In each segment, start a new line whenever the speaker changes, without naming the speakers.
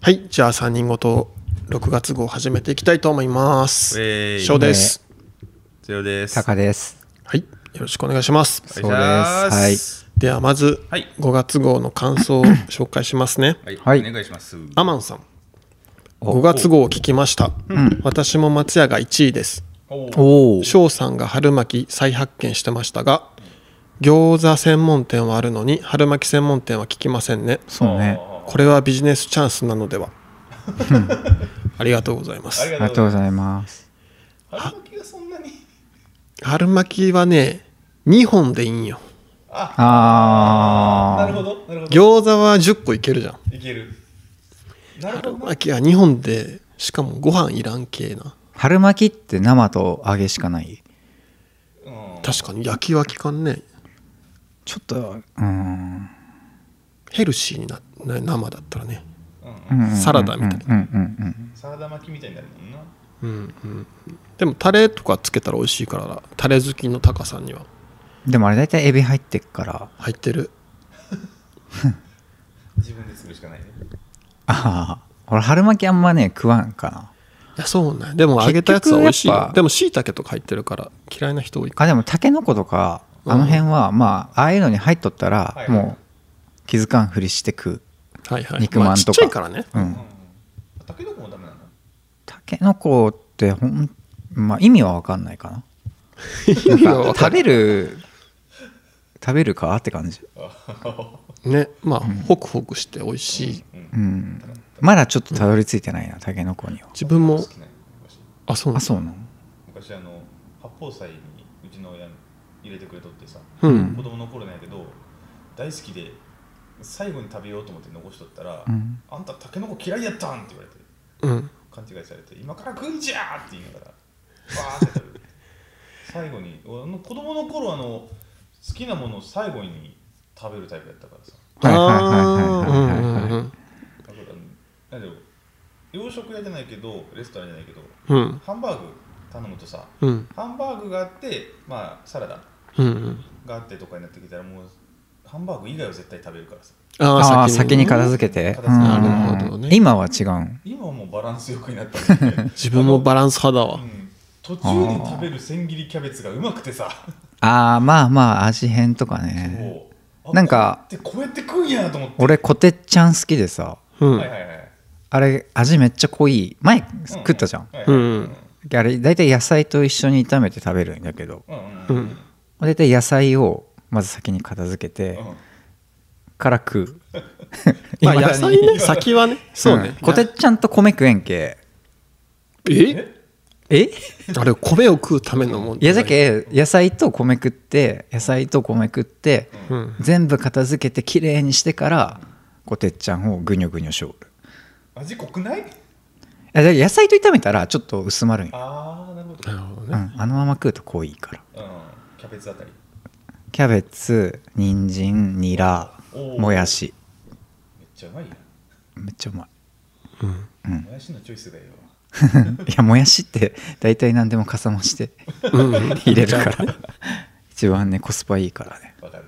はい、じゃあ3人ごと6月号始めていきたいと思います。
えーい
翔です。
ゼロです。
タカです。
はい、よろしくお願いします。
お願いします
ではまず
はい
5月号の感想 を紹介しますね。
はい。
はい
お願いします。
アマンさん、5月号を聞きました。私も松屋が1位です。
おー
おお。
翔さんが春巻き再発見してましたが、餃子専門店はあるのに春巻き専門店は聞きませんね。
そうね。
これはビジネスチャンスなのでは。ありがとうございます
あり。
あり
が
が
と
と
う
う
ござ
ご
い
ざいます。
ます。春巻きがそんなに。
春巻きはね2本でいいんよ
なる
あ
ほど。なるほど。
餃子は10個いけるじゃん
いける。なるほ
春
ど。
巻きは2本でしかもご飯いらん系な
あ。春巻きって生と揚げしかない。
うん
確かに焼きはきかんね
ちょっと、うーん。
ヘルシーになな生だったらね
う
うんんうん
サラダみたい
うんうん
サラダ巻きみたいになるもんな。
うんうんでもタレとかつけたら美味しいからタレ好きのタカさんには
うん。でもあれ大体エビ入ってっから。
入ってる
自分でするしかないね。
ああ。俺春巻きあんまね、食わんかな。
いやそうねでも揚げたやつは美味しい
結局やっ
よ
ぱ
でもしいたけとか入ってるから嫌いな人多いか
あ、でもタケノコとか、あの辺は、まあ、ああいうのに入っとった
は
ら
い、
もう気づかんふりして食
らはいはい
肉まん
あちっ
とか
ちゃいからね
う。う
うんん。。タケノコもダメなの。
タケノコってほん、まあ、意味は分かんな いかな
意味は
な
分
んか
かる
食べる食べるかって感じ、
ねまあホクホクして美味しい
うん、まだちょっとたどり着いてないなタケノコには
自分も
好きなの昔
あそうなの
あそうなの
昔あの八宝菜にうちの親入れてくれとってさ。
うん
子供の頃なんやけど大好きで最後に食べようと思って残しとったら、
うん
あんたタケノコ嫌いやったんって言われて
うん
勘違いされて今から食うんじゃーって言いながらバーって食べる最後に俺あの子供の頃あの好きなものを最後に食べるタイプやったからさ
はいはい
あ
はいはいはいはい
ー
だからなんだろう洋食屋じゃないけどレストランじゃないけど
うんうん
ハンバーグ頼むとさ
うんうん
ハンバーグがあってまあサラダ
うんうん
があってとかになってきたらもうハンバーグ以外は絶対食べるからさ
あ
あ
あ
あ
先に片付けて
片付けて
うん
なるほどね
今は違うん
今はもうバランスよくになったもんで
自分もバランス派だ
う
わ
ん途中に食べる千切りキャベツがうまくてさ
ああまあまあ味変とかね
もうあ
なんか
こうやってこうやって食うんやと思って、
俺こてっちゃん好きでさ
うん
はいはいはい
あれ味めっちゃ濃い前食ったじゃん、
はいはい
うん
あれ大体野菜と一緒に炒めて食べるんだけど
うんう
う
んうんん
う
うんん
大体野菜をまず先に片付けてから食う
まあ
未
野
だ
菜
に
ね先はねそうね
んこてっちゃんと米食えんけ
え
え
え
あれ米を食うためのもん
いやじゃけ野菜と米食って野菜と米食って、
うん
全部片付けてきれいにしてからこてっちゃんをぐにょぐにょしょる
味濃くない
いやだから野菜と炒めたらちょっと薄まるんよ、
ああなるほど、
なるほど
う
ね
ん、あのまま食うと濃いから
うん、キャベツあたり
キャベツ人参ニラ
おー
もやし
めっちゃうまいや
めっちゃうまい
うん
んもやしのチョイスがいいわ
いやもやしって大体何でもかさ増して
うん
入れるから 一番ねコスパいいからね
わかる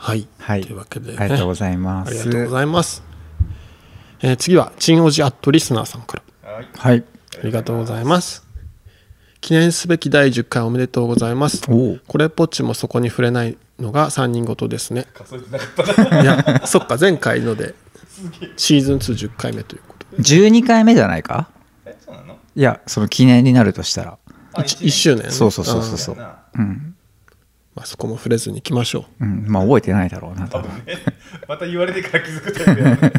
はい
はい
というわけでね
ありがとうございます
ありがとうございますえー次はチンおじアットリスナーさんから
はい
はい
ありがとうございます記念すべき第10回おめでとうございます
おう
これっぽっちもそこに触れないのが3人ごとですね
数えてなかったな
いや、そっか、前回ので、シーズン210回目ということで、
12回目じゃないか
えそうなの
いやその記念になるとしたら
あ一年
1周年ね。
そうそうそうそうそ
そううな
うん、
まあ、そこも触れずに行きましょう。
うん、まあ覚えてないだろうな
多
多分
分ね また言われてから気づくタイプやね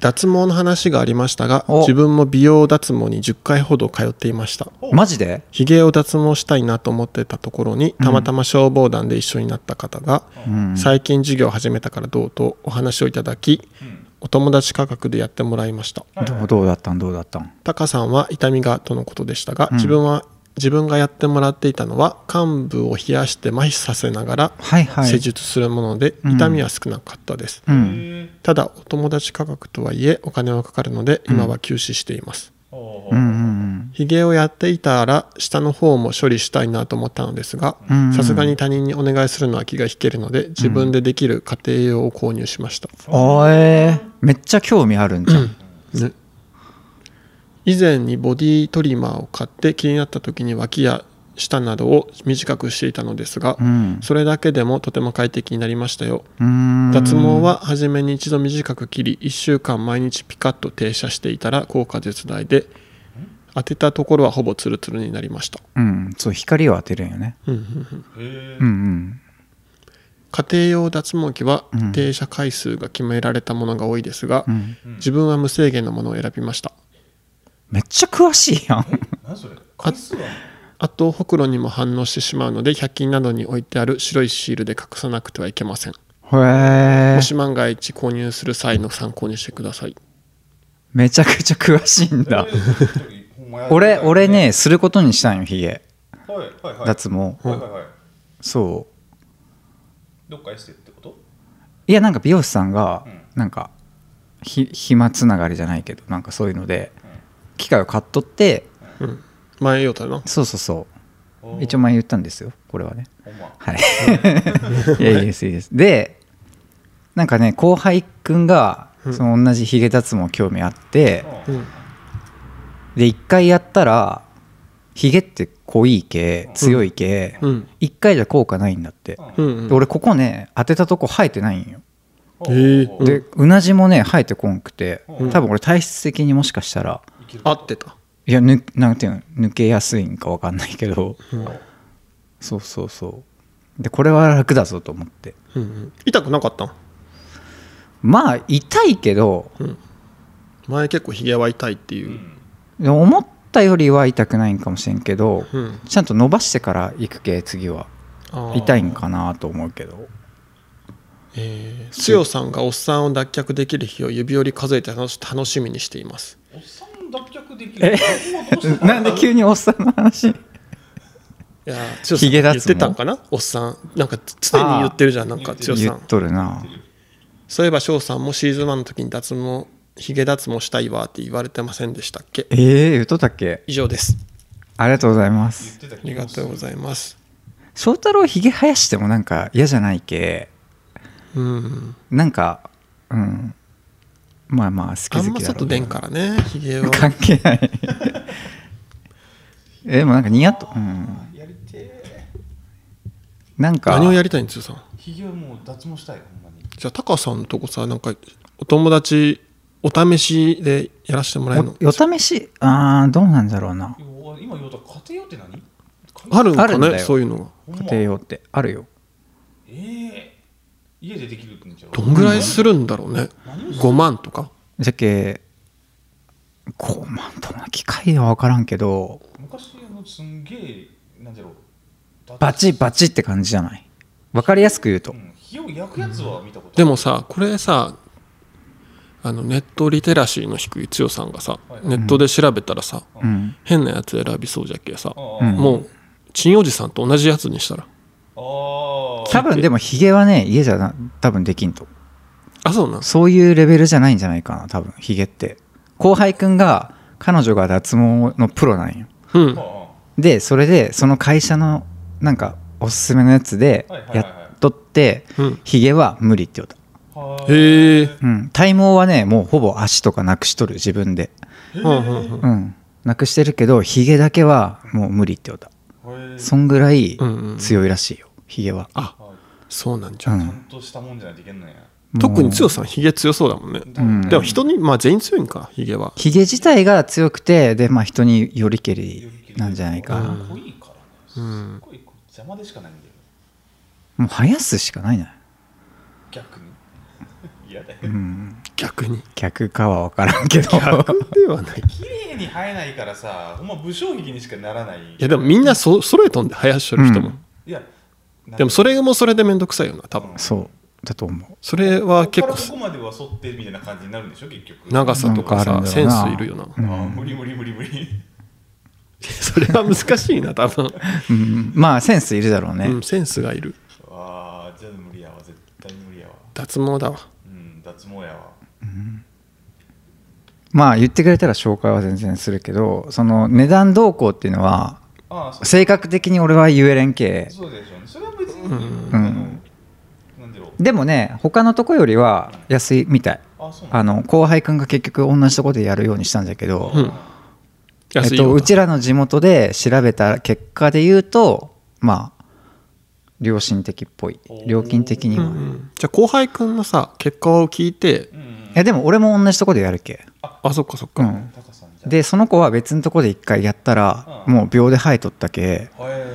脱毛の話がありましたが、
お
自分も美容脱毛に10回ほど通っていました。
マジで
ヒゲを脱毛したいなと思ってたところに、たまたま消防団で一緒になった方が、
うん
最近授業を始めたからどうとお話をいただき、
うん
お友達価格でやってもらいました。
どうどうだったんどうだったん
タカさんは痛みがとのことでしたが、
ん
自分は自分がやってもらっていたのは患部を冷やして麻痺させながら
はいはい
施術するもので、
うん
痛みは少なかったです、
うん
へー
ただお友達価格とはいえお金はかかるので
ん
今は休止しています、
おー
うんうん
ヒゲをやっていたら下の方も処理したいなと思ったのですが
うん
さすがに他人にお願いするのは気が引けるので自分でできる家庭用を購入しました、
あえーめっちゃ興味あるんじゃん、
ね以前にボディトリマーを買って気になった時に脇や舌などを短くしていたのですが、
うん
それだけでもとても快適になりましたよ
うーん
脱毛は初めに一度短く切り1週間毎日ピカッと停車していたら効果絶大で当てたところはほぼツルツルになりました、
うんそう光を当てるんよね
うんうんうん
へ
う
え
ん
家庭用脱毛器は
うん
停車回数が決められたものが多いですが、
うんうん
自分は無制限のものを選びました
めっちゃ詳しいやん
何それ回数は
あとほくろにも反応してしまうので100均などに置いてある白いシールで隠さなくてはいけません
へえ
もし万が一購入する際の参考にしてください
めちゃくちゃ詳しい んだ
えーほんまや
俺俺ねすることにしたんよヒゲ
はいはいはい
脱毛
はいはいはい
そう
どっかエステってこと
いやなんか美容師さんが
うん
なんかひ暇つながりじゃないけどなんかそういうので機械を買っとって
うん前よたな
そうそうそ
お
う
ー
一応前言ったんですよこれはね
ほんま
はい いやいいですいいですでなんかね後輩くんが
うん
その同じヒゲ脱毛興味あって
う
うんん
で一回やったらヒゲって濃い系強い系
うん
一回じゃ効果ないんだって
う
うん
ん
で俺ここね当てたとこ生えてないんよ
ほ
え
う
ー
ほうほう
でうなじもね生えてこんくて
うん
多分俺体質的にもしかしたら
いける
合ってた
いやぬなんていうの抜けやすいんか分かんないけど
うん
そうそうそうでこれは楽だぞと思って
うんうん痛くなかったん
まあ痛いけど
うん前結構ひげは痛いっていうう、
ん
でも思ったよりは痛くないんかもしれんけど
うん、
ちゃんと伸ばしてから行くけ次は
あー
痛いんかなと思うけど
えー、強さんがおっさんを脱却できる日を指折り数えて楽し楽しみにしています
おっさん脱却できる
え
脱毛どうしたの
なんで急におっさんの話
いやー強さん
ヒゲ
言
脱毛
ってたんかなおっさんなんか常に言ってるじゃんなんか
あー
強
言
さ
っ
ん
とるな
そういえば翔さんもシーズン1の時に脱毛ヒゲ脱毛したいわって言われてませんでしたっけ
えー、言っとったっけ
以上です
ありがとうございま
言っ
す
てた
ありがとうござ
い
います
翔太郎ひげ生やしてもなんか嫌じゃないけ
うん
なんかうんまあまあ好き
あん
好
ま
きだろ
外
う
出
なん
からねヒゲは
関係ない えでもなんかニヤッと、うん、
ますやりてえ
なんか
何をやりたいんですよさん
ひげはもう脱毛したいほんまに
じゃあタカさんのとこさなんかお友達お試しでやらせてもらえるの
おお試しああどうなんだろうない
やお今言おうと家庭用って何
あるん
あ
か
るんだ
ね
よ
そういうのが
ほん
家
ま
庭用ってあるよ
ええ家でできるってんちゃう
どんぐらいするんだろうね
何
5万とか
じゃけ5万とな機械では分からんけど
昔あのすんげえなんだろう
バチバチって感じじゃない分かりやすく言うと
うん火を焼くやつは見たことある
でもさこれさあのネットリテラシーの低い強さんがさ
はい
ネットで調べたらさ
うん
変なやつ選びそうじゃっけさ
あ
うん
あ
もうチンおじさんと同じやつにしたら
あ
多
あ
分でもヒゲはね家じゃな多分できんと
あそうなん
そういうレベルじゃないんじゃないかな多分ヒゲって後輩くんが彼女が脱毛のプロなんよ
うん
あ
でそれでその会社のなんかおすすめのやつで
はいはいはい
や
はい
っとって
うん
ヒゲは無理って言うた、
あはあ
へえ
うん、体毛はねもうほぼ足とかなくしとる自分で
うんうんうん
うんなくしてるけどヒゲだけはもう無理って言うた
へえ
そんぐらい
うんうん
強いらしいよヒゲは
あ
あ
そうなんじ
う
ゃん
ちゃん
ん
としたもんじゃないといけんのや
特に
も
強さんヒゲ強そうだもんね
ん
でも人にまあ全員強いんかヒゲは
うヒゲ自体が強くてでまあ人によりけりなんじゃないか
う
な、
ん濃いからねす
うん
っごい邪魔でしかないんだよ
もう生やすしかないな、
逆に 嫌だよ
うん、
逆に
逆かは分からんけど
逆 ではないい
綺麗に生えないからさほんま武将髭にしかならない
やでもみんなそ揃えとんで生やしとる人も、
いや
でもそれもそれでめんどくさいよな多分
うん
そうだと思
それは
結
結
構
構
ここまでは剃ってみたいな感じになるんでしょ結局
長さとか
なんかある
さセ
んだよ
ン
な
スいるよな
う、う
あー
ん
無理無理無理無理
それは難しいな多分、
うん、まあセンスいるだろうね、
うん、センスがいる
ああじゃあ無理やわ絶対無理やわ
脱毛だわ
うん脱毛やわ
まあ言ってくれたら紹介は全然するけどその値段動向っていうのは
ああそ
性格的に俺は言えれんけ
そうでしょうねそれは別に、
うん
あのなんだろう
でもね他のとこよりは安いみたい
ああそうな
あ
んだ
の後輩くんが結局同じとこでやるようにしたんだけど、
うん
えっ
安い
と、
よ
うちらの地元で調べた結果で言うとまあ良心的っぽい
おー
料金的に
う
は、
んう
い
んじゃあ後輩くんのさ結果を聞いて
うんうん
やでも俺も同じとこでやるけ
あそっかそっ
う
か、
ん
高さんじゃ
でその子は別のとこで一回やったら、
うん
もう秒で生えとったけ
あへ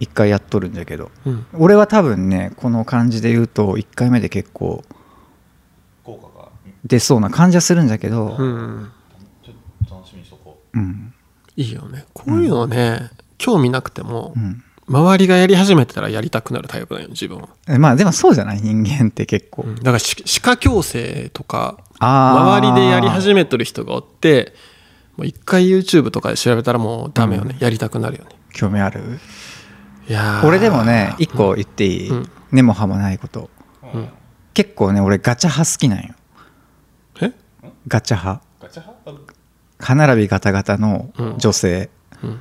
一回やっとるんだけど
うん
俺は多分ねこの感じで言うと1回目で結構
ー効果が
出そうな感じはするんだけ
う
ど、う
ん
ん
うん
ちょっと楽しみにしとこ
いいよねこういうのね、興味なくても
うん
周りがやり始めてたらやりたくなるタイプだよ自分は、
えまあでもそうじゃない人間って結構、
うんだからし歯科矯正とか
あー
周りでやり始めてる人がおってもう一回 YouTube とかで調べたらもうダメよね、やりたくなるよね
興味ある
いやー
俺でもね1個言っていい、
うん
根も葉もないこと
ううん
結構ね俺ガチャ派好きなんよ
え
ガチャ派
ガチャ派
歯並びガタガタの女性、
うん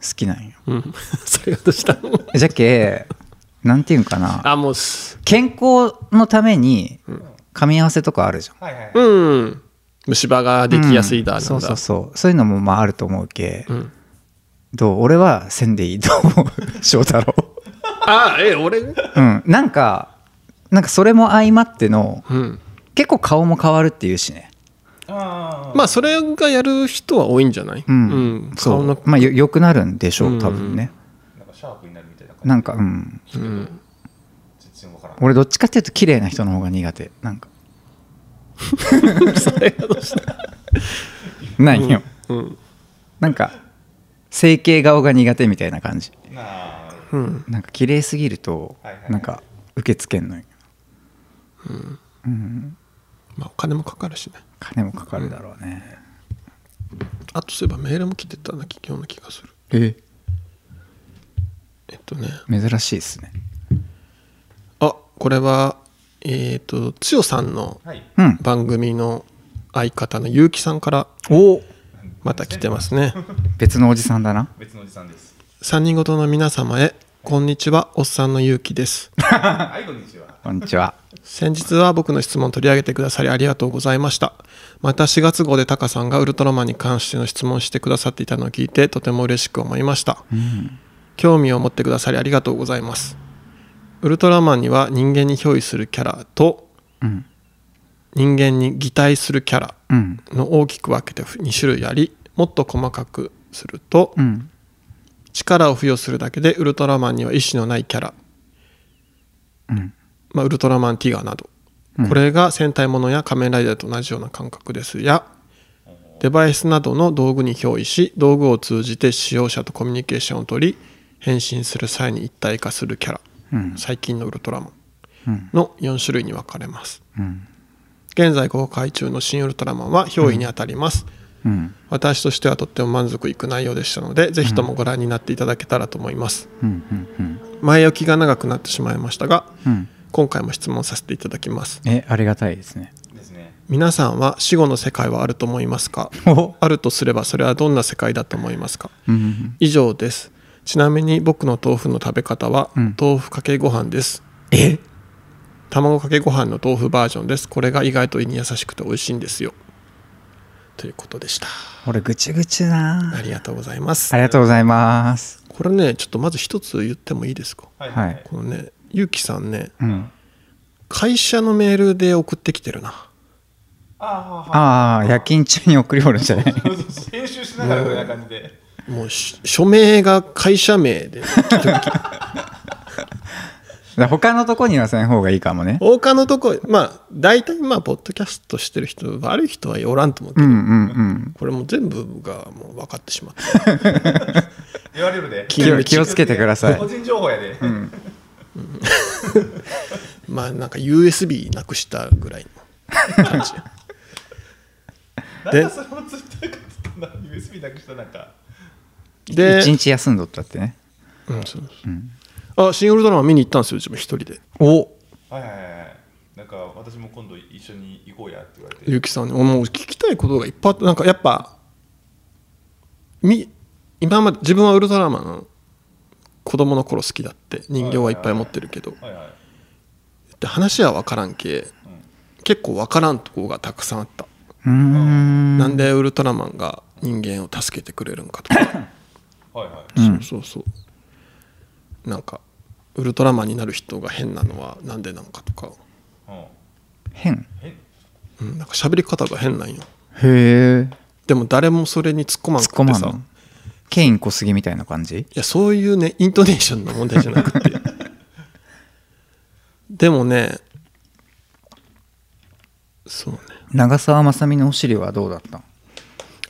好きなんよ
うん それがどうしたの
じゃけなんていうんかな
あもうす
健康のために噛み合わせとかあるじゃん
あはいはいはい
うん虫歯ができやすいだ、
う
な
ん
んだ
そうそうそうそういうのもまああると思うけ、
うん
どう俺はせんでいいと思う 翔太 郎
あえ俺
うんなんかなんかそれも相まっての
うん
結構顔も変わるっていうしね
あ
まあそれがやる人は多いんじゃない
うん、そ
顔の
うまあよ良くなるんでしょ
うん
う多分ね、
あなんかシャープになるみたいな
な
感
んかうん
じ
うん
全然わからん
俺どっちかっていうと綺麗な人の方が苦手なん か ないよ、
うん
なんか整形顔が苦手みたいな感じ
なあ
うん
なんか綺麗すぎると
はいはいはい
なんか受け付けんのよ、
まあお金もかかるしね
金もかかるだろうね、
あとそういえばメールも来てたなような気がする
え
えっとね
珍しいですね
あこれはえっ、とつよさんの
はい
うん
番組の相方のゆうきさんから
お
また来てます ね
別のおじさんだな
別のおじさんです
三人ごとの皆様へこんにちはおっさんのゆうきです
はいこんにちは
こんにちは
先日は僕の質問を取り上げてくださりありがとうございましたまた4月号でタカさんがウルトラマンに関しての質問をしてくださっていたのを聞いてとても嬉しく思いました、興味を持ってくださりありがとうございますウルトラマンには人間に憑依するキャラと
うん
人間に擬態するキャラ
うん
の大きく分けて2種類ありもっと細かくすると
うん
力を付与するだけでウルトラマンには意志のないキャラ、
うん
まあ、ウルトラマンティガなど、これが戦隊ものや仮面ライダーと同じような感覚ですやデバイスなどの道具に憑依し道具を通じて使用者とコミュニケーションを取り変身する際に一体化するキャラ、
うん
最近のウルトラマ
う
ン
ん
の4種類に分かれます
うん
現在公開中の「新ウルトラマン」は憑依にあたります、
うん
私としてはとっても満足いく内容でしたので、ぜひともご覧になっていただけたらと思います。
うんうんうん
前置きが長くなってしまいましたが、
うん
今回も質問させていただきます。
えありがたいですね
ですね
皆さんは死後の世界はあると思いますか
お
あるとすればそれはどんな世界だと思いますか
うん
以上です。ちなみに僕の豆腐の食べ方は、
うん
豆腐かけご飯です。
え
卵かけご飯の豆腐バージョンです。これが意外と胃に優しくて美味しいんですよ。ということでした。
俺ぐちぐちな
ありがとうございます。
ありがとうございます
これね、ちょっとまず一つ言ってもいいですか
はいはい
はい
このねゆうきさんね
うん
会社のメールで送ってきてるな
あーはーは
ああ夜勤中に送りおるんじ ゃない
ーそうそう編集しながらこんな感じで
もうし署名が会社名 で
他のとこにはせん方がいいかもね
他のとこまあ大体まあポッドキャストしてる人悪い人はおらんと思うけ
う
ど、
んうんうん
これもう全部がもう分かってしまった
言われるで
気を気をつけてください
個人情報やで
まあなんか USB なくしたぐらいの感じ
なんかそれもツイッターかつったんだ USB なくしたなんか
で
一日休んどったってね
うんそうそうあシン・ウルトラマン見に行ったんですよ自分一人で
お
はいはいはいはいなんか私も今度一緒に行こうやって言われて
ゆうきさんにもう聞きたいことがいっぱいあってなんかやっぱみ今まで自分はウルトラマン子供の頃好きだって人形はいっぱい持ってるけど
はいはい
で話は分からんけ
うん
結構わからんとこがたくさんあった、
うーん
なんでウルトラマンが人間を助けてくれるんかとか
はいはい。
そうそうそうなんかウルトラマンになる人が変なのはなんでなんかとか、
うん、
変
え
うん、なんか喋り方が変なんよ
へえ
でも誰もそれに突っ込まん
突っ
く
込
て
まん
さ
のケイン小杉みたいな感じ
いやそういうねイントネーションの問題じゃなくて でもねそうね
長澤まさみのお尻はどうだったん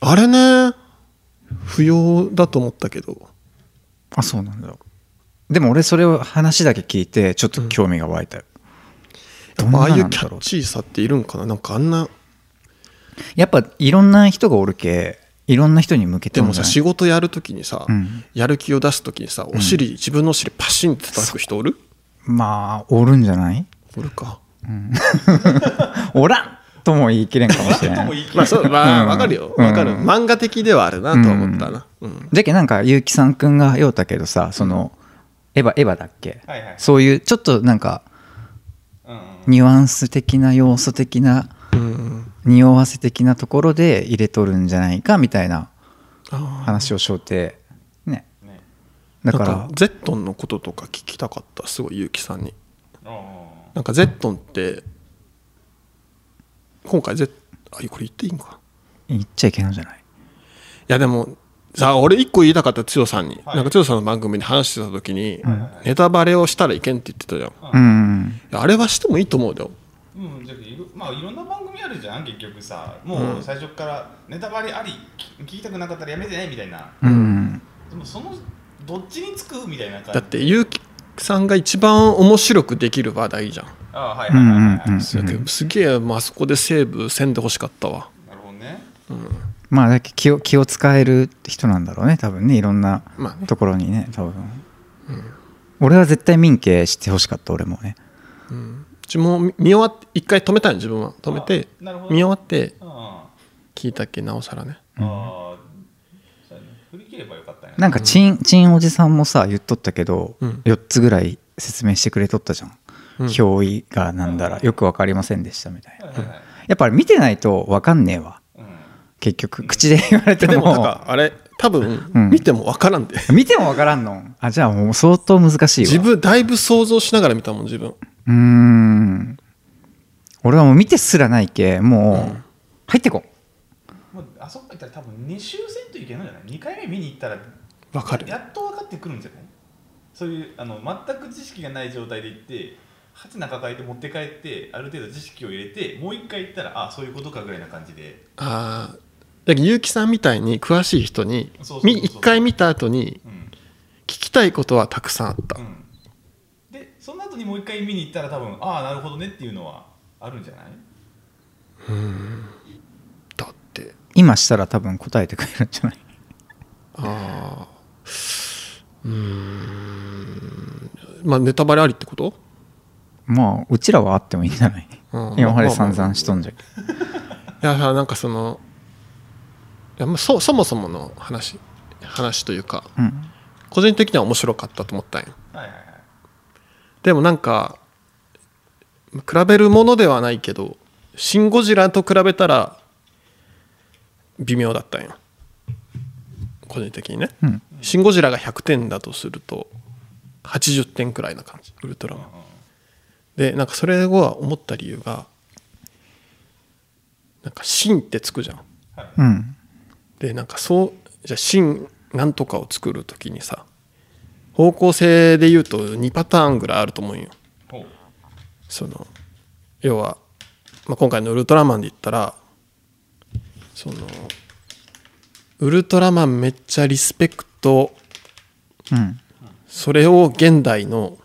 あれね不要だと思ったけど
あそうなんだでも俺それを話だけ聞いてちょっと興味が湧いたよ、
や
どん
っぱあ
な
あいう
なん
キ
だ
ャ
ろ
ッ
う
チーさっているんかななんかあんな
やっぱいろんな人がおるけいろんな人に向けて
でもさ仕
事
事やるときにさ、
うん
やる気を出すときにさお尻、自分のお尻パシンって叩く人おる
まあおるんじゃない
おるか
おらんとも言い切れんかもしれ
と
な
も
い
言い切
まあそうまあ
うん
わかるよわかる、
うん
漫画的ではあるなとは思ったな、うん
じゃけなんか結城さんくんが言うたけどさそのエヴァエヴァだっけ、
はいはい
そういうちょっとなんか
うんうん
ニュアンス的な要素的な
うん、
匂わせ的なところで入れとるんじゃないかみたいな
あー
話をしょってね
うんね
だから
なんゼットンのこととか聞きたかったすごい結城さんに
うんうん
なんかゼットンって今回ゼッあこれ言っていいんか
言っちゃいけないんじゃない
いやでもさ俺一個言いたかった剛さんに、
はい
なんか剛さんの番組で話してた時に、
ん
ネタバレをしたらいけんって言ってたじゃんい
うん
やあれはしてもいいと思うよ
うん、じゃあいろまあいろんな番組あるじゃん結局さもう最初からネタバレありき聞きたくなかったらやめてねみたいな
うん
でもそのどっちにつくみたいな感じ
だって結城さんが一番面白くできる話題じゃん、
ああはいはいはいはい、
うんうんうん
そやけどすげえ、まあそこでセーブせんでほしかったわ
なるほどね
まあだけ気を気を使える人なんだろうね多分ねいろんな
まあね
ところにね多分、俺は絶対民家してほしかった俺もね
うちも見見終わって一回止めたんよ自分は止めて
あなるほど
見終わって
うんあ
聞いたっけなおさらね
あそうやね振り切ればよかったね
なんかチンチンおじさんもさ言っとったけど、
うん
4つぐらい説明してくれとったじゃん、
うん
憑依がなんだらよく分かりませんでしたみたいな、
はいはいはい
やっぱり見てないと分かんねえわ
うん
結局口で言われて
で
も
もなんかあれ多
うん
分見ても分からんで、
見ても分からんのあじゃあもう相当難しいわ
自分だいぶ想像しながら見たもん自分
うーん俺はもう見てすらないけもう入ってこ
もうあそこ行ったら多分2周戦といけないんじゃない2回目見に行ったら
分かる
やっと分かってくるんじゃないそういうあの全く知識がない状態で行ってハテナ抱えて持って帰ってある程度知識を入れてもう一回行ったらあそういうことかぐらいな感じで
ああだけど結城さんみたいに詳しい人に
そうそうそうそう
み一回見た後に
うん、
聞きたいことはたくさんあった、
うん、でその後にもう一回見に行ったら多分ああなるほどねっていうのはあるんじゃない
だって
う今したら多分答えてくれるんじゃない
ああうーんまあネタバレありってこと
まあうちらはあってもいいんじゃない
うん
今まで
まあまあ
散々しとんじゃけ
いやなんかそのいやまあそそもそもの話話というか
うん
個人的には面白かったと思ったんよ
はいはいはい
でもなんか比べるものではないけど「シン・ゴジラ」と比べたら微妙だったんよ個人的にね、
うん
シン・ゴジラが100点だとすると80点くらいな感じウルトラマンでなんかそれは思った理由がなんか「シン」ってつくじゃん
うん
でなんかそうじゃあ「シン」なんとかを作る時にさ方向性で言うと2パターンぐらいあると思うんよ
ほう
その要は、まあ、今回の「ウルトラマン」で言ったらそのウルトラマンめっちゃリスペクト
うん
それを現代の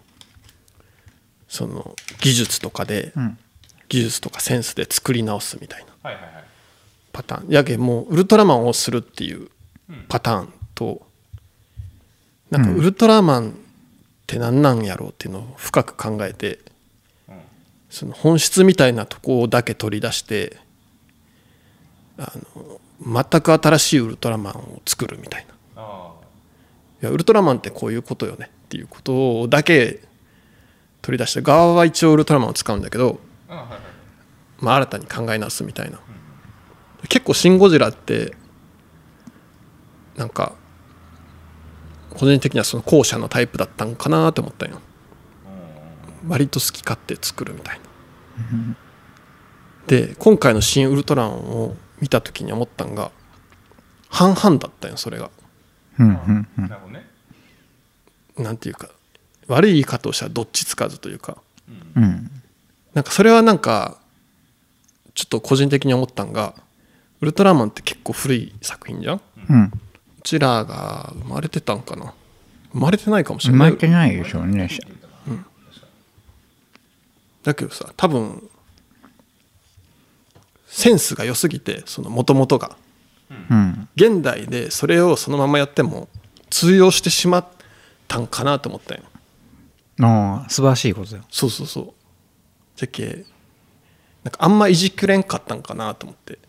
その技術とかで、
うん
技術とかセンスで作り直すみたいな
はいはいはい
パターンやけんもうウルトラマンをするっていうパターンと、なんか
うん
ウルトラマンって何なんやろうっていうのを深く考えて。
うん
その本質みたいなとこだけ取り出してあの全く新しいウルトラマンを作るみたいない
あ
やウルトラマンってこういうことよねっていうことだけ取り出して側は一応ウルトラマンを使うんだけど
あああはいはい
まあ、新たに考え直すみたいな結構「シン・ゴジラ」ってなんか個人的にはその後者のタイプだったんかなと思ったんよ割と好き勝手作るみたいなで今回の「新ウルトラン」を見た時に思ったんが半々だったんよそれが
うんうんうん
なるほどね。
なんていうか悪い言い方をしたらどっちつかずというか
うん
うん
なんかそれはなんかちょっと個人的に思ったんがウルトラマンって結構古い作品じゃんう
うん
ちらが生まれてたんかな生まれてないかもし
生
れな
ま
い
れてないでしょうね
だけどさ多分センスが良すぎてその元々が
うん
現代でそれをそのままやっても通用してしまったんかなと思ったんよ
ああ素晴らしいことだよ
そうそうそうじゃけなんかあんまいじくれんかったんかなと思って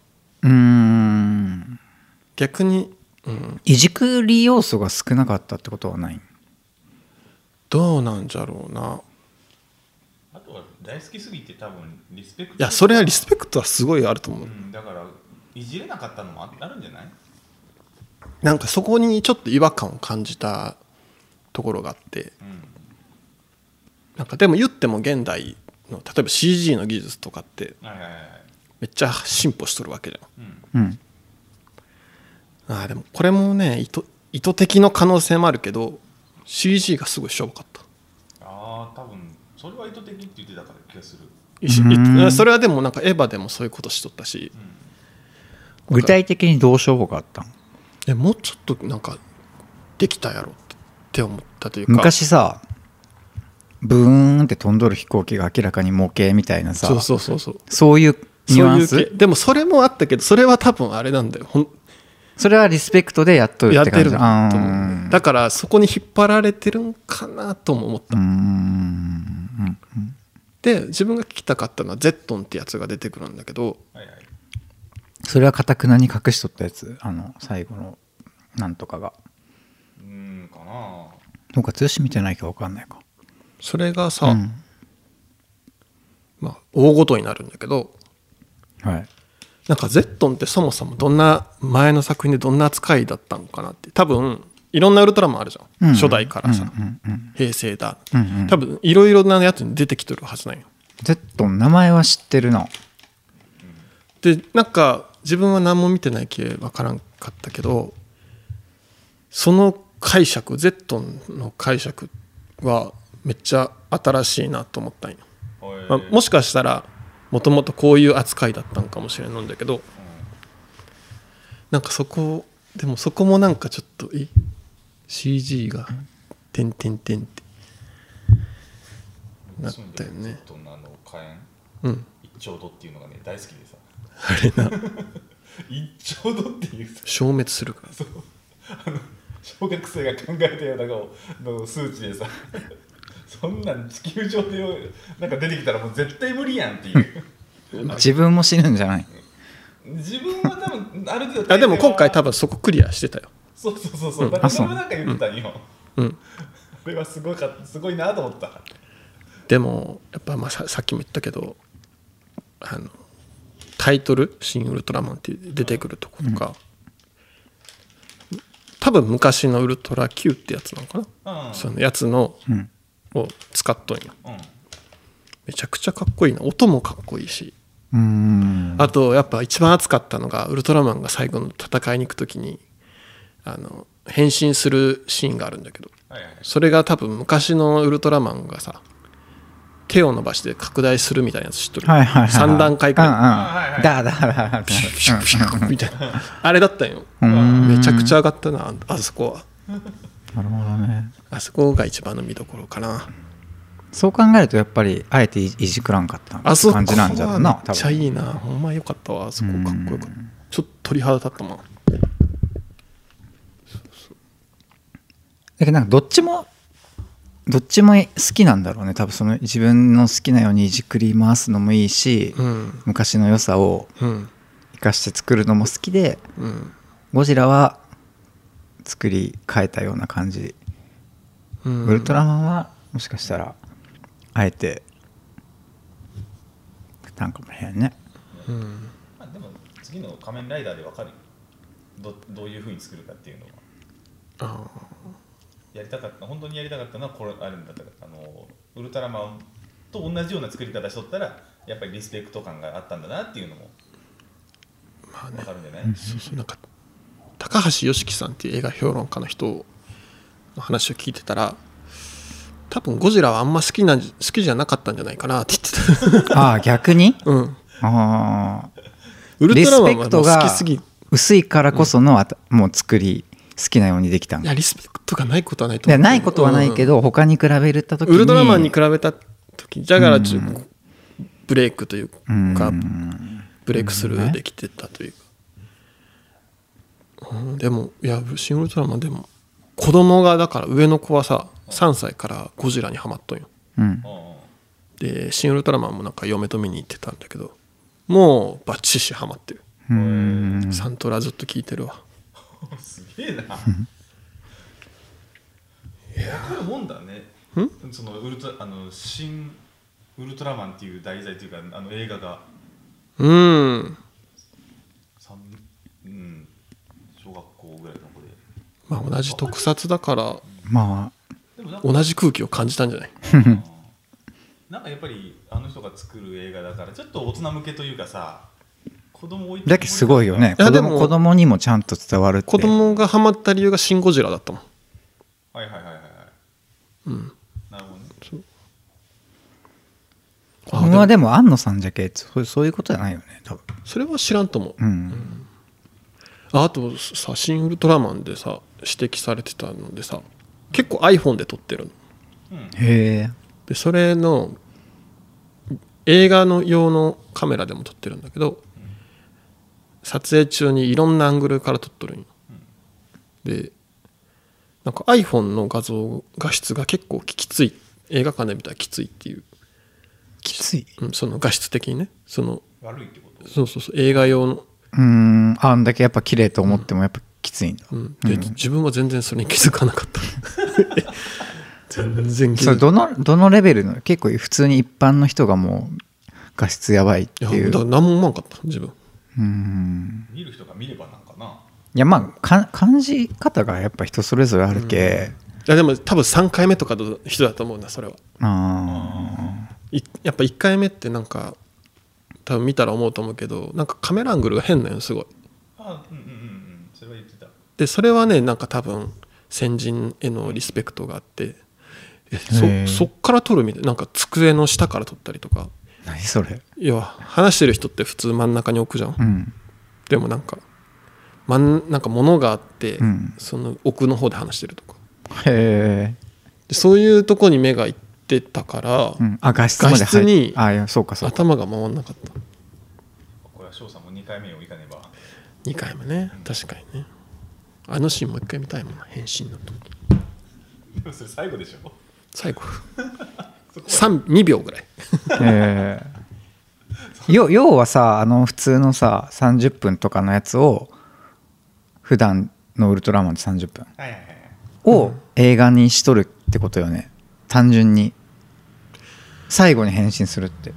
うーん
逆に、うん、
いじくり要素が少なかったってことはない
どうなんじゃろうな
あとは大好きすぎて多分リスペク
い
ト
やそれはリスペクトはすごいあると思う
う
ん
だからいじれなかったのもああるんじゃない
なんかそこにちょっと違和感を感じたところがあって
うん
なんかでも言っても現代の例えば CG の技術とかって
はいはいはいはい
めっちゃ進歩しとるわけじ
うん
うん
ゃんあーでもこれもね意図意図的の可能性もあるけど CG がすごいしょぼかった
ああ多分それは意図的って言ってたから気がする
いし
うーん
それはでもなんかエヴァでもそういうことしとったし
具体的にどうしようかあったの
えもうちょっとなんかできたやろってって思ったというか
昔さブーンって飛んどる飛行機が明らかに模型みたいなさ
そうそうそうそう
そういうニュアン
そういう
ス
系でもそれもあったけどそれは多分あれなんだよほん
それはリスペクトでやっとる
や
っ
って
感
て
じ
る
だ
ん
あ
だと
ーう
思うだからそこに引っ張られてるんかなとも思った、
ーんうんうん
で自分が聞きたかったのはゼットンってやつが出てくるんだけど
はいはい
それはかたくなに隠しとったやつあの最後のなんとかが
うーんかな
どうか剛見てないか分かんないか
それがさ、
うん
まあ、大ごとになるんだけど
はい
なんかゼットンってそもそもどんな前の作品でどんな扱いだったのかなって多分いろんなウルトラマンあるじゃん、初代からさ、
うんうん
平成だ、
うんうん
多分いろいろなやつに出てきてるはずなんよ
Z の名前は知ってるな
でなんか自分は何も見てないけわからんかったけどその解釈ゼットンの解釈はめっちゃ新しいなと思ったんよ、
はい
まあ、もしかしたらもともとこういう扱いだったんかもしれないんだけどなんかそこでもそこもなんかちょっとえ CG が「てんてんてん」って
うん
なったよね
ちょっとあの火炎
うん
一丁度っていうのがね大好きでさ
あれな
一丁度っていうさ
消滅するから
そうあの小学生が考えたような顔の数値でさ そんなん地球上でよなんか出てきたらもう絶対無理やんっ ていう
自分も死ぬんじゃない
自分は多分ある程度
あでも今回多分そこクリアしてたよ
そうそうそうそううんだか
あ
ら
そう
俺もなんか言ってたんよ、
うん
これはすごかったすごいなと思った
でもやっぱまあささっきも言ったけどあのタイトル「シン・ウルトラマン」って出てくるとことか、多分昔の「ウルトラ Q」ってやつなのかな、
うん
そのやつの、
うん
を使っとんよ
うん
めちゃくちゃかっこいいな音もかっこいいし
うーん
あとやっぱ一番熱かったのがウルトラマンが最後の戦いに行く時にあの変身するシーンがあるんだけど
はいはい
それが多分昔のウルトラマンがさ手を伸ばして拡大するみたいなやつ知っとる、
はいはいはい
3段階く
うんうん
らい
いはい
だだだだだ
ピシュッピシュッピシュッみたいなあれだったんよ
うん
めちゃくちゃ上がったなあそこは
なるほどね
あそこが一番の見どころかな
そう考えるとやっぱりあえていいじくらんかった
あそこは
感じなんじゃろうな
めっちゃいいなほんまよかったわあそこかっこよかったちょっと鳥肌立ったもん
だけどなんかどっちもどっちも好きなんだろうね多分その自分の好きなようにいじくり回すのもいいし、
うん
昔の良さを
うん
生かして作るのも好きで
うん
ゴジラは作り変えたような感じ、
うん
ウルトラマンは もしかしたらあえてたんかもしれんね
うん
まあ、でも次の「仮面ライダー」でわかるよどどういうふうに作るかっていうのは
あ
やりたかった本当にやりたかったのはこれあるんだったからあのウルトラマンと同じような作り方しとったらやっぱりリスペクト感があったんだなっていうのも
ーまあね
わかるんじゃない、
そうそうなんか高橋良樹さんっていう映画評論家の人の話を聞いてたら多分ゴジラはあんま好きなんじ好きじゃなかったんじゃないかなって言って
ああ逆に
た、うん、
ああ
ウルトラマンは
リスペク
も
ト
う
が
好きすぎい
薄いからこそのあた、もう作り好きなようにできたんだ
やリスペクトがないことはないと思
で
う
ないことはないけ
ど、
ど、他に比べるた時
うん
に
ウルトラマンに比べた時だからちょ
う
ブレイクというか、
うん
ブレイクスル
な
ー
るほど
で
ね
きてたというか、うん、でもいや「シン・ウルトラマン」でも子供がだから上の子はさ3歳からゴジラにはまっとんよ
うん
うんうん
で「シン・ウルトラマン」もなんか嫁と見に行ってたんだけどもうバッチシハマってる、
うん
サントラずっと聴いてるわ
すげえな。わかるもんだね。そのウルトラあの新ウルトラマンっていう題材というかあの映画が
うん
三うん小学校ぐらいの子で。
まあ同じ特撮だから
ま
でもなんか
同じ空気を感じたんじゃない
なんかやっぱりあの人が作る映画だからちょっと大人向けというかさ子供置い
あだけすごいよね
い
子
やでも
供子供にもちゃんと伝わるって
子供がハマった理由が「シン・ゴジラ」だったもん
はいはいはいはいはい。
うん
なるほどね。
子供は
あでも
でも安野さんじゃけそうそういうことじゃないよね多分
それは知らんと思う
うん
ああとさ「シン・ウルトラマン」でさ指摘されてたのでさ結構 iPhone で撮ってるの
うん。
へえ
でそれの映画の用のカメラでも撮ってるんだけど撮影中にいろんなアングルから撮っとるんよでなんか iPhone の画像画質が結構きつい映画館で見たらきついっていう、
きつい
うん、その画質的にねその
悪いってこと。
そうそうそう映画用の、
うんあんだけやっぱ綺麗と思ってもやっぱきついんだ、
うん、で、自分は全然それに気づかなかった全然気
そ
づ
れ
かな
どのどのレベルの結構普通に一般の人がもう画質やばいって
いい
い
やだ
う
から何も思わんかった自分
うん
見る人が見ればなんかな。
いやまあか感じ方がやっぱ人それぞれあるけ、
いやでも多分3回目とかの人だと思うんだそれは
あ
いやっぱ1回目ってなんか多分見たら思うと思うけどなんかカメラアングルが変なのよすごい
あうんうんうんうん。それは言ってた。
でそれはねなんか多分先人へのリスペクトがあってえ
へー
そそっから撮るみたいなんか机の下から撮ったりとか
あ何それ
要は話してる人って普通真ん中に置くじゃん、
うん
でもなんか真んなんか物があって、
うん
その奥の方で話してるとか
へえ、
でそういうとこに目がいってたから、
うん、あ画質まで
画質に
あいやそうかそうか
頭が回んなかった
これは翔さんも2回目をいかねば。
2回目ね確かにねあのシーンもう一回見たいもんな変身の時
で もそれ最後でしょ。
最 後
そこは
3 2秒ぐらい
ええよ要はさあの普通のさ30分とかのやつを普段のウルトラマンで30分
はいはいはい。
を映画にしとるってことよね単純に最後に変身するって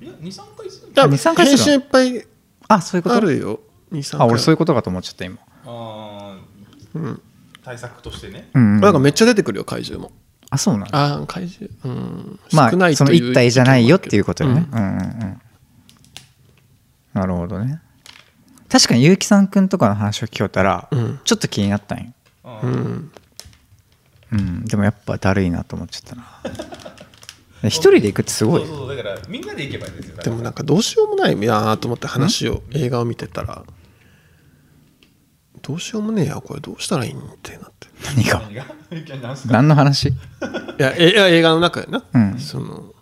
いや、2、3回するんだ。
多
二
分
三回
変
するの
身いっぱい
あそういうこと
あるよ23
あ俺そ
回
ういうことかと思っちゃった今
あ
うん
ー対策としてね。
うん、
なんかめっ
ち
ちゃ出てくるよ怪獣も
ゃあそうなの
ああ怪獣うん
まあ
少ない
その
という
一体じゃないよっていうことよね、
う
うん、うんうんなるほどね確かに結城さんくんとかの話を聞こえたら、
うん
ちょっと気になったんよ
うん
んうん
うん、でもやっぱだるいなと思っちゃったな 一人で行くってすご
そ
い
うそうそう、だからみんなで行けばいいですよ。だ
で
から
もなんかどうしようもないなと思って話を映画を見てたらどうしようもねえやこれどうしたらいいんってなって
何が
何がいやなんすか
何の話
いやえいや映画の中やな、
うん
その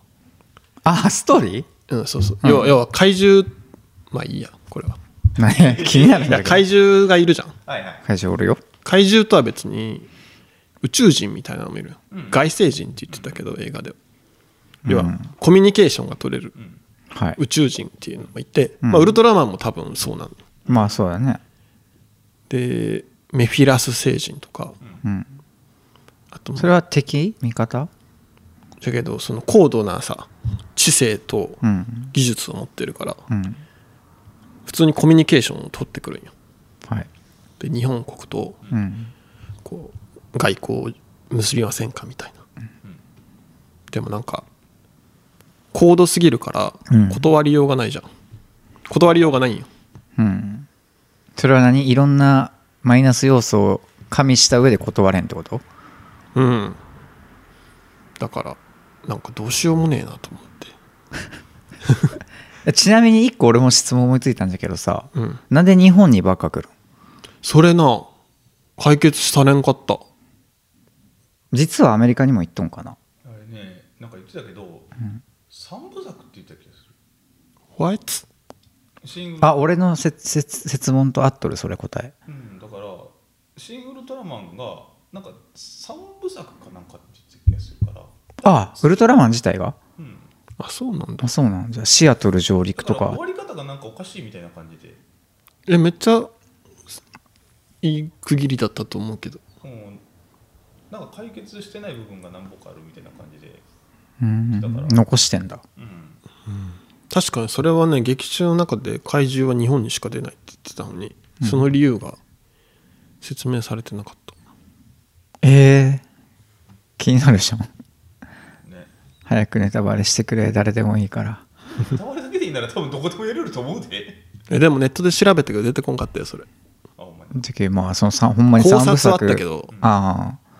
あストーリー
うん、そうそう。要は、要は怪獣、まあいいや、これは。
何気になるん
いや、
だけ
怪
ど
獣がいるじゃん。
はいはい。
会場おるよ
怪獣とは別に、宇宙人みたいなのもいるよ、
うん
外星人って言ってたけど、映画では。要は、コミュニケーションが取れる
うん。
はい
宇宙人っていうのもいて、
うん
まあ、ウルトラマンも多分そうなの。
まあそうだね
で、メフィラス星人とか、
うん
あとも
それは敵味方
だけど、その高度なさ、知性と
うん
技術を持ってるから、
うん
普通にコミュニケーションを取ってくるんよ
はい
で日本国と
うん
こう外交を結びませんかみたいな、でもなんか高度すぎるか
うん
ら断りようがないじゃん、断りようがないんよ
うんそれは何いろんなマイナス要素を加味した上で断れんってこと
うんだからなんかどうしようもねえなと思って
ちなみに一個俺も質問思いついたんだけどさ、
うん
なんで日本にばっか来るの
それな解決されんかった
実はアメリカにも行っとんかな
あれねなんか言ってたけど、三部作って言った気がする
What?
シングル
あ俺の説説説問と合っとるそれ答え
うん、だから「シン・ウルトラマン」がなんか3部作かなんかって言ってた気がするから、
あウルトラマン自体が
うん、
あそうなんだ
あそうなんじゃあシアトル上陸
だ
と
から
か
終わり方がなんかおかしいみたいな感じで、
えめっちゃいい区切りだったと思うけど
うん、なんか解決してない部分が何本かあるみたいな感じで、
うん
だから
残してんだ
うん、
確かにそれはね劇中の中で怪獣は日本にしか出ないって言ってたのに、その理由が説明されてなかった
ええ気になるじゃん
ね
早くネタバレしてくれ誰でもいいから
たまるだけでいいなら多分どこでもやれると思うで
えでもネットで調べたけど出てこんかったよそれ
あお前
じ ゃあまあそのさんほんまに3部
考察はあっ
作
たけど
ああ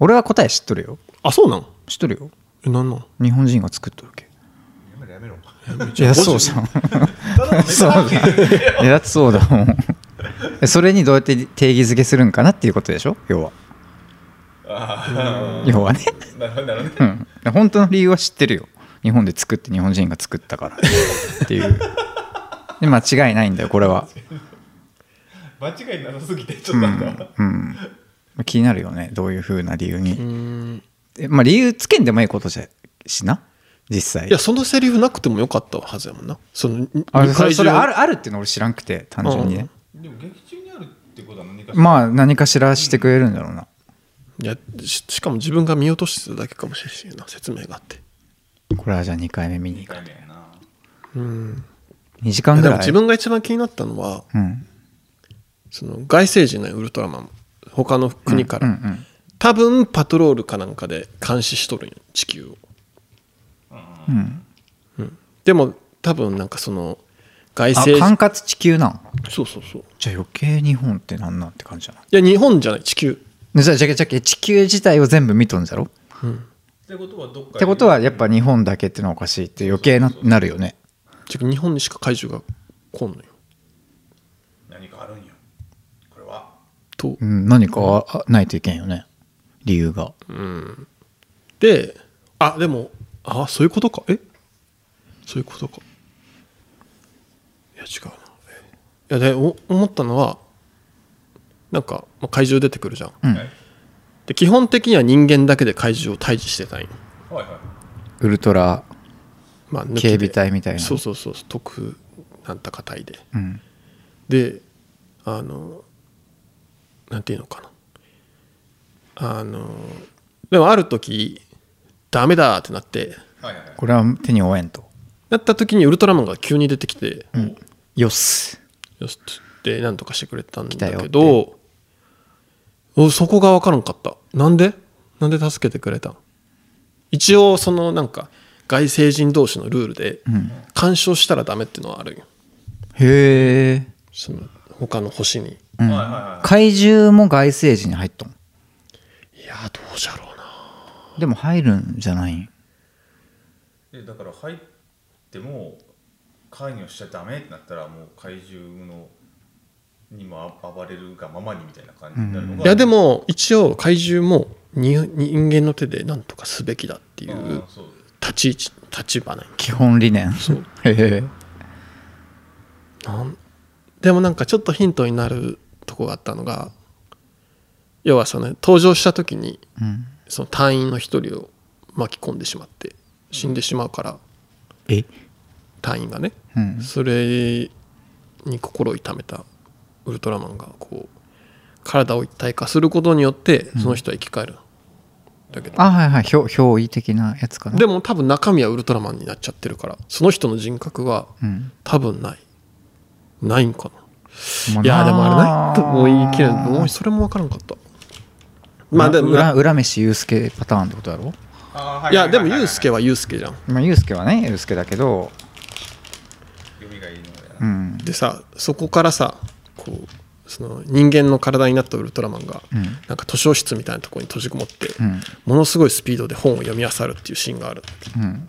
俺は答え知っとるよ
あそうなん
知っとるよ
えなんなん
日本人が作っとる け
やめろやめろ
いやそうじゃん
ただのネタ
そう
発言だ け
だいやだってそうだもんえそれにどうやって定義づけするんかなっていうことでしょ要は
あ
要はね
あなるほどなるほ
う
どね
ん本当の理由は知ってるよ日本で作って日本人が作ったからっていうで間違いないんだよこれは
間違いなさすぎてちょっとなんか、
うん気になるよねどういうふうな理由に、
うーん
えまあ理由つけんでもいいことじゃしな実際
いやそのセリフなくてもよかったはずやもんなその
あ
怪
それそれ
獣
あるあるっていうの俺知らんくて単純にね、
でも劇中にあるってことは何か
まあ何かしらしてくれるんだろうな、
いやししかも自分が見落としてただけかもしれないな説明があって
これはじゃあ2回目見に
2
行く
回目やな
うん
2時
い
間
や
ぐ
でも
らい
自分が一番気になったのは
うん
その外星人のウルトラマン他の国から、
うんうん
多分パトロールかなんかで監視しとるんよ地球を
うんうん
でも多分なんかその外
あ
星
管
人
轄地球なん
そうそうそう
じゃあ余計日本ってなんなんって感じじゃない
いや日本じゃない地球
ねじゃあじゃあじゃあ地球自体を全部見とんじゃろっ
ってことはどっかに
てことはやっぱ日本だけってのはおかしいって余計ななるよね
ちょ日本にしか怪獣が来んのよ
何かあるんよこれは
と、
うん何かあないといけんよね理由が
であでもあそういうことかえそういうことかいや違うないやでお思ったのはなんか、まあ怪獣出てくるじゃん
うん
はい
で基本的には人間だけで怪獣を退治してたい
はいはい
ウルトラ
まあ、抜きで
警備隊みたいな
そうそうそう特なんたか隊で
うん
であのなんていうのかなあのでもある時ダメだってなって
はいはいはい
これは手に負えんと
なった時にウルトラマンが急に出てきて「
よっす
よし」っつって何とかしてくれたんだ
来たよ
け
っ
どおそこが分からんかったなんでなんで助けてくれたん一応そのなんか外星人同士のルールで
ん
干渉したらダメっていうのはあるよ
へえ
その他の星に
うん
はいはいはい
怪獣も外星人に入っとん
いやどうじゃろうな
でも入るんじゃないん
でだから入っても関与しちゃダメってなったらもう怪獣のにもあ暴れるがままにみたいな感じになるのが、
いやでも一応怪獣もに人間の手で何とかすべきだってい
あ
う
ーそう
立ち位置立場なんよ
基本理念
そう
へえ
なんでもなんかちょっとヒントになるとこがあったのが要はその登場した時に
うん
その隊員の一人を巻き込んでしまって死んでしまうから
え
隊員がね
うん
それに心を痛めたウルトラマンがこう体を一体化することによってその人は生き返る、だけど
あはいはいひょ憑依的なやつかな
でも多分中身はウルトラマンになっちゃってるからその人の人格は
うん
多分ないないんかな
まあ
いやでもあれ
な
な
あ
いとも言い切れないもうそれも分からんかったま
まあ
あでも
裏裏飯ユースケパターンってことだろ
あーはいいは
や
い
でも
はいはい
ユウスケはユウスケじゃん
まあユースケはねユースケだけど
読みがいいのや
う
な、
ん
でさそこからさこうその人間の体になったウルトラマンが、
うん
なんか図書室みたいなところに閉じこもって、
うん
ものすごいスピードで本を読み漁るっていうシーンがある
うん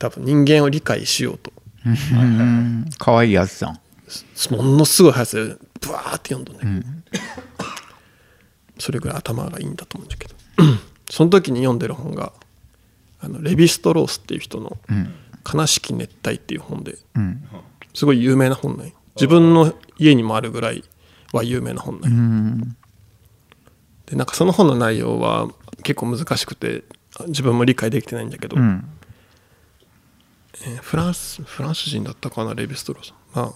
多分人間を理解しようと
うん可愛いやつじゃん
すものすごい速さでブワーって読んどんね、それぐらい頭がいいんだと思うんだけど その時に読んでる本があのレヴィ・ストロースっていう人の
うん
「悲しき熱帯」っていう本で
うん
すごい有名な本ない自分の家にもあるぐらいは有名な本ない、
うん
でなんかその本の内容は結構難しくて自分も理解できてないんだけど、
うん
えーフランスフランス人だったかなレヴィストローさん、まあ、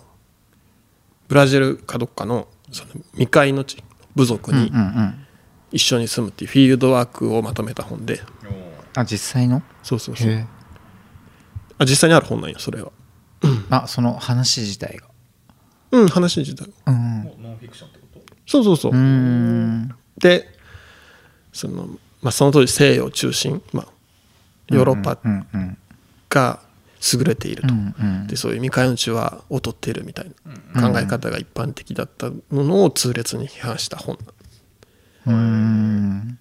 ブラジルかどっかのその未開の地部族
うんう
に
ん
一緒に住むっていうフィールドワークをまとめた本で、
おー
あ実際の
そうそうそう
へ
あ実際にある本なんよそれは
えあその話自体が
うん話自体
うん
もうノンフィクションってこと
そうそうそう、
うん
でその,、まあ、その当時西洋中心、まあ、ヨーロッパ
うんうん
が優れている
う
と、
んうん
でそういう未開の地は劣っているみたいな考え方が一般的だったものを痛烈に批判した本
うん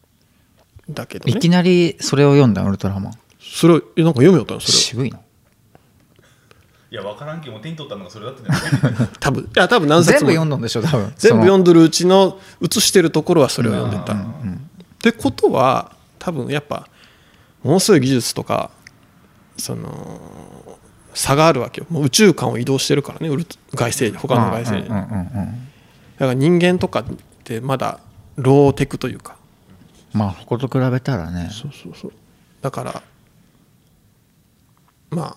だけど
いき
ね
なりそれを読んだウルトラマン
それをえなんか読みよったのそれを
渋いない
や分からんけどもう手に取ったのがそれだったんじゃない
多分いや多分何
全
冊
部
も
読んだんでしょ多分
全部読
ん
んでるうちの写してるところはそれを読んでた、
う
っ
ん
てことは多分やっぱものすごい技術とかその差があるわけよもう宇宙間を移動してるからねウルト外星人他の外星人、
うんうんうんう
だ
ん
から人間とかってまだローテクというか
まあここと比べたらね
そうそうそうだからまあ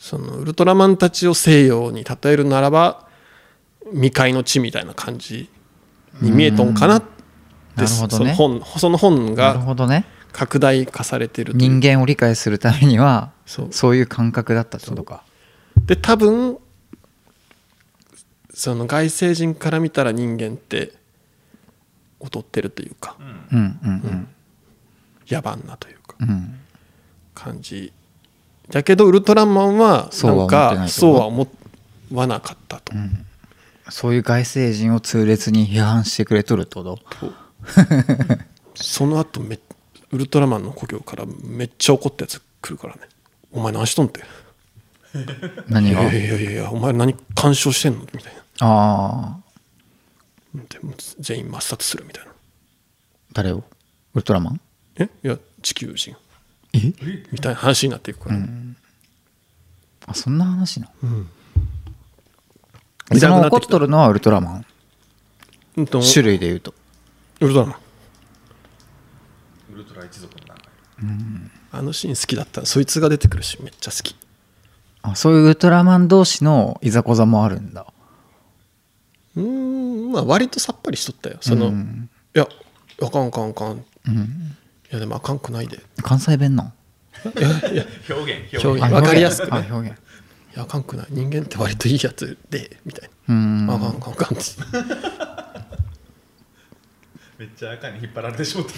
そのウルトラマンたちを西洋に例えるならば未開の地みたいな感じに見えとんかなって
なるほど
その
ね
本その本
なる
が
ほどね
拡大化されてるという
人間を理解するためには
そう
そういう感覚だったってことか
で多分その外星人から見たら人間って劣ってるというか
うん
うんうん
野蛮なというか
うんうん
感じだけどウルトラマンは
そうは
なん
思ってないと
かそうは思わなかったと、
そういう外星人を痛烈に批判してくれとるってこと
その後めウルトラマンの故郷からめっちゃ怒ったやつ来るからね「お前何しとん?」って「い
何が
やいやいやいやいやお前何干渉してんの?」みたいな
ああ
でもう全員抹殺するみたいな
誰をウルトラマン
「えいや地球人
え」
みたいな話になっていくから、
あそんな話な
痛くなってきた
その怒っとるのはウルトラマン
うんと
種類でいうと
ウルトラマン
ウルトラ一族の名前
あのシーン好きだったそいつが出てくるしめっちゃ好き
あそういうウルトラマン同士のいざこざもあるんだ
うーんまあ割とさっぱりしとったよその、
うん
いやあかんあかんあかんい
うん
やでもあかんくないで
関西弁なん
表現
表
表
現
現
わかりやすくね
あ表現
いやあかんくない人間って割といいやつでみたい
うん
な、あかんあかんあかんって
めっちゃ赤に引っ張られてしまった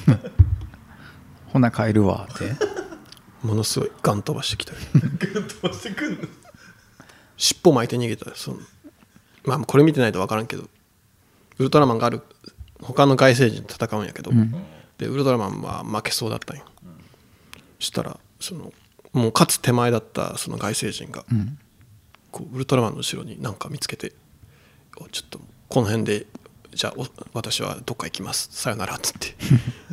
ほな帰るわって
ものすごいガン飛ばしてきたよ
グッと押してくんの
尻尾巻いて逃げたそのまあこれ見てないと分からんけどウルトラマンがある他の外星人と戦うんやけど、
ん
でウルトラマンは負けそうだったんよ、そしたらそのもう勝つ手前だったその外星人が、
うん
こうウルトラマンの後ろに何か見つけて「おちょっとこの辺でじゃあお私はどっか行きますさよなら」っつって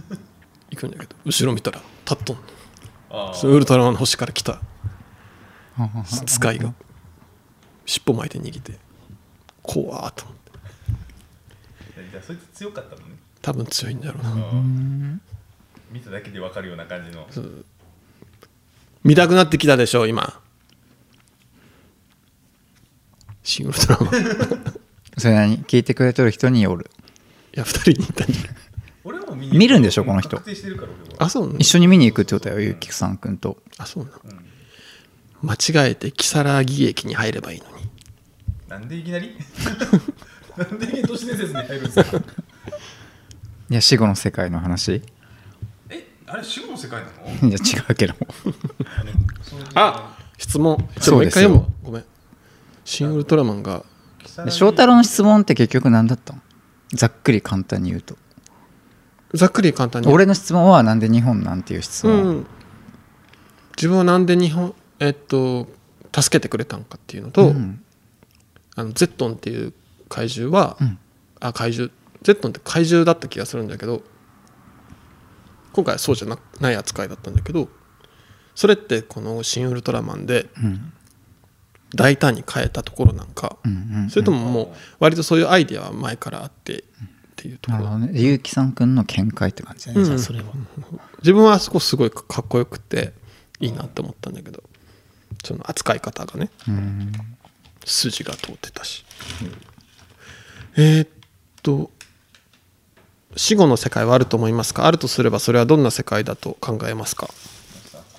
行くんだけど後ろ見たら立っとんの
あ
そのウルトラマンの星から来た使い
が
が尻尾巻いて逃げて怖ーっと思って
ーじゃあそいつ強かったもんね
多分強いんだろうな
あー見ただけで分かるような感じの
見たくなってきたでしょ今シンウルトラマンい
それ何聞いてくれとる人による
や二人にいたんじゃない
俺はもう見
見るんでしょこの人
確定してるから俺は
あそうなの
一緒に見に行くってことだよゆきさんくんと
あそうなの間違えて如月駅に入ればいいのに
なんでいきなり なんでいきなり都市伝説に入るんですか
いや死後の世界の話 い
えあれ死後の世界なの
や違 うけども
あ質問ち
そ
ょ
う
もう
で
一
す
回読
よ
むわごめん新ウルトラマンが
あ
で翔太郎の質問って結局何だったのざっくり簡単に言うと
ざっくり簡単に
俺の質問はなんで日本なんていう質
う
問、
ん自分はなんで日本えっと助けてくれたんかっていうのと、
うん
あのゼットンっていう怪獣は、
うん
あ怪獣ゼットンって怪獣だった気がするんだけど今回はそうじゃなない扱いだったんだけどそれってこの「新ウルトラマン」で
うん
大胆に変えたところなんか、
うんうん
それとももう割とそういうアイデアは前からあってっていうと
な
こ
るほ
ろ
どね結城さんくんの見解って感じだね、
うん
じゃあそれは
自分はあそこすごいかっこよくていいなって思ったんだけどその扱い方がね
うん
筋が通ってたし、えーっと死後の世界はあると思いますかあるとすればそれはどんな世界だと考えますか
こ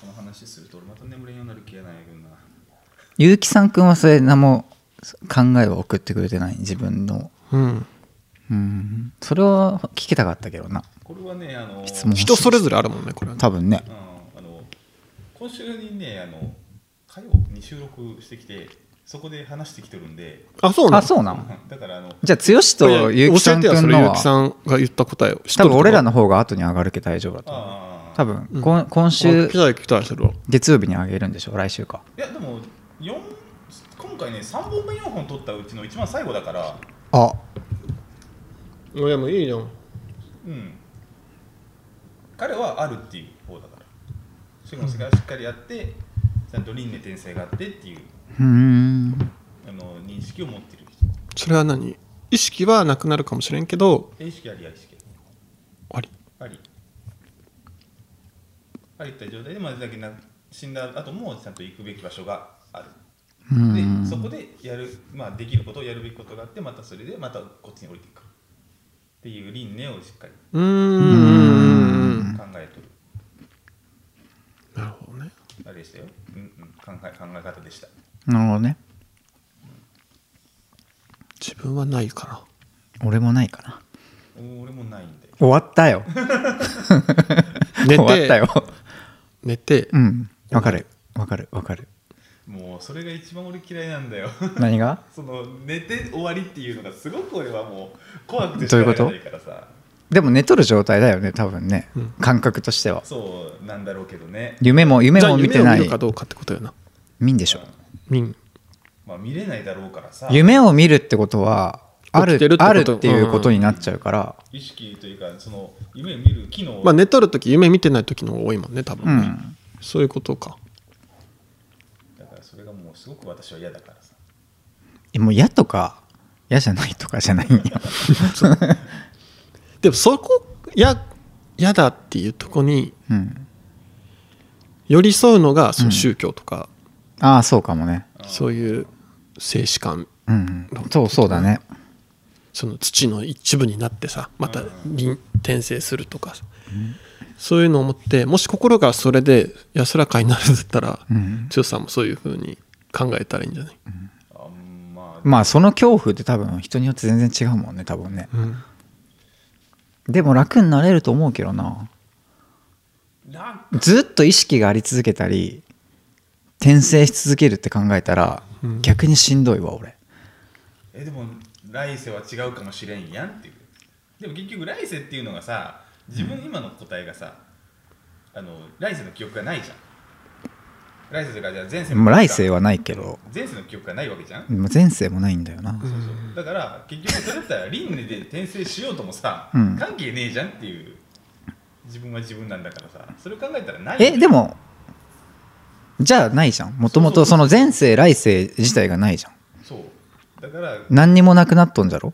の話すると俺また眠れんようになる気がないけどな
結城さんくんはそれ何も考えを送ってくれてない自分の
うん
うんそれは聞きたかったけどな
これはねあの
質問
人それぞれあるもんねこれはね
多分ね
うんあの今週にねあの火曜に収録してきてそこで話してきてるんで
あそうな
あ
の
そうなの
うんだからあの
じゃあ剛と
いや
結城さんく
教えてよそ
ん
れ結城
のは
さんが言った答えを知っと
多
る
分俺らの方が後に上がるけど大丈夫だと思う
ああ
多分、こん今
週
週
来たい来たいするわ
月曜日に上げるんでしょ来週か
いやでも四今回ね3本目4本取ったうちの一番最後だから
あ
いやもういいじゃん
うん彼はあるっていう方だから死後の世界はしっかりやってちゃんと輪廻転生があってっていう
うーん
あの認識を持ってる人
それは何意識はなくなるかもしれんけど
意識ありや意識あり
あり
ありありった状態で、まあ、だけな死んだ後もちゃんと行くべき場所がある
うー
で
ん
そこでやる、まあ、できることをやるべきことがあってまたそれでまたこっちに降りていくっていう輪廻をしっかり
うーん
考えとる、
なるほどね
あれでしたよ、うんうん、考え考え方でした
なるほどね
自分はないかな
俺もないかな
俺もないんで
終わったよ
寝
終わった
て
よ
寝て
うんわかるわかるわかる
もうそれが一番俺嫌いなんだよ
何が
その寝て終わりっていうのがすごく俺はもう怖くてし
どう
か
いうこ
ない
と
からさ
でも寝とる状態だよね多分ね、
うん
感覚としては
そうなんだろうけどね
夢も夢
じゃあ
も見て
夢を
な
見
い
るかどうかってことよな
見んでしょ
見
まあ見れないだろうからさ
夢を見るってことはあ
起
る
きてるってこと
あるっていうことになっちゃうから、
意識というかその夢を見る機能
まあ寝とる時夢見てない時の方が多いもんね多
う
分ね、
ん、
そういうことか
だからそれがもうすごく私は嫌だからさ
もう嫌とか嫌じゃないとかじゃないんよ
でもそこややだっていうとこに
うん、
寄り添うのがその
うん
宗教とか、
ああそうかもね
そういう静止観
うんうんそうそうだね
その土の一部になってさまた輪転生するとかさ、そういうのを思ってもし心がそれで安らかになるんだったら
うん
剛さんもそういうふうに考えたらいいんじゃない、
あんまあ
まあその恐怖って多分人によって全然違うもんね多分ね
うん
でも楽になれると思うけどな
な
ずっと意識があり続けたり転生し続けるって考えたら、
うん
逆にしんどいわ俺
えでも来世は違うかもしれんやんっていうでも結局来世っていうのがさ自分の今の答えがさ、あの来世の記憶がないじゃん来世というかじゃあ前世の記憶
もう
が
来世はないけど
前世の記憶がないわけじゃん、
もう前世もないんだよな、
そうそうだから結局それだったら輪廻で転生しようともさ、
うん
関係ねえじゃんっていう自分は自分なんだからさそれを考えたらない
えで
も
もじゃあないじゃんもともとその前世来世自体がないじゃん
そうだから、
何にもなくなっとんじゃろ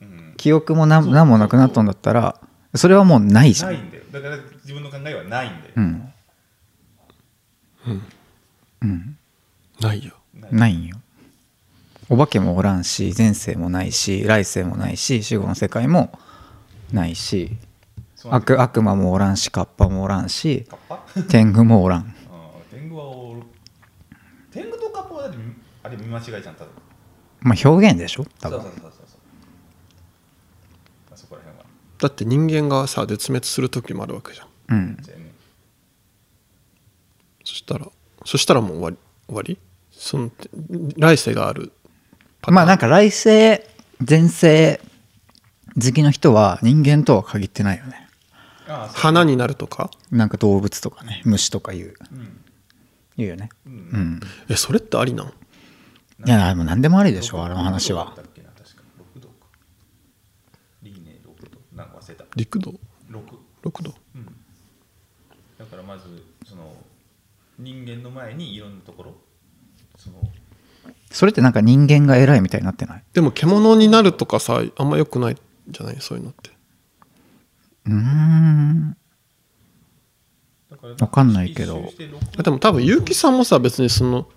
うん、
記憶もな
そう
何もなくなっとんだったらそれはもうないじゃ
なんいんだよだから自分の考えはないんだよ、
うん
うん
うん
ないよ
ない
ないんよお化けもおらんし前世もないし来世もないし死後の世界もないし
そうなんだよ
悪悪魔もおらんしカッパもおらんし
カッパ
天狗もおらん
うん天狗はおる天狗とカッパはだってみあれ見間違えちゃったの
まあ表現でしょ
そ
多
うそう
分
そうそうそうまあそこら辺は
だって人間がさ絶滅する時もあるわけじゃん
うん
じゃあね
そしたらそしたらもう終わり終わりその来世があるパターン
まあなんか来世前世好きの人は人間とは限ってないよね
ああそう
花になるとか
なんか動物とかね虫とかいう
うん
言うよね
う
うんん
えそれってありなん
いやでも何でもありでしょあの話
六
は
度だったっけな確か6度かリーネ6度なんか忘れた
陸道
6
六度
うん、だからまずその人間の前にいろんなところその
それってなんか人間が偉いみたいになってない
でも獣になるとかさあんま良くないじゃないそういうのって
うーん
だから
わかんないけど
一周して六
あでも多分結城さんもさ別にその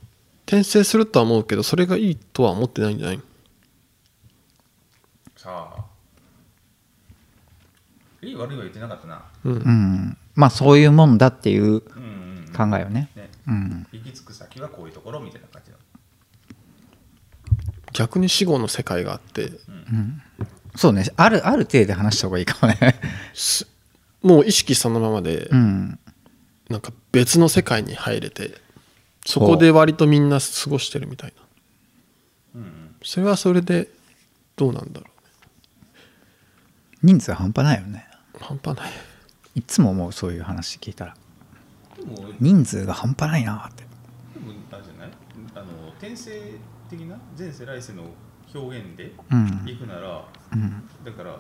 転生するとは思うけどそれがいいとは思ってないんじゃない
さあいい悪いは言ってなかったな
う
うんんまあそういうもんだっていう
うんうん、うん、
考えよね
ね
うん
行き着く先はこういうところみたいな感じの
逆に死後の世界があって
そうねあるある程度話した方がいいかもね
すもう意識そのままで
うん
なんか別の世界に入れてそこで割とみんな過ごしてるみたいな
うんうん
それはそれでどうなんだろ
人数半端ないよね
う半端ない
いつも思うそういう話聞いたら
でもでも
人数が半端ないなって
あれじゃないあの転生的な前世来世の表現で
うん
行くなら
うん
だから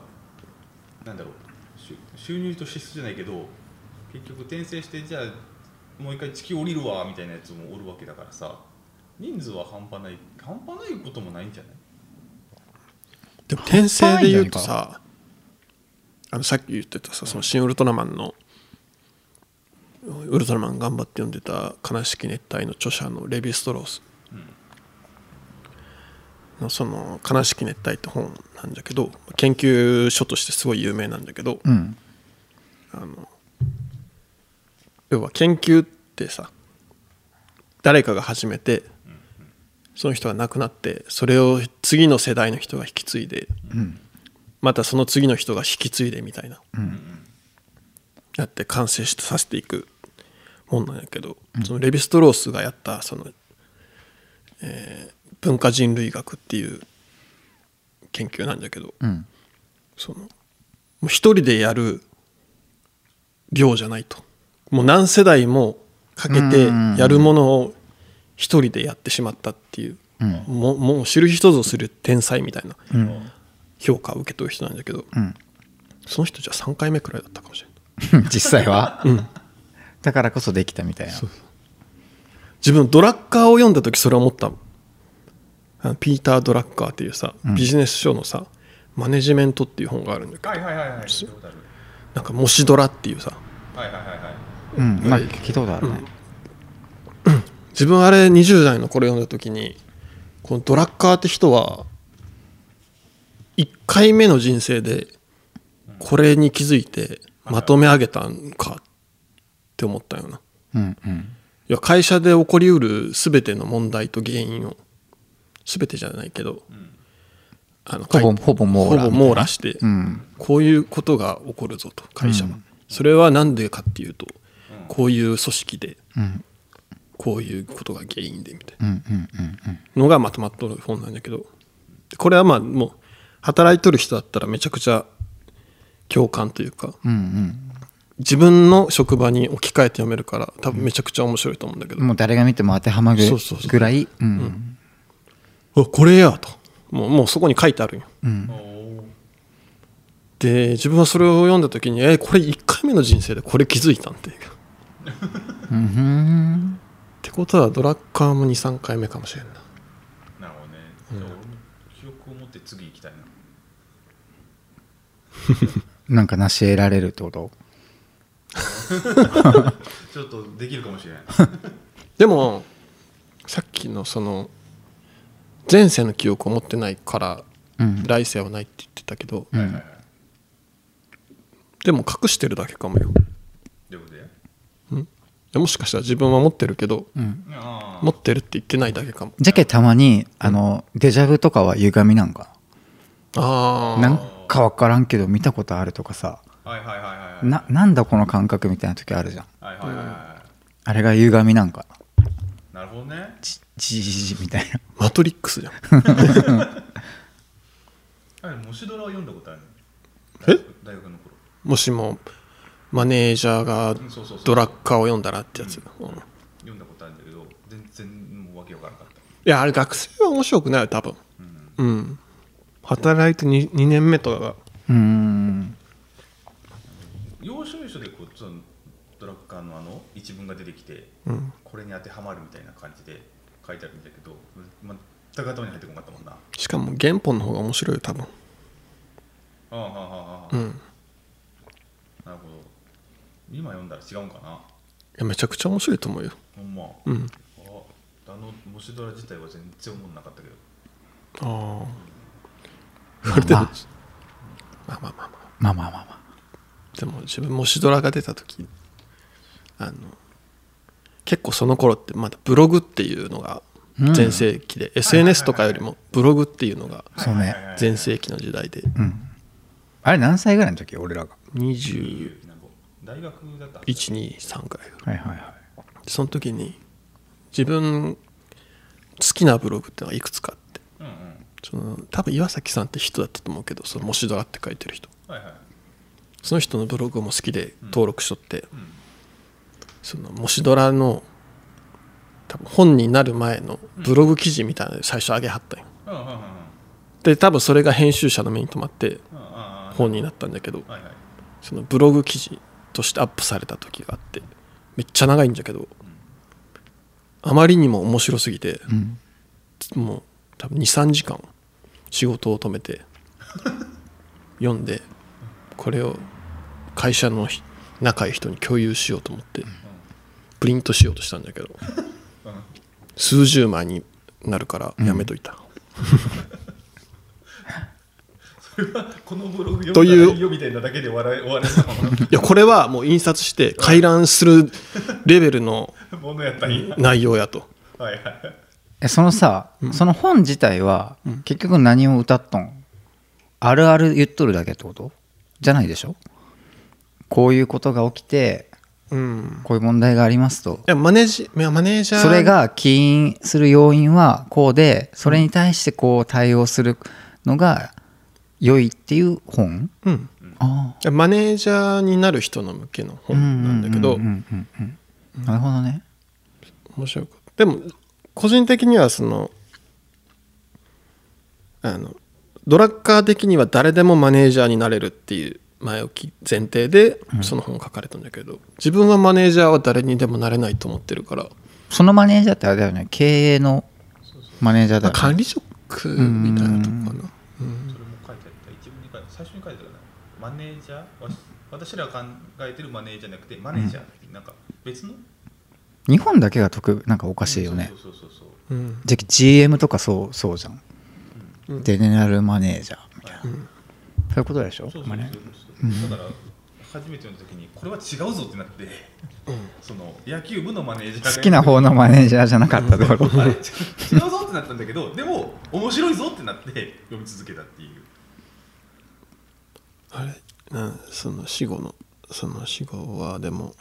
なんだろう収収入と支出じゃないけど結局転生してじゃあもう一回地球降りるわみたいなやつもおるわけだからさ人数は半端ない半端ないこともないんじゃない
でも転生で言うとさあのさっき言ってたさ「その新ウルトラマン」の「ウルトラマン頑張って読んでた悲しき熱帯」の著者のレヴィ・ストロースのその「悲しき熱帯」って本なんだけど研究所としてすごい有名なんだけど
うん
あの要は研究ってさ誰かが始めてその人が亡くなってそれを次の世代の人が引き継いで
うん
またその次の人が引き継いでみたいな
うん
やって完成してさせていくもんなんやけど、そのレヴィストロースがやったその、えー文化人類学っていう研究なんだけど
うん
そのもう一人でやる量じゃないともう何世代もかけてやるものを一人でやってしまったっていう、
うん
ももう知る人ぞ知る天才みたいな
うん
評価を受け取る人なんだけど、
うん
その人じゃ3回目くらいだったかもしれない。
実際は、だからこそできたみたいな
自分ドラッカーを読んだ時それ思ったあのピーター・ドラッカーっていうさビジネス書のさ、マネジメントっていう本があるんだけど
はいはいはいはい聞いたことある
なんか「もしドラ」っていうさ
はいはいはいはい
うんまあ聞いたことあるね
自分あれ20代の頃読んだ時にこのドラッカーって人は1回目の人生でこれに気づいてまとめ上げたんかって思ったよな。
うんうん
いや会社で起こりうる全ての問題と原因を全てじゃないけど、
ん
あの
ほぼ
書いて
ほぼ網羅みたいな
ほぼ網羅して、
うん
こういうことが起こるぞと会社は、それは何でかっていうと、こういう組織で
うん
こういうことが原因でみたい
うんうんうんうん
なのがまとまっとる本なんだけどこれはまあもう働いとる人だったらめちゃくちゃ共感というか
うん
自分の職場に置き換えて読めるから多分めちゃくちゃ面白いと思うんだけど
うん、もう誰が見ても当てはまる
そうそうそう
ぐらいうん
あこれやともうもうそこに書いてあるんよ
おお
で自分はそれを読んだ時にえこれ1回目の人生でこれ気づいたんっていうっ
うんふん
てことはドラッカーも23回目かもしれんな
なるほどねじゃあ俺も記憶を持って次行きたいな
なんか成し得られるってこと
ちょっとできるかもしれない
でもさっきのその前世の記憶を持ってないから
うん
来世はないって言ってたけど、
う
はい
ん
はい
でも隠してるだけかもよ
どういうことや
やもしかしたら自分は持ってるけど
うん、
あ
持ってるって言ってないだけかも
じゃけたまにあのデジャブとかは歪みなんか
あ
な
あ
なんか分からんけど見たことあるとかさ
あはいはいはいはいはい
ななんだこの感覚みたいな時あるじゃん
はいはいはいは
あれが歪みなんか
いなるほどね
じじじじじみたいな
マトリックスじゃん
あれもしドラは読んだことあるの
え
大学の頃
もしもマネージャーが
うんそうそうそう
ドラッカーを読んだらってやつ、うんい
読んだことあるんだけど全然もうわけわからなかった
やあれ学生は面白くないよ多分
うん
うん働いて 2, 2年目とかが
うーん
要所要所でこうそのドラッカーのあの一文が出てきて
うん
これに当てはまるみたいな感じで書いてあるんだけど全く頭に入ってこなかったもんな
しかも原本の方が面白いよ多分
ああはあはあはあ、
うん
なるほど今読んだら違うんかない
やめちゃくちゃ面白いと思うよ
ほんまあ
うん
あのもしドラ自体は全然思んなかったけど
あ
まあまあ
あまあまあまあまあ
まあまあまあま
でも自分もしドラが出た時あの結構その頃ってまだブログっていうのが
うん
全盛期で、SNS とかよりもブログっていうのが
あそう
はい
ね
はい
全盛期の時代で
うんあれ何歳ぐらいの時俺らが
2123
なんか大学だった
ぐらい
はいはいはい
その時に自分好きなブログってのがいくつかあって
うんうん
その多分岩崎さんって人だったと思うけどその「もしドラ」って書いてる人
はいはい
その人のブログも好きで登録しとって、
うん
そのもしドラの多分本になる前のブログ記事みたいなの最初上げはったんよ
うんうんうんうん
で多分それが編集者の目に留まって
うんうん
本になったんだけど
はいはい
そのブログ記事としてアップされた時があってめっちゃ長いんだけどあまりにも面白すぎて
うん
もう多分23時間仕事を止め て読んでこれを会社のひ仲いい人に共有しようと思ってプリントしようとしたんだけど
うん
数十枚になるからやめといた、
それはこのブログ読
とい
んだ
う
らいいよみたいなだけで終わら終わらせたも
いやこれはもう印刷して回覧するレベルの
のものやったんや
内容やと
はいはい
えそのさ、その本自体は結局何を歌っとんあるある言っとるだけってことじゃないでしょこういうことが起きて
うん
こういう問題がありますと
いやマネージいやマネージャー
それが起因する要因はこうでそれに対してこう対応するのが良いっていう本
うん
あ
いやマネージャーになる人の向けの
あ
本なんだけど、
ううんうんうんうんなるほどね
面白くでも個人的にはそのあのドラッカー的には誰でもマネージャーになれるっていう前置き前提でその本を書かれたんだけど、自分はマネージャーは誰にでもなれないと思ってるから、
そのマネージャーってあれだよね経営のマネージャーだ
まあ
よね
管理職みたいなとこかな
それも書いてあった一文に書いて最初に書いてあったかなマネージャーわし私らが考えてるマネージャーじゃなくてマネージャーってなんか別の
日本だけが得なんかおかしいよね
そうそうそうそ
う
う
んうん
じゃあ GM とかそうそうじゃん、
うん
ゼネラルマネージャーみたい
ん
な、そういうことでしょ
そうそうそう
マネ
だから初めて読んだ時にこれは違うぞってなって、その野球部のマネージャーが
好きな方のマネージャーじゃなかったとこ ろ
あれ違う違うぞってなったんだけどでも面白いぞってなって読み続けたっていう
あれうんその死後のその死後はでも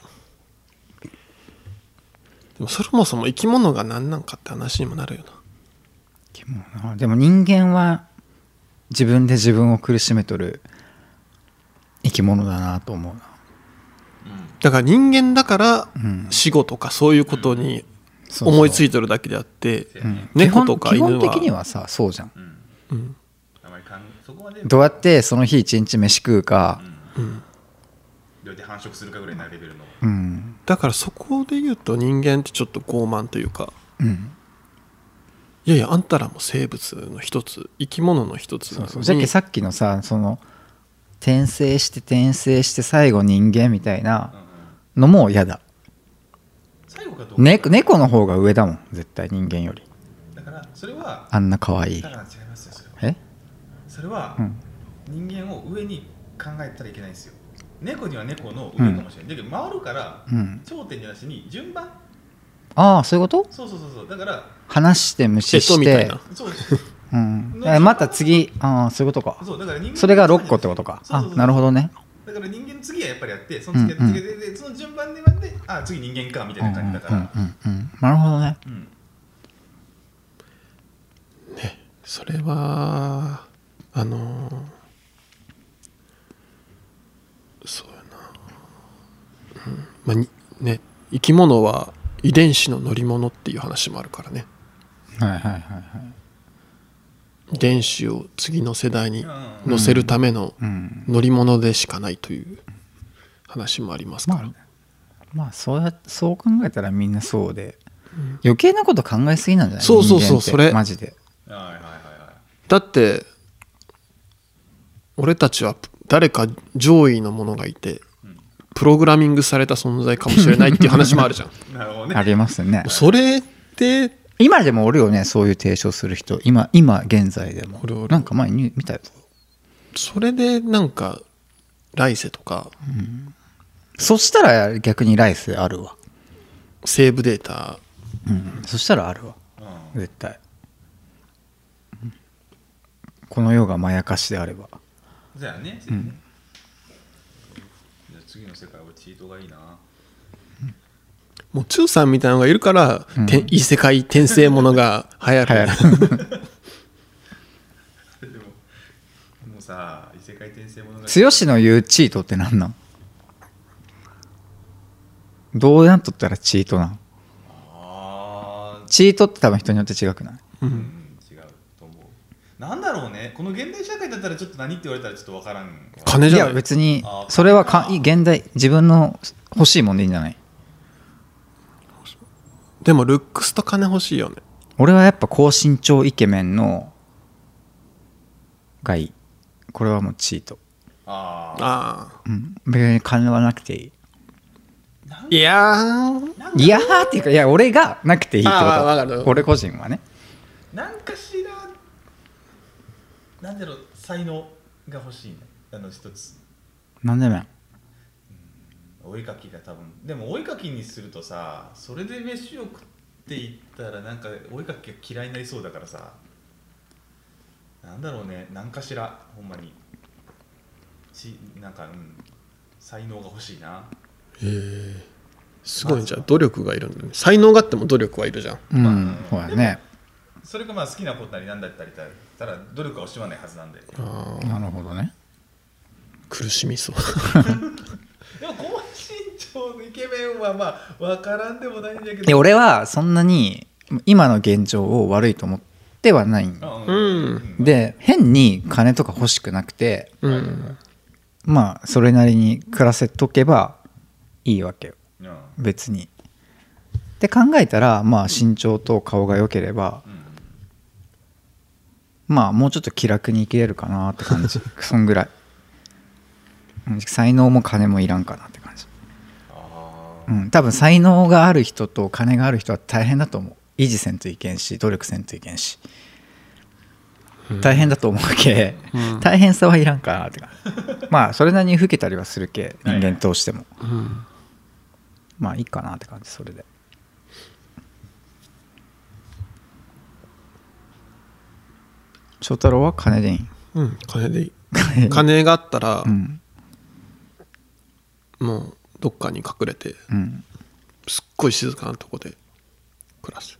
でもそもそも生き物が何なんかって話にもなるよな
でもなでも人間は自分で自分を苦しめとる生き物だなと思うな
だから人間だから
ん
死後とかそういうことに
そうそう
思いついてるだけであって
せや
う
ね
ん
猫とか
基本
犬は
基本的にはさそうじゃん
うん、
うん
あまりかんそこまで
どうやってその日一日飯食うか
うん
どうやって繁殖するかぐらいなレベルの
うん
だからそこで言うと人間ってちょっと傲慢というか
うん
いやいやあんたらも生物の一つ生き物の一つな
そ
の
う
に
そうじゃっけさっきのさその転生して転生して最後人間みたいな
うんうん
のも嫌だ
最後かどうか
ね、猫の方が上だもん絶対人間より
だからそれは
あんな可愛い
だから違いますよそれは
え
それは
うん
人間を上に考えたらいけないんですよ猫には猫の上かもしれない、だけど回るから、
うん
頂点じゃなしに順番
ああそういうこと
そうそうそうそうだから
話して無視
えっと
し
みた
て
いな
そう
うん、えまた次ああそういうことか
そうだから人間
それが6個ってことか
そうそう
あ
そう
なるほどね
だから人間の次はやっぱりやってその次
うんうん
やって、でその順番で待ってあ次人間かみたいな感じだから、
うんうんうんうんなるほどね
うん
それはあのーそうやな、うんまあにね生き物は遺伝子の乗り物っていう話もあるからね
はいはいはいはい
遺伝子を次の世代に
うん
乗せるための
うん
乗り物でしかないという話もありますか
ま
ら、
あまあそうやそう考えたらみんなそうで余計なこと考えすぎなんじゃない
そうそうそう
人間って
それ
マジで
はいはいはいはい
だって俺たちは誰か上位のものがいて
ん
プログラミングされた存在かもしれないっていう話もあるじゃ ん
なるほどね。
ありますね
それって
今でもおるよねそういう提唱する人今今現在でも
おるおる
なんか前に見たよ
それでなんか来世とか
そしたら逆に来世あるわ
セーブデータ
うんそしたらあるわ
うん
絶対うんこの世がまやかしであれば
じゃあね。そうやねじゃあ次の世界はチートがいいな。
もう中さんみたいなのがいるから、
うん
て異世界転生ものが流行
流
る
行る
でも、もうさ、異世界転生ものが。
剛の言うチートって何なんどうやっとったらチートなん
あー、
チートって多分人によって違くない
うんうん、違うと思う。なんだろうね。この現代社会だったらちょっと何って言われたらちょっとわからんわ。
金
い
じゃ
や
ない
別に
あー
それはか現代自分の欲しいもんでいいんじゃない
でもルックスと金欲しいよね
俺はやっぱ高身長イケメンのがいいこれはもうチート、
あー
あ
うん、別に金はなくていい
あいやー
なん
い
か
やーっていうかいや俺がなくていいってこ
あーわかる
と俺個人はね
なんかしら、なんだろう、才能が欲しいね。あの一つ。
何でもやん
お絵かきが多分でもお絵かきにするとさそれで飯を食っていったらなんかお絵かきが嫌いになりそうだからさなんだろうね何かしらほんまにちなんかうん才能が欲しいな
すごいじゃあ努力がいるんだね才能があっても努力はいるじゃん
うん、
まあ
そうやね
それがまあ好きなことなりなんだったりだったら努力は惜しまないはずなんで
あー
なるほどね
苦しみそう
でも高身長のイケメンはまあ分からんでもないんだけ
で
ど
俺はそんなに今の現状を悪いと思ってはないん
うん
うん
で変に金とか欲しくなくて
うん
まあそれなりに暮らせとけばいいわけよ
うんうん
別にって考えたらまあ身長と顔が良ければまあもうちょっと気楽に生きれるかなって 感じそんぐらいうん才能も金もいらんかなって感じ、
あ
う
ー
ん、多分才能がある人と金がある人は大変だと思う維持せんといけんし努力せんといけんし大変だと思うけ、
うん
大変さはいらんかなって感 じまあそれなりに老けたりはするけ人間通しても
うん
まあいいかなって感じそれで翔太郎は金でいい
うん金でいい
金でいい
金があったら
う、ん
もうどっかに隠れて
うん
すっごい静かなとこで暮らす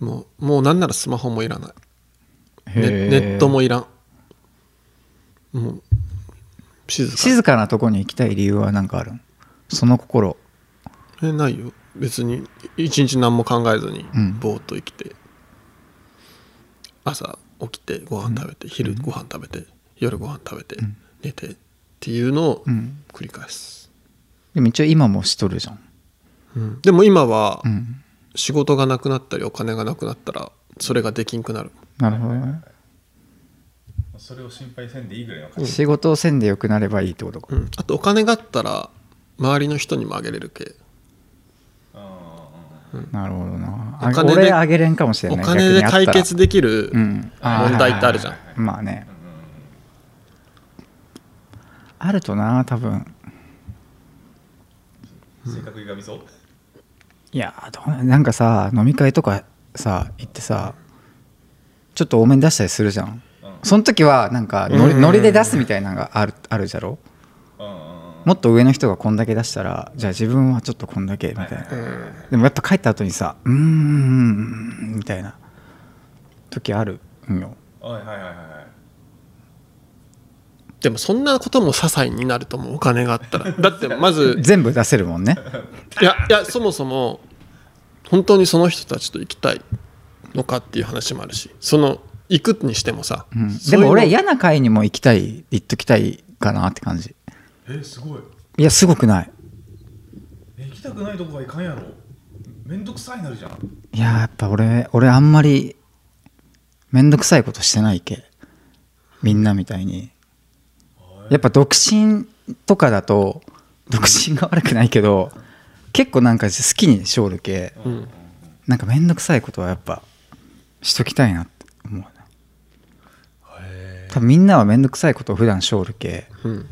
もうもうなんならスマホもいらない
へ
ネ
ー
ネットもいらんもう静か
静かなとこに行きたい理由は何かあるんその心
えないよ別にい一日何も考えずに
うん
ぼーっと生きて、朝起きてご飯食べて、昼ご飯食べて夜ご飯食べて、寝てっていうのを
うん
繰り返す、
でも一応今もしとるじゃん
うんでも今は
うん
仕事がなくなったりお金がなくなったらそれができんくなる
なるほどね
それを心配せんでいいぐらいの価値
仕事をせんでよくなればいいってことか
うん、あとお金があったら周りの人にもあげれるけ
うんうんうん
なるほどな
お
あ
金で
俺あげれんかもしれ
お
ない
金で
逆にあったら
解決できる
うんあー
問題ってあるじゃん
まあねあるとな多分
性格歪みそう、
いやーどうななんかさ飲み会とかさ行ってさちょっと多めに出したりするじゃん
うん、
その時はなんかノリ,、
うん
ノリで出すみたいなのがあるあるじゃろ
うんうんうん
もっと上の人がこんだけ出したらじゃあ自分はちょっとこんだけみたいな、でもやっぱ帰った後にさうーんみたいな時あるんよ
はいはいはいはいはい
でもそんなことも些細になると思うお金があったらだってま ず
全部出せるもんね
いやいやそもそも本当にその人たちと行きたいのかっていう話もあるしその行くにしてもさ、
うん
そう
で
いうの
も俺嫌な会にも行きたい行っときたいかなって感じ
えすごい
いやすごくない
え行きたくないとこはいかんやろめんどくさいなるじゃん
いややっぱ俺俺あんまりめんどくさいことしてないけみんなみたいにやっぱ独身とかだと独身が悪くないけど結構なんか好きにしょるけ
うん
なんかめんどくさいことはやっぱしときたいなって思うな多分みんなはめんどくさいことを普段しょるけ
うん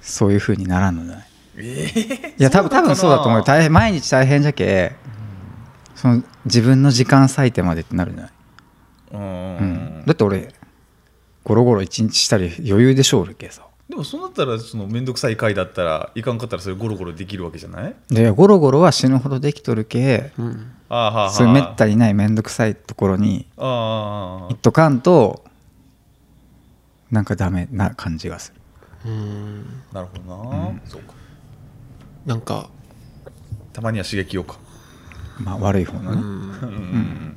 そういう風にならんのじゃない
ええ
いや多分多分そうだと思うよ大変毎日大変じゃけその自分の時間割いてまでってなるんじゃない、
うんうん
う
うんん
だって俺ゴロゴロ一日したり余裕でしょ俺けさ
でもそうなったらその面倒くさい回だったらいかんかったらそれゴロゴロできるわけじゃない
でゴロゴロは死ぬほどできとるけ
うん
ああはあはあ
そういうめった
に
にないめんどくさいところに
ああああ
行っとかんとなんかダメな感じがする
うん
なるほどな、そうか
なんか、
たまには刺激をか
まあ悪い方
う
のね、
ん
う、んうん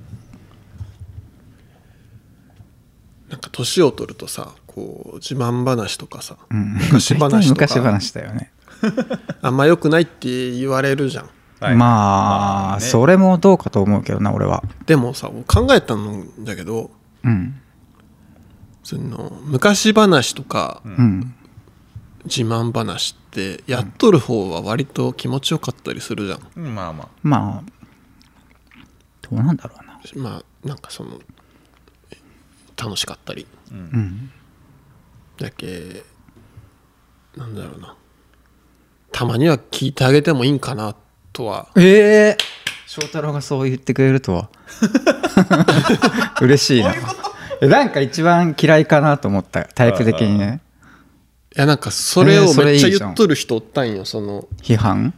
なんか年を取るとさこう自慢話とかさ
うん、
昔話とか
大体昔話だよね
あんま良くないって言われるじゃん
はい
まあ、
ね
それもどうかと思うけどな俺は
でもさ考えたんだけど
うん
その昔話とか
う
うん
自慢話ってやっとる方は割と気持ちよかったりするじゃん、
うんまあまあ
まあどうなんだろうな
まあなんかその楽しかったり
う
うんん
だけなんだろうなたまには聞いてあげてもいいんかなとは
ええ翔太郎がそう言ってくれるとは 嬉しいなえなんか一番嫌いかなと思ったタイプ的にね
いやなんかそれ
えー
を
それ
め
いい
っ
じ
ち
ゃ
ゃ
ん
言っとる人おったんよその
批判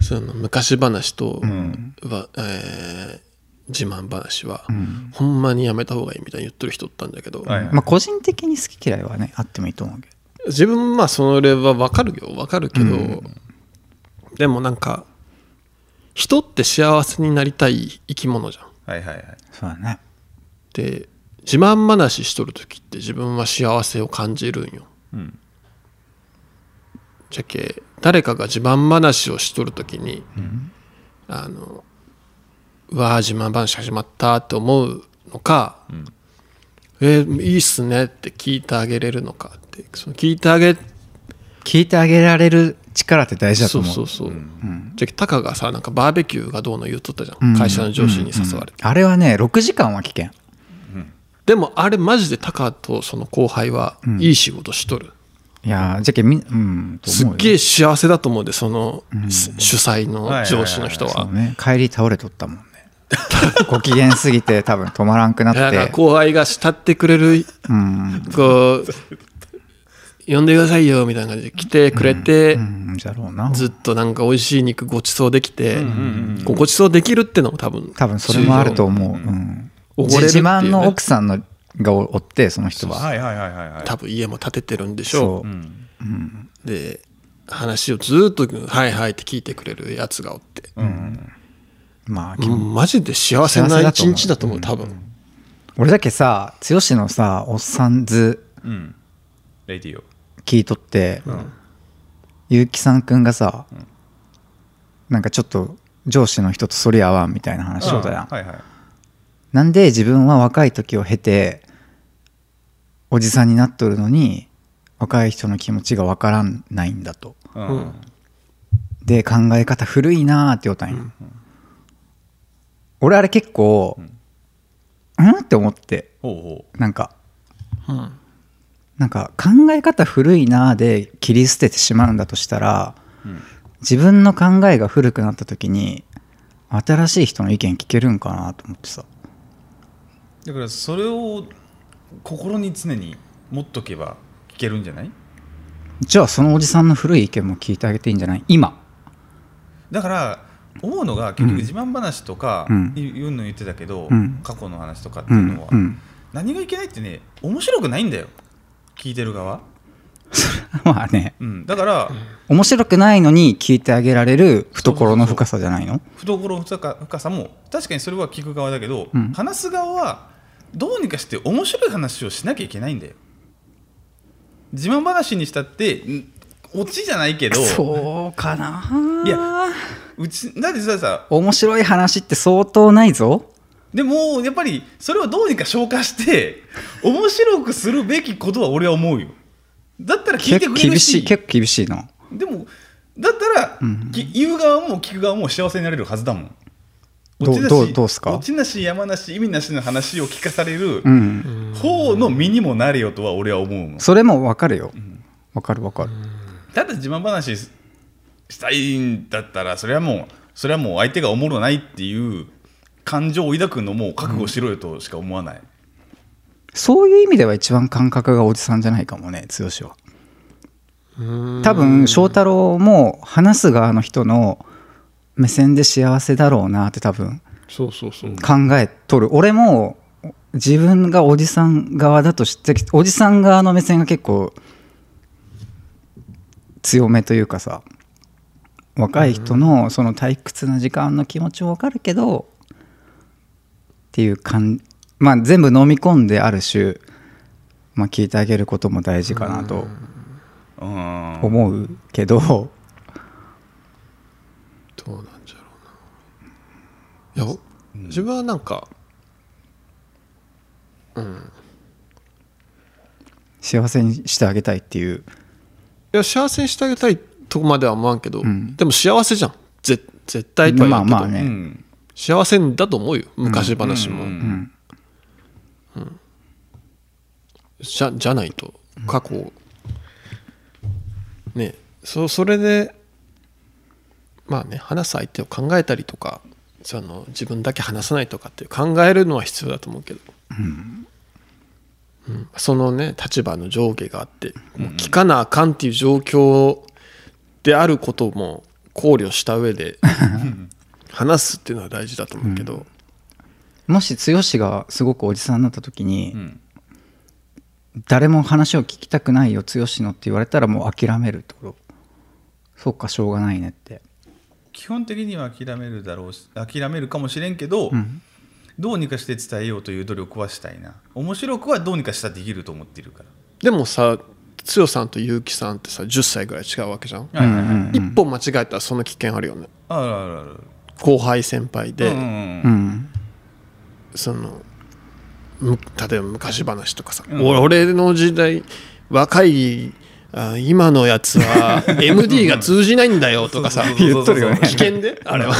その昔話と、
ん
はえー自慢話は、
うん
ほんまにやめた方がいいみたいに言っとる人おったんだけど、
はい
まあ個人的に好き嫌いはねあってもいいと思うけど
自分まあそれは分かるよ分かるけど、
うん
でもなんか人って幸せになりたい生き物じゃん。
はいはいはい
そうだね
で自慢話しとる時って自分は幸せを感じるんよ。
うん
じゃけ誰かが自慢話をしとる時に、あのうわー自慢話始まったって思うのか、
ん
えーいいっすねって聞いてあげれるのかってその聞いてあげ
聞いてあげられる力って大事だと
そう
思う
そうそう、
ん
じゃあタカがさなんかバーベキューがどうの言うとったじゃん、
うん
会社の上司に誘われて、
あれはね6時間は危険
でもあれマジでタカとその後輩はいい仕事しとる、
いやーじゃけみうんと
す
思う
っ
よ
げえ幸せだと思うでその、す主催
はいはい
の
はい
上司の人
そう
は。
ね帰り倒れとったもんね ご機嫌すぎて多分止まらんくなっ
いやだから
て
後輩が慕ってくれる
うん
こう 呼んでくださいよみたいな感じで来てくれて、
うんじゃろうな
ずっとなんか美味しい肉ごちそうできて、
ん
こうごちそうできるってのも多分
多分それもあると思う、うん
おごれる
自
って
自
いうね
慢の奥さんのがおってその人は
はいはいはいはいはい
多分家も建ててるんでしょ
そうう、
うん
で話をずっと「はいはい」って聞いてくれるやつがおって、
うん
まあ、
うんマジで幸せな一日だと思う多分、
俺だけさ剛のさおっさんず
うんレディオ
聞いとって、結城さんくんがさ、なんかちょっと上司の人とそり合わんみたいな話をだやん、
はいはい
なんで自分は若い時を経ておじさんになっとるのに若い人の気持ちがわからんないんだと
う
うんん
で考え方古いなーって言おうたんよ、俺あれ結構うんって思って
ほうほ
なんか
うん
なんか考え方古いなあで切り捨ててしまうんだとしたら
うん
自分の考えが古くなった時に新しい人の意見聞けるんかなと思ってさ
だからそれを心に常に持っとけば聞けるんじゃない
じゃあそのおじさんの古い意見も聞いてあげていいんじゃない今
だから思うのが結局自慢話とか
うん
いうの言ってたけど、
うん
過去の話とかって
う
いうの
ん
は、
うん
何がいけないってね面白くないんだよ聞いてる側、
まあね
うん、だから
面白くないのに聞いてあげられる懐の深さじゃないの
懐の深か深さも確かにそれは聞く側だけど、
うん
話す側はどうにかして面白い話をしなきゃいけないんだよ自慢話にしたってんオチじゃないけど
そうかない
いやうちだってささ
面白い話って相当ないぞ
でもやっぱりそれをどうにか消化して面白くするべきことは俺は思うよだったら聞いて
結
く
構
れる
厳
し
しい結構厳しいな
でもだったら、
うん
き言う側も聞く側も幸せになれるはずだもん
ど
落
う
ちなし
どうどうすか
落ちなし山なし意味なしの話を聞かされる
うん
方の身にもなれよとは俺は思うもん
それもわかるよわかるわかる
ただ自慢話ししたいんだったらそれはもうそれはもう相手がおもろないっていう感情を抱くのも覚悟しろよとしか思わない、
そういう意味では一番感覚がおじさんじゃないかもね剛は多分翔太郎も話す側の人の目線で幸せだろうなって多分
そうそうそう
考えとる俺も自分がおじさん側だとしておじさん側の目線が結構強めというかさ若い人のその退屈な時間の気持ちも分かるけどっていう感まあ全部飲み込んである種、まあ、聞いてあげることも大事かなと
うん
思うけど
どうなんじゃろうないや、自分はなんかうん
幸せにしてあげたいっていう
いや幸せにしてあげたいとこまでは思わんけど、
うん
でも幸せじゃんぜ絶対とは言
ま
う
あ
けど、
まあ
う
ね、
ん
幸せだと思うよ昔話も、
うんうん
うん、
じゃじゃないと過去をねそそれでまあね話す相手を考えたりとかその自分だけ話さないとかっていう考えるのは必要だと思うけど、うんそのね立場の上下があってもう聞かなあかんっていう状況であることも考慮した上 で話すっていうのは大事だと思うけど、
もし剛がすごくおじさんになった時に、
うん
誰も話を聞きたくないよ剛のって言われたらもう諦めるってことそうかしょうがないねって
基本的には諦めるだろうし諦めるかもしれんけど、
うん
どうにかして伝えようという努力はしたいな面白くはどうにかしたらできると思ってるか
でもさ剛さんと結城さんってさ10歳ぐらい違うわけじゃん、
ら、はいはいはい
一歩間違えたらその危険あるよね
あるあるある
後輩先輩で、
うんうん
う
うん
ん
そのむ例えば昔話とかさ、
うん
俺俺の時代若いあ今のやつは MD が通じないんだよとかさ
そうそうそうそう
言っとるよね危険であれは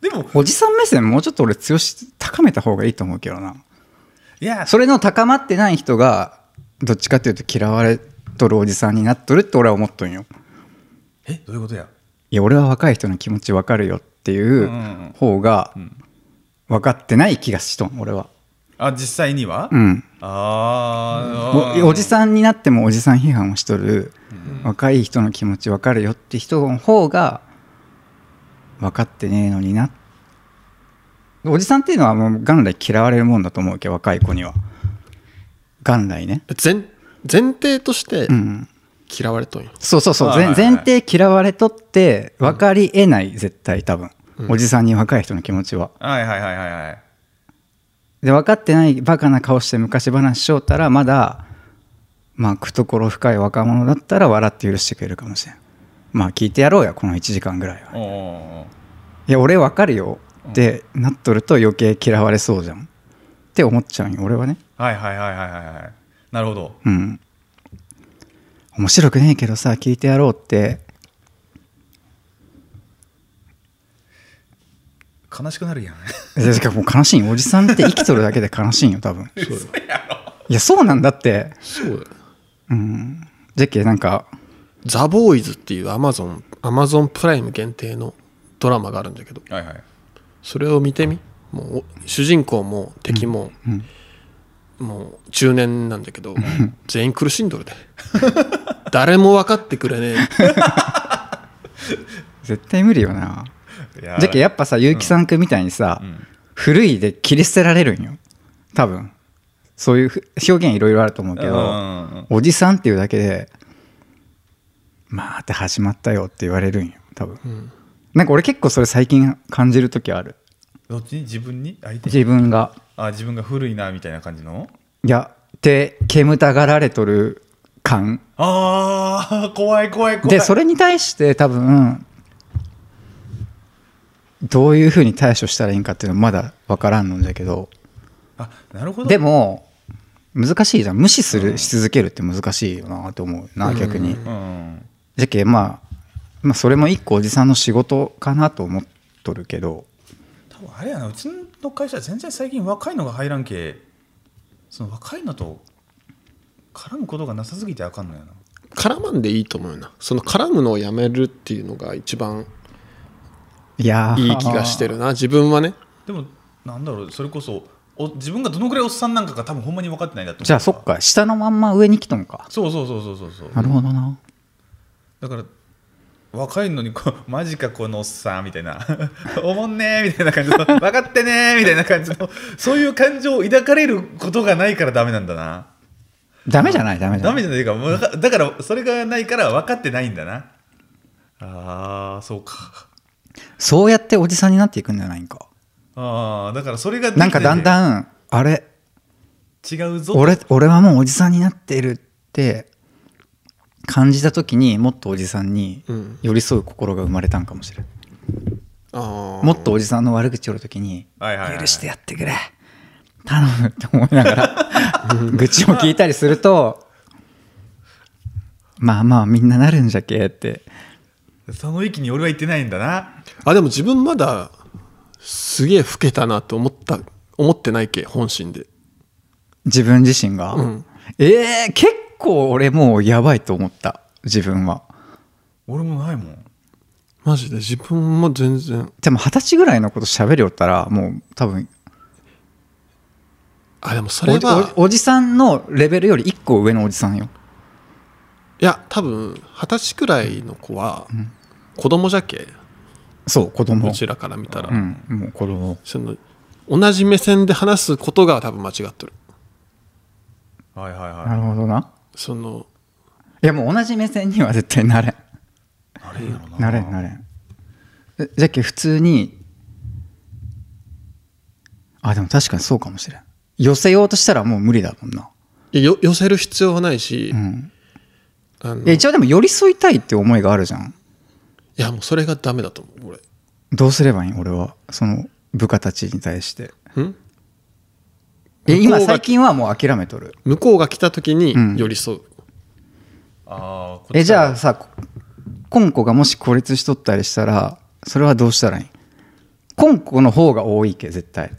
でも
おじさん目線もうちょっと俺剛高めた方がいいと思うけどない
や
それの高まってない人がどっちかっていうと嫌われとるおじさんになっとるって俺は思っとんよ
えどういうことや
いや俺は若い人の気持ち分かるよってい
んうんうん
う方が
ん
分かってない気がしとん俺は
あ実際には、
うん
あーあ
おおじさんになってもおじさん批判をしとる、若い人の気持ち分かるよって人の方が分かってねえのになおじさんっていうのはもう元来嫌われるもんだと思うけど若い子には元来ね
前前提として
うん
嫌われとんよ、
そうそうそう
はいはい
前
はい
前提嫌われとって分かりえない絶対多分、おじさんに若い人の気持ちは
んはいはいはいはいはい
で分かってないバカな顔して昔話しようたらまだまあ懐深い若者だったら笑って許してくれるかもしれんまあ聞いてやろうやこの1時間ぐらいは
おーおーおー
いや俺分かるよってなっとると余計嫌われそうじゃんって思っちゃうんよ俺はね
はいはいはいはいはいはいなるほど
うん面白くねえけどさ聞いてやろうって
悲しくなるやん
いやてかもう悲しいんよおじさんって生きとるだけで悲しいんよ多分いやそうなんだって
そうだよ
うんジェッケなんか
ザ・ボーイズっていうアマゾンアマゾンプライム限定のドラマがあるんだけど
はいはい
それを見てみもうお主人公も敵も、
うん
もう中年なんだけど全員苦しんどるで 誰も分かってくれね
絶対無理よなじゃけやっぱさ結城さんくんみたいにさ、
ん
古いで切り捨てられるんよ多分そういうふ表現いろいろあると思うけ
うん
ど、
うんうん
おじさんっていうだけで「まあ」って始まったよって言われるんよ多分、
ん
なんか俺結構それ最近感じる時ある
どっちに自分に相手に
自分が
あ自分が古いなみたいな感じの
いやって煙たがられとる感
あー怖い怖い怖い
でそれに対して多分どういうふうに対処したらいいんかっていうのはまだ分からんのんだけど
あ なるほど
でも難しいじゃん無視するし続けるって難しいよなと思うな逆に
うん
じゃけ、まあ、まあそれも一個おじさんの仕事かなと思っとるけど
多分あれやなうちの会社全然最近若いのが入らんけその若いのと絡むことがなさすぎてあかんのやな
え絡まんでいいと思うよなその絡むのをやめるっていうのが一番
いやー
いい気がしてるな自分はね
でもなんだろうそれこそお自分がどのくらいおっさんなんかが多分ほんまに分かってないんだと思う
じゃあそっか下のまんま上に来とんか
そうそうそうそうそうそう
なるほどな
だから若いのにこうマジかこのおっさんみたいな おもんねーみたいな感じの分かってねーみたいな感じのそういう感情を抱かれることがないからダメなんだな
ダメじゃないダメじゃ
ダ
な
メ
い
じゃないかもうわかだからそれがないから分かってないんだなあーそうか
そうやっておじさんになっていくんじゃないんか
あーだからそれが
なんかだん
ん
だんあれ
違うぞ
俺俺はもうおじさんになってるって感じた時にもっとおじさんに
うん
寄り添う心が生まれたんかもしれん、
あー
もっとおじさんの悪口をる時に
はいはいはいはい
許してやってくれ頼むって思いながら愚痴を聞いたりするとまあまあみんななるんじゃけって
その域に俺は行ってないんだな
あでも自分まだすげえ老けたなと思った思ってないけ本心で
自分自身が、
うん
えー、結構俺もうやばいと思った自分は
俺もないもん
マジで自分も全然
でも二十歳ぐらいのこと喋りよったらもう多分
あでもそ
お
れ
じ
は
おじおじさんのレベルより1個上のおじさんよ
いや多分二十歳くらいの子は子供じゃけ
そう子供
うちらから見たら、
うんもう子供
その同じ目線で話すことが多分間違ってる
はいはい
な
は
るほどな
その
いやもう同じ目線には絶対なれん
いなれんやろな
なれんなれんえじゃっけ普通にあでも確かにそうかもしれん寄せようとしたらもう無理だもんな、
よ寄せる必要はないし、
うん、
あの
いや一応でも寄り添いたいって思いがあるじゃん
いやもうそれがダメだと思う
どうすればいいん俺はその部下たちに対して
俺ん
え
向こ
今
うが
最近はもう諦めとる
向こうが来た時に
うん
寄り添う、
あーこっち
えじ
か
ゃ
ら
あさこ今子がもし孤立しとったりしたらそれはどうしたらいいん今子の方が多いけ絶対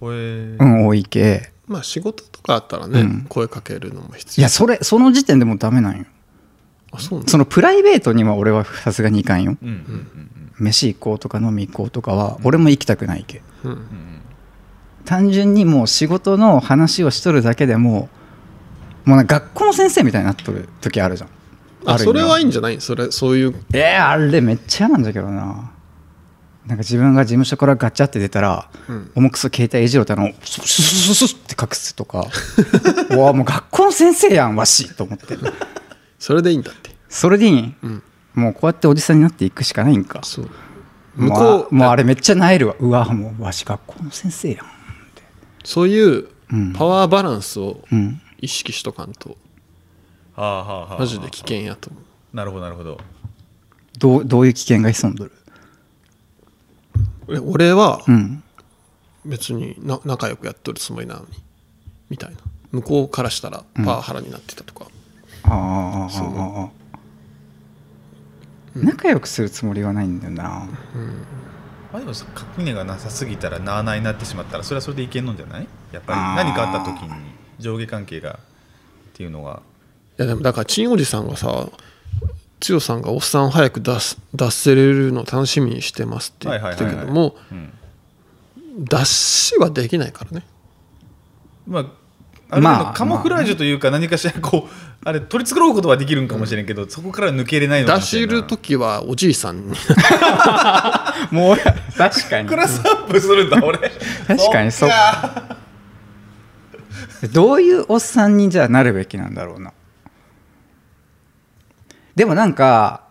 ほえー
うん多いけ
まあ仕事とかあったらね、
うん
声かけるのも必
い
要
やそれその時点でもうダメなんよ
あそうなの
そのプライベートには俺はさすがにいかんよ
うんうんうん
飯行こうとか飲み行こうとかは俺も行きたくないけ
うん
うんうん
単純にもう仕事の話をしとるだけでもうもうなんか学校の先生みたいになっとる時あるじゃん
あ
ある意味
それはいいんじゃないそれそういう
えー、あれめっちゃ嫌なんだけどななんか自分が事務所からガチャって出たら、
うん
重くそ携帯いじろってあのスススススって隠すとかうわもう学校の先生やんわしと思って
それでいいんだって
それでいいん
うん
もうこうやっておじさんになっていくしかないんか
そう向
向
こ
こ
う
うもうあれめっちゃなえるわうわもうわし学校の先生やん
そういう
うん
パワーバランスを
うん
意識しとかんと
はあはあはあはあ
マジで危険やと思う
なるほどなるほど
どうどういう危険が潜んどる
俺俺は
うん
別にな仲良くやっとるつもりなのにみたいな向こうからしたらパワハラになってたとか、
ああああああ仲良くするつもりはないんだよな
まあでもさ垣根がなさすぎたらなあなあになってしまったらそれはそれでいけんのんじゃないやっぱり
あー
何かあった時に上下関係がっていうのが
やでもだからチンおじさんがさ剛さんがおっさんを早く出す出せれるのを楽しみにしてますって言ってたけども
うん
出しはできないからね
まあある
まあ
程度カモフラージュというか何かしらこうあれ取り繕うことはできるんかもしれんけど、そこから抜けれないのか
出
もしれ
し
んな
る時はおじいさんに
もう俺確かに
クラスアップするんだ俺
確かにそっ
か
どういうおっさんにじゃあなるべきなんだろうなでもなんか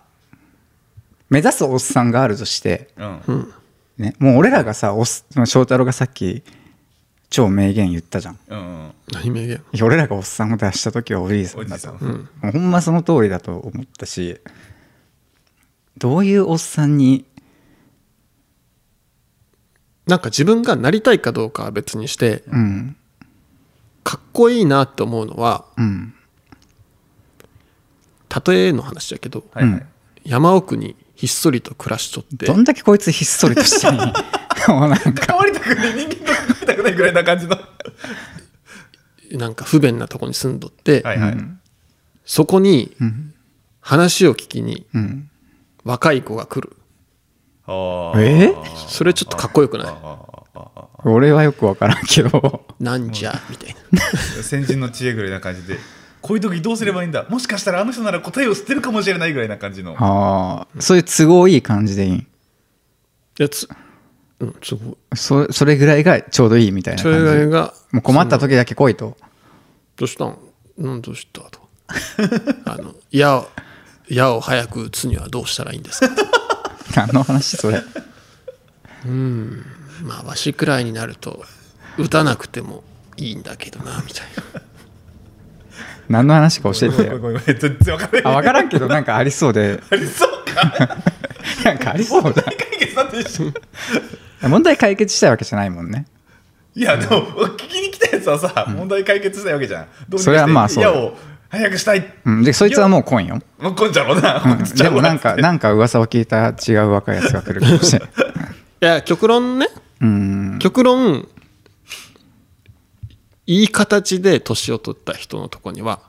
目指すおっさんがあるとして、
うん
うん
ね、もう俺らがさおっす翔太郎がさっき超名言言ったじゃん
うんうん
何名言
いや俺らがおっさんを出した時はおじいさん
お
だ
じ
と
さん、
うん
もうほんまその通りだと思ったしどういうおっさんに
なんか自分がなりたいかどうかは別にして
うん
かっこいいなって思うのは
うん
例えの話だけど
はいはい、
うん
山奥にひっそりと暮らしとって
どんだけこいつひっそりとして んのもうなんか
関わりたくない人間と関わりたくないぐらいな感じのは
なんか不便なとこに住んどって、
いはい、
そこに
うん
話を聞きに
うん
若い子が来る
あ
え
それちょっとかっこよくない
い
俺はよくわからんけど
なんじゃみたいな
先人の知恵ぐらいな感じでこういう時どうすればいいんだもしかしたらあの人なら答えを知ってるかもしれないぐらいな感じの
ああそういう都合いい感じでいい
やつうんすごい
そそれぐらいがちょうどいいみたいな
それぐらい
感じ
が
もう困った時だけ来いと
どうしたんうんどうしたと あの矢を矢を早く打つにはどうしたらいいんですか
何の話それ
まあわしくらいになると打たなくてもいいんだけどなみたいな
何の話か教えて よ
ごめんごめんごめん全然わから
あ
ない
わからんけどなんかありそうで
ありそうか
なんかありそう だ
解決だってでしょ
問題解決したいわけじゃないもんね
いやでも聞きに来たやつはさ、問題解決したいわけじゃんどうにかして
それはまあそう
矢を早くしたい
うん、でそいつはもう来んよ、
もうこんじゃろうな、
うん
こいつち
で
ゃう
も
わ
なんか
つって
なんか噂を聞いた違う若いやつが来るかもしれない
いや極論ね
うん
極論いい形で年を取った人のとこには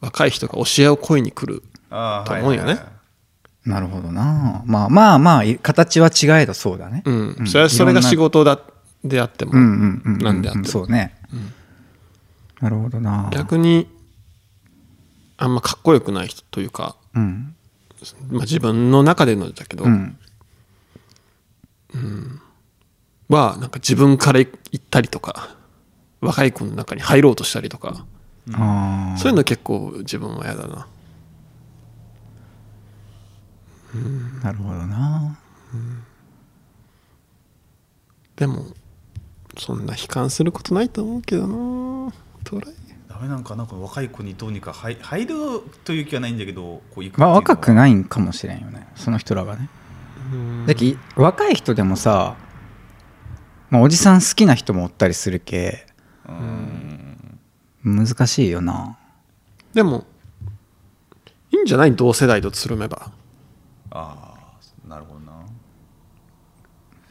若い人が教えを恋に来る
あー
と思うよね
はいはいはい
なるほどなまあまあまあい形は違えどそうだね、
うん、それはそれが仕事だであっても、
うんうんうんうん
なんであって
う
も
んそうね、なるほどな
逆にあんまかっこよくない人というか、
うん
まあ、自分の中でのだけど、
うん
はなんか自分から行ったりとか若い子の中に入ろうとしたりとか、
ああ
そういうの結構自分は嫌だな
なるほどな
でもそんな悲観することないと思うけどなトライ
ダメなんかなんか若い子にどうにか入入るという気はないんだけどこう行くっていう
ま
の
あ
は
若くないんかもしれんよねその人らがねだき若い人でもさ、まあ、おじさん好きな人もおったりするけ
うん
難しいよな
でもいいんじゃない同世代とつるめば
ああなるほどな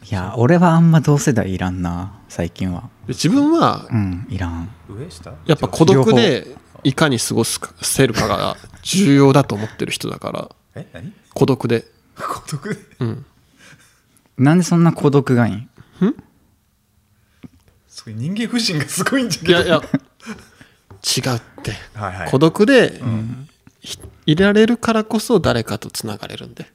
い
や俺はあんま同世代いらんな最近は
で自分は
うんいらん
上下
やっぱ孤独でいかに過ごすかせるかが重要だと思ってる人だから
え何
孤独で
孤独 で
うん
なんでそんな孤独がいいん
すごい人間不信がすごいんじゃ
い
けど
やいや違うって
はいはい
孤独でひいられるからこそ誰かとつながれるんで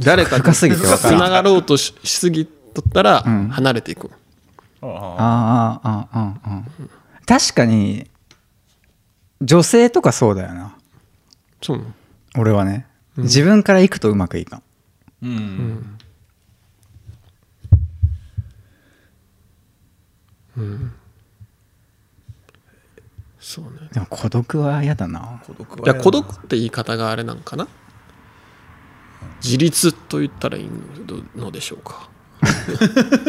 誰かと
深
つ
すぎてわからん
ながろうとししすぎとったら
うん
離れていく、
ああ
あーあーあーあーあー確かに女性とかそうだよな
そうなの
俺はね、自分から行くとうまくいかん
うん、
そうね
でも孤独は嫌だな
孤独
いや孤独って言い方があれなんかな自立と言ったらいいのでしょうか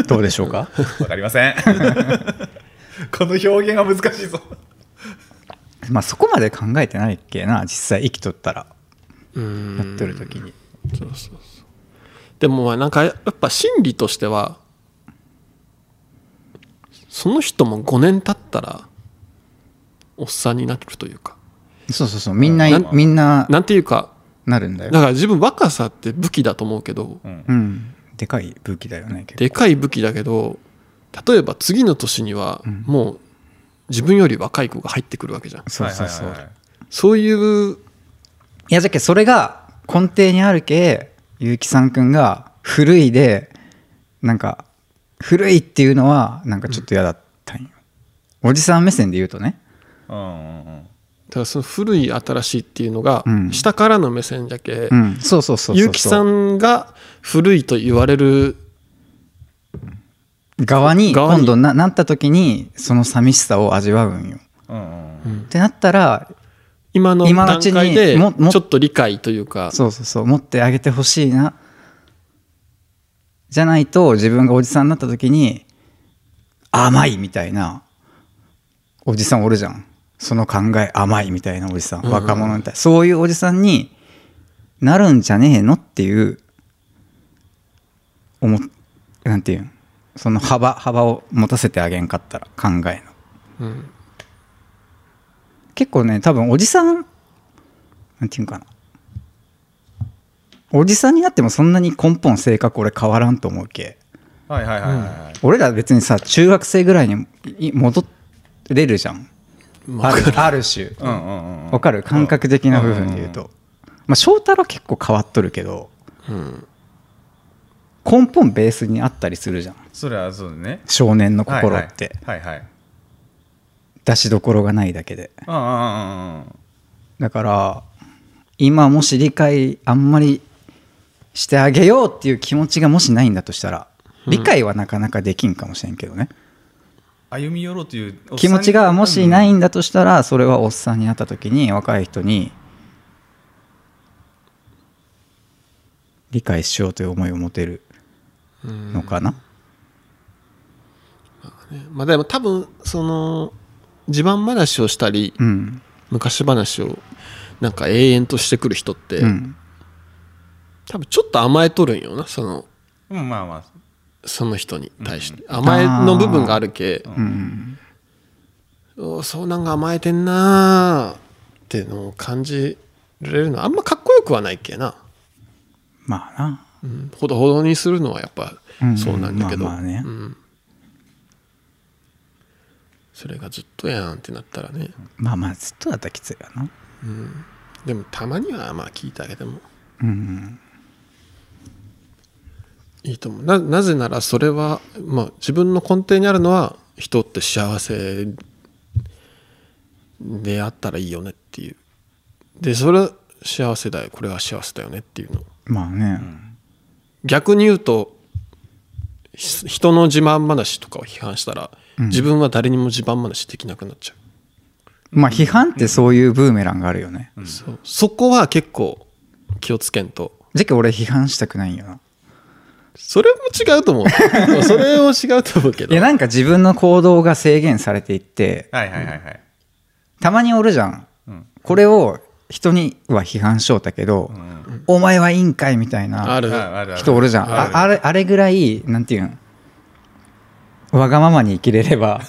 どうでしょうか
わかりませ んこの表現は難しいぞ
まあそこまで考えてないっけな実際生きとったら
う
や
ん
っとる時に
そうそうそうでもまあなんかやっぱ心理としてはその人も5年経ったらおっさんになるというか
そうそうそうみんな
な
みんな
なんていうか
なるんだ
だ
よ、
から自分若さって武器だと思うけど
うん
うん、でかい武器だよね結構
でかい武器だけど例えば次の年には
うん
もう自分より若い子が入ってくるわけじゃん
そうそうそう、
はいはい
い
はいはい
そういう
やじゃけそれが根底にあるけ結城さんくんが古いでなんか古いっていうのはなんかちょっと嫌だったんよ、おじさん目線で言うとね
うんうんうん
だからその古い新しいっていうのが
うん
下からの目線じゃけ
うんそうそうそうそう
結城さんが古いと言われる
側に
側に
今度ななった時にその寂しさを味わうんよ
うん
う
うんん
ってなったら
今の
今の
段
うちに
階で
もも
ちょっと理解というか
そうそうそう持ってあげてほしいなじゃないと自分がおじさんになった時に甘いみたいなおじさんおるじゃんその考え甘いみたいなおじさん
うん
若者みたいな、そういうおじさんになるんじゃねえのっていう思っなんていうんその幅幅を持たせてあげんかったら考えの
うん
結構ね多分おじさんなんていうんかなおじさんになってもそんなに根本性格俺変わらんと思うけ
はいはいはいはいはい
俺ら別にさ中学生ぐらいにい戻れるじゃん
ま
あ
あ
るある種
うんうんうんうん
わかる感覚的な部分で言うと、まあ、翔太郎結構変わっとるけど
うん
根本ベースにあったりするじゃん
それはそうだね
少年の心って、
はいはいはいはい
出しどころがないだけで
うんうんうんうん
だから今もし理解あんまりしてあげようっていう気持ちがもしないんだとしたら
うん
理解はなかなかできんかもしれんけどね、
歩み寄ろうというおっさんに
気持ちがもしないんだとしたらそれはおっさんになった時に若い人に理解しようという思いを持てる
うん
のかな、
ねまあでも多分その自慢話をしたり
うん
昔話をなんか永遠としてくる人って、
うん
多分ちょっと甘えとるんよなその
うんまあまあ
その人に対して、甘えの部分があるけ
ん
うん
おそうなんか甘えてんなーっていうのを感じられるのはあんまかっこよくはないけな、
まあな
うん、ほどほどにするのはやっぱ
うん
そうなんだけど、
まあまあね
うんそれがずっとやんってなったらね、
まあまあずっとだったらきついかな
うん、でもたまにはまあ聞いてあげても
うん
いいと思うななぜならそれは、まあ、自分の根底にあるのは人って幸せであったらいいよねっていうでそれは幸せだよこれは幸せだよねっていうの
まあね、
逆に言うとひ人の自慢話とかを批判したら、
うん
自分は誰にも自慢話できなくなっちゃ
まあ批判ってそういうブーメランがあるよね、
う、
うん
そうそこは結構気をつけんと
じゃけ俺批判したくないんよな
それも違うと思うそれも違うと思うけど
いやなんか自分の行動が制限されていって
はいはいはいはい
たまにおるじゃん
うん
これを人には批判しようだけど、
うんうん
お前はいいんかいみたいな
ある
ああるある
人おるじゃん
ある
ああれあれぐらいなんていうんわがままに生きれれ ば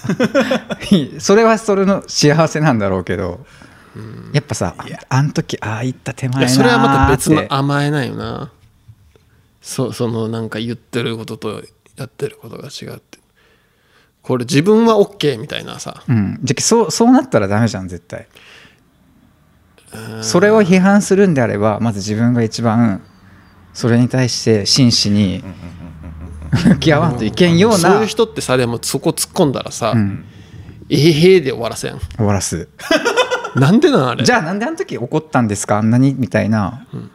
それはそれの幸せなんだろうけど、やっぱさあん時ああ言った手
い
前
や
なー
それはまた別
っ
の
て
甘えないよなそそのなんか言ってることとやってることが違うってこれ自分は OK みたいなさ
うん、じゃあそうそうなったらダメじゃん絶対それを批判するんであればまず自分が一番それに対して真摯に向き合わんといけんよう
そう
な
いう人ってさでもそこ突っ込んだらさ「
うん
えへへ」で終わらせん
終わらす
なんでなんあれ
じゃあなんであの時怒ったんですかあんなにみたいな、
うん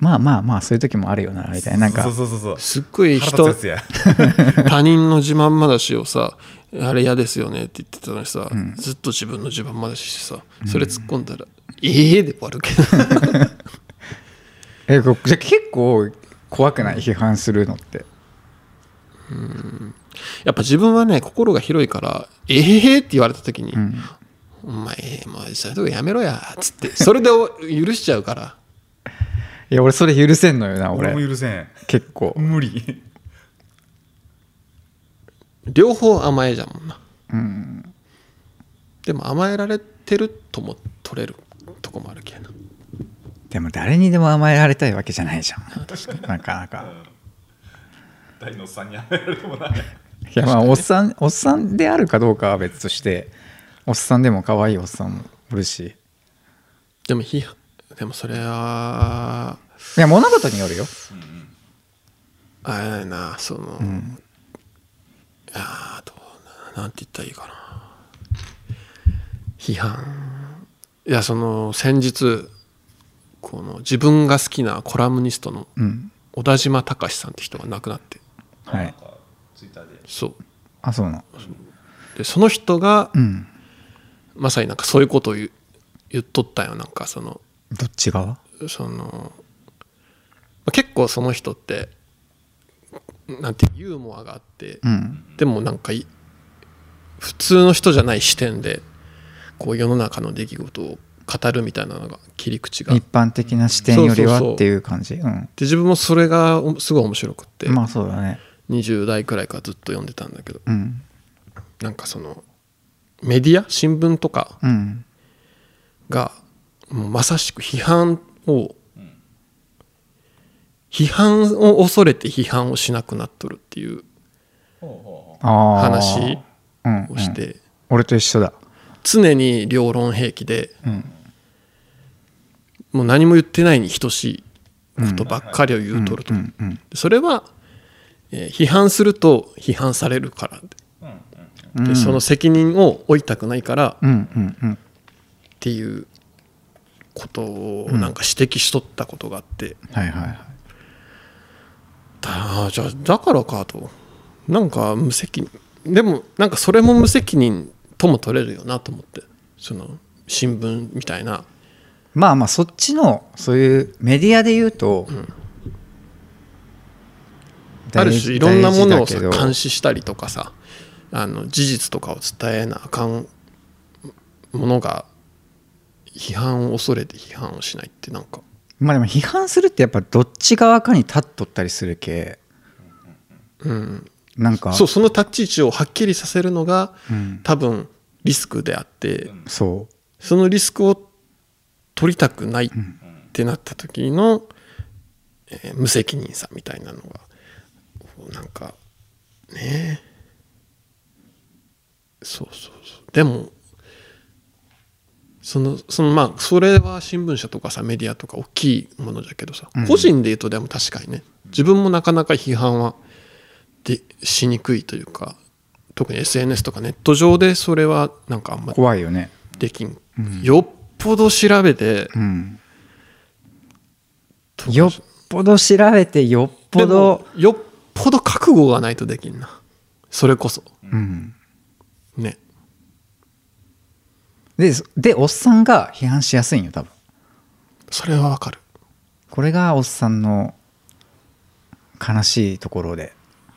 まあまあまあそういう時もあるよなみたいななんか
そうそうそうそう
すっごい
腹
人
立つや つや
他人の自慢話をさ「あれ嫌ですよね」って言ってたのにさ、ずっと自分の自慢話してさそれ突っ込んだら「ええ」で終わるけど
えこじゃあ結構怖くない批判するのって
やっぱ自分はね心が広いから「えへへ」って言われた時に「
うん
お前もうそういうとこやめろや」っつってそれでお許しちゃうから
いや俺それ許せんのよな
俺
俺
も許せん
結構
無理
両方甘えじゃもんな
うん
でも甘えられてるとも取れるとこもあるけやな
でも誰にでも甘えられたいわけじゃないじゃんなかな
う
か
ん大のおっさんにやられてもない
いやまあおっさんおっさんであるかどうかは別としておっさんでも可愛いおっさんもおるし
でも批判でもそれはい
や物事によるよ
あれだよなその、ああどうななんて言ったらいいかな批判いやその先日この自分が好きなコラムニストの
うん
小田島隆さんって人が亡くなって
はい
なんかツイッターで
そ
あそうな
うでその人が
うん
まさになんかそういうことを言う言っとったよなんかその
どっち側
そのまあ結構その人ってなんてユーモアがあって、
うん
でもなんかい普通の人じゃない視点でこう世の中の出来事を語るみたいなのが切り口がで
一般的な視点より
そうそうそ
は
う
っていう感じうん
自分もそれがおすごい面白くって、
まあそうだね
20代くらいからずっと読んでたんだけど
うん
なんかそのメディア新聞とか
うん
がもうまさしく批判を
うん
批判を恐れて批判をしなくなっとるっていう
ほうほうほ
ああ
話
うん
をし
うん
て
俺と一緒だ
常に両論兵器で
うん
もう何も言ってないに等しいことばっかりを言うとると
う。んうん
それは、えー批判すると批判されるから
ううんうん
う
で、
ん
その責任を負いたくないからっ
うんうんうん
ていうことをなんか指摘しとったことがあって、
はいはいはい
だじゃあだからかとなんか無責任でもなんかそれも無責任とも取れるよなと思ってその新聞みたいな
まあまあそっちのそういうメディアで言うと、
ある種いろんなものをさ
大事だけど
監視したりとかさあの事実とかを伝えなあかんものが批判を恐れて批判をしないってなんか
まあでも批判するってやっぱどっち側かに立っとったりするけ
うん
なんか
そうその立ち位置をはっきりさせるのが
うん
多分リスクであって
うん
そう
そのリスクを取りたくないってなった時の、えー無責任さみたいなのがなんかねえそうそうそうでもそのそのまあそれは新聞社とかさメディアとか大きいものじゃけどさ、
うん
個人で言うとでも確かにね自分もなかなか批判はでしにくいというか特に SNS とかネット上でそれはなんかあんま
怖いよね
できん、
ん
よっぽど調べて
うんよっぽど調べてよっぽど
でもよっぽど覚悟がないとできんなそれこそ
うん
ね
でそでおっさんが批判しやすいんよ多分
それはわかる
これがおっさんの悲しいところで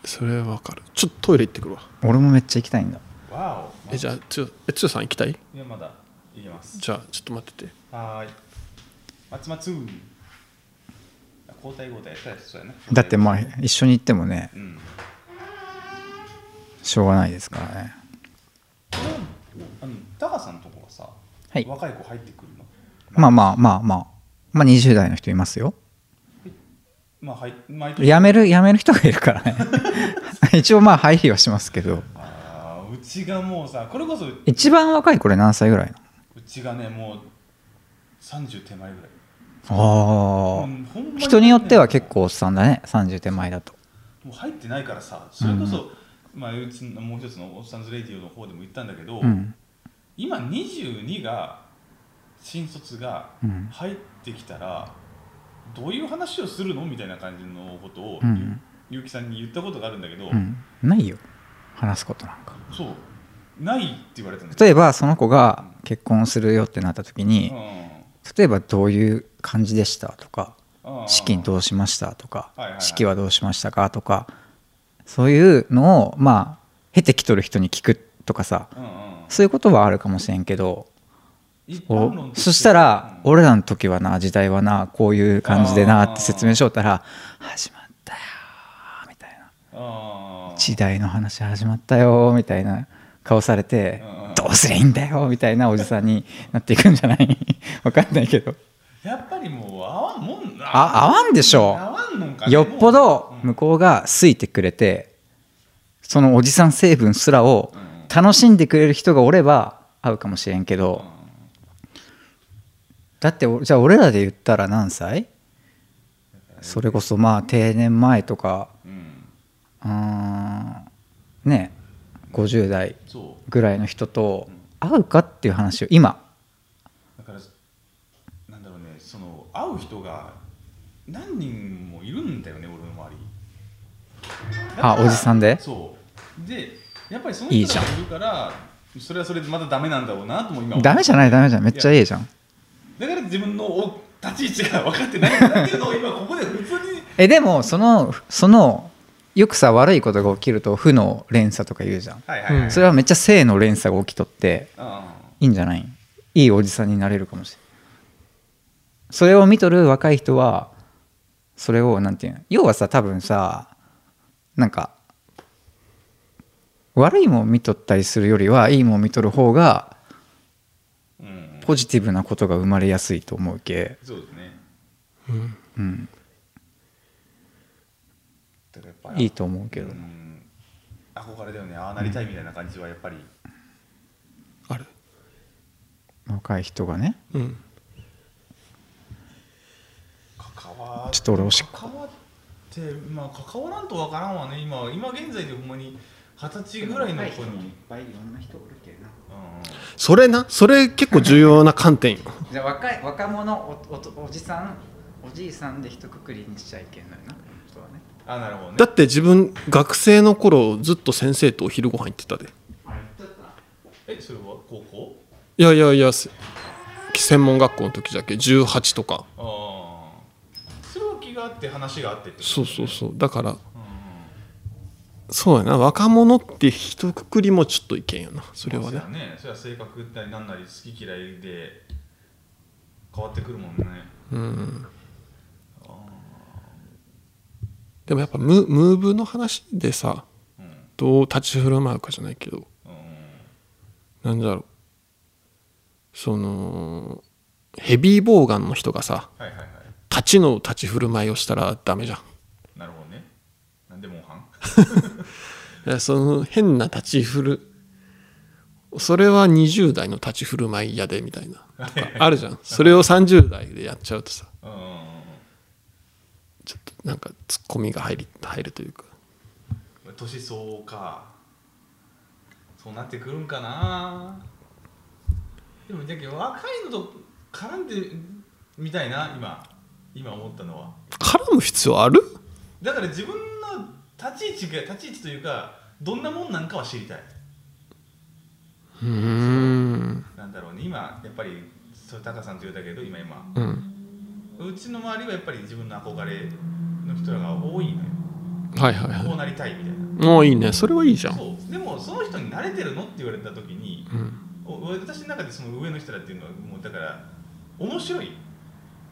それはわかるちょっとトイレ行ってくるわ
俺もめっちゃ行きたいんだ
わお
えじゃあつよえつよさん行きたい
いやまだいきます
じゃあちょっと待ってて
はーい松松あ交代交代やったらそうやな
だってまあ
交代
一緒に行ってもね
うん
しょうがないですからね
あのタカさんのとこはさ、
はい
若い子入ってくるの
まあまあまあまあまあ20代の人いますよ
まあはい毎年
辞める辞める人がいるからね 一応まあ配慮はしますけど
あーうちがもうさこれこそう
一番若いこれ何歳ぐらいな
ちがねもう30手前ぐらい
のあ
うんほんま
あ
ね
人によっては結構おっさんだね30手前だと
もう入ってないからさそれこそ、まあうちのもう一つのおっさんズレディオの方でも言ったんだけど、
うん
今22が新卒が
うん
入ってきたら、どういう話をするのみたいな感じのことを、
うん
ゆうきさんに言ったことがあるんだけど、
うんないよ話すことなんか
そうないって言われたんだけ
例えばその子が結婚するよってなった時に
ど、
例えばどういう感じでしたとか
うんうん
資金どうしましたとか
はいはいはい
式はどうしましたかとかそういうのをまあ経てきとる人に聞くとかさ
うんうん
そういうことはあるかもしれんけど
一般論と
お
して
そしたら
うん
俺らの時はな時代はなこういう感じでなって説明しよったら「始まったよ」みたい
あ
な
あ
時代の話始まったよみたいな顔されて
うんうん
どうすりゃいいんだよみたいなおじさんになっていくんじゃない わかんないけど
やっぱりもう合わんもんな
あ合わんでしょ
合わんのんかね
よっぽど
もう
向こうが好いてくれてそのおじさん成分すらを
うんうん
楽しんでくれる人がおれば合うかもしれんけどだっておじゃあ俺らで言ったら何歳それこそまあ定年前とか
うんうん
うーんね50代
そう
ぐらいの人と会うかっていう話を今
だからなんだろうねその会う人が何人もいるんだよね俺の周り
あおじさんで
そうでやっぱりその
い
人
いじゃ
が
ん
いるからそれはそれでまたダメなんだろうなとも今思う
ダメじゃないダメじゃんめっちゃいいじゃん
だから自分のお立ち位置が分かってないんだっていうの を今ここで普通に
えでもそのそのよくさ悪いことが起きると負の連鎖とか言うじゃん
はいはいはい、
うん
それはめっちゃ性の連鎖が起きとって
ああ
いいんじゃないいいおじさんになれるかもしれないそれを見とる若い人はそれをなんていうの要はさ多分さなんか悪いもん見とったりするよりはいいもん見とる方が
うん
ポジティブなことが生まれやすいと思うけ
そうですね
うん
うん
だからやっぱり
いいと思うけど
うん憧れだよねああなりたいみたいな感じはやっぱり、
ある
若い人がね
うん
関わ
ちょっと俺おしっこ
関わってまあ関わらんとわからんわね今今現在でほんまに二十歳ぐらいの子に、うんうん、
ぱいいろんな人おるけどな
それなそれ結構重要な観点よ
じゃあ若い若者おおおじさんおじいさんで一括りにしちゃいけないな人はね
あなるほどね
だって自分学生の頃ずっと先生とお昼ご飯行ってたで
えそれは高校
いやいやいやせ専門学校の時だけ18とか
ああそれは気があって話があってってこと
そうそう
う、
そうだから
うん
そうやな若者って一括りもちょっといけんよなそれは
そう
ね
だねそれは性格なりなんなり好き嫌いで変わってくるもんね
うん
あ
でもやっぱムムーブの話でさ
あうんうん
どう立ち振る舞うかじゃないけどなんだろうそのヘビーボーガンの人がさ
はいはいは
立ちの立ち振る舞いをしたらダメじゃん
いなるほどねなんでモンハン
いやその変な立ち振るそれは20代の立ち振る舞いやでみたいなとかあるじゃんそれを30代でやっちゃうとさ
うんうんうん
ちょっとなんかツッコミが入り入るというか
うん年相応かそうなってくるんかなでもだけど若いのと絡んでみたいな今今思ったのは
絡む必要ある
だから自分の立ち位置が立ち位置というかどんなもんなんかは知りたいう
ーん
なんだろうね今やっぱりそれタカさんと言うたけど今今
うん
うちの周りはやっぱり自分の憧れの人らが多いのよ
はいはいは
こうなりたいみたいない
もういいねそれはいいじゃん
そうでもその人に慣れてるのって言われた時に
うん
お私の中でその上の人らっていうのはもうだから面白い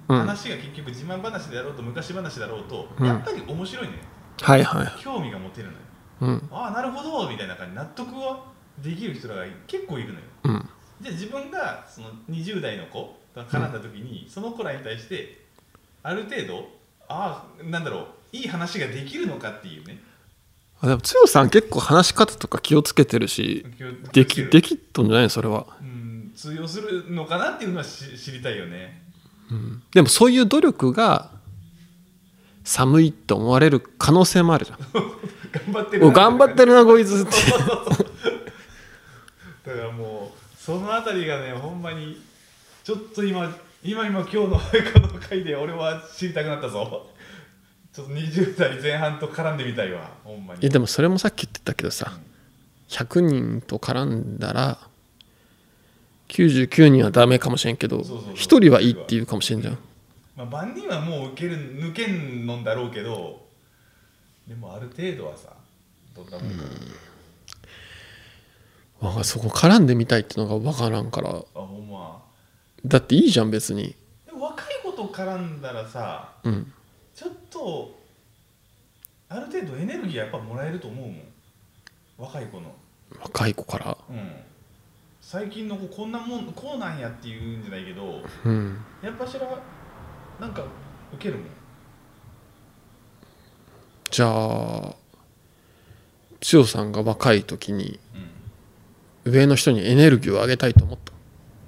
うんはい
話が結局自慢話であろうと昔話だろうと、
うん
やっぱり面白いのよ
はいはい
興味が持てるのよ
うん
ああなるほどみたいな感じ納得はできる人らが結構いるのよ
うん
じゃあ自分がその20代の子が絡んだ時に、その子らに対してある程度ああなんだろういい話ができるのかっていうね
あでも剛さん結構話し方とか気をつけてるしできできっとんじゃないのそれは
うん通用するのかなっていうのはし知りたいよね
うんでもそういう努力が寒いと思われる可能性もあるじゃん
頑張って
お
る
頑張ってるなこいつって
だからもうそのあたりがねほんまにちょっと今今今今日のこの回で俺は知りたくなったぞ ちょっと20代前半と絡んでみたいわほんま
いや
に
でもそれもさっき言ってたけどさ100人と絡んだら99人はダメかもしれんけど
そうそうそう
1人はいいって言うかもしれんじゃん
まあ、万人はもう受ける抜けんのんだろうけどでもある程度はさどんなもんか
わかそこ絡んでみたいってのが分からんから
あほんま
だっていいじゃん別に
でも若い子と絡んだらさ
うん
ちょっとある程程度エネルギーはやっぱもらえると思うもん若い子の
若い子から
うん最近の子こんなもんこうなんやっていうんじゃないけど
うん
やっぱしらなんか受けるもん
じゃあ千代さんが若い時に
うん
上の人にエネルギーをあげたいと思った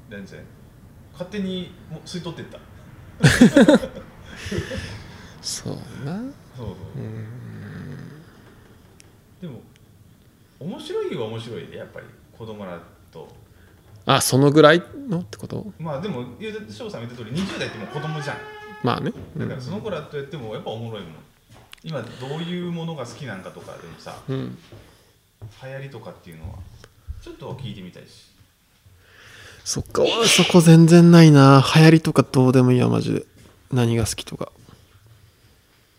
全然勝手にも吸い取ってった
そうな
そうそう
うん
でも面白いは面白いでやっぱり子供らと
あそのぐらいのってこと
まあでも言う翔さんが言った通り20代ってもう子供じゃん
まあね、う
だから
ん
その子らとやってもやっぱおもろいもん今どういうものが好きなんかとかでもさ
うん、
流行りとかっていうのはちょっと聞いてみたいし
そっかそこ全然ないな流行りとかどうでもいいやマジで何が好きとか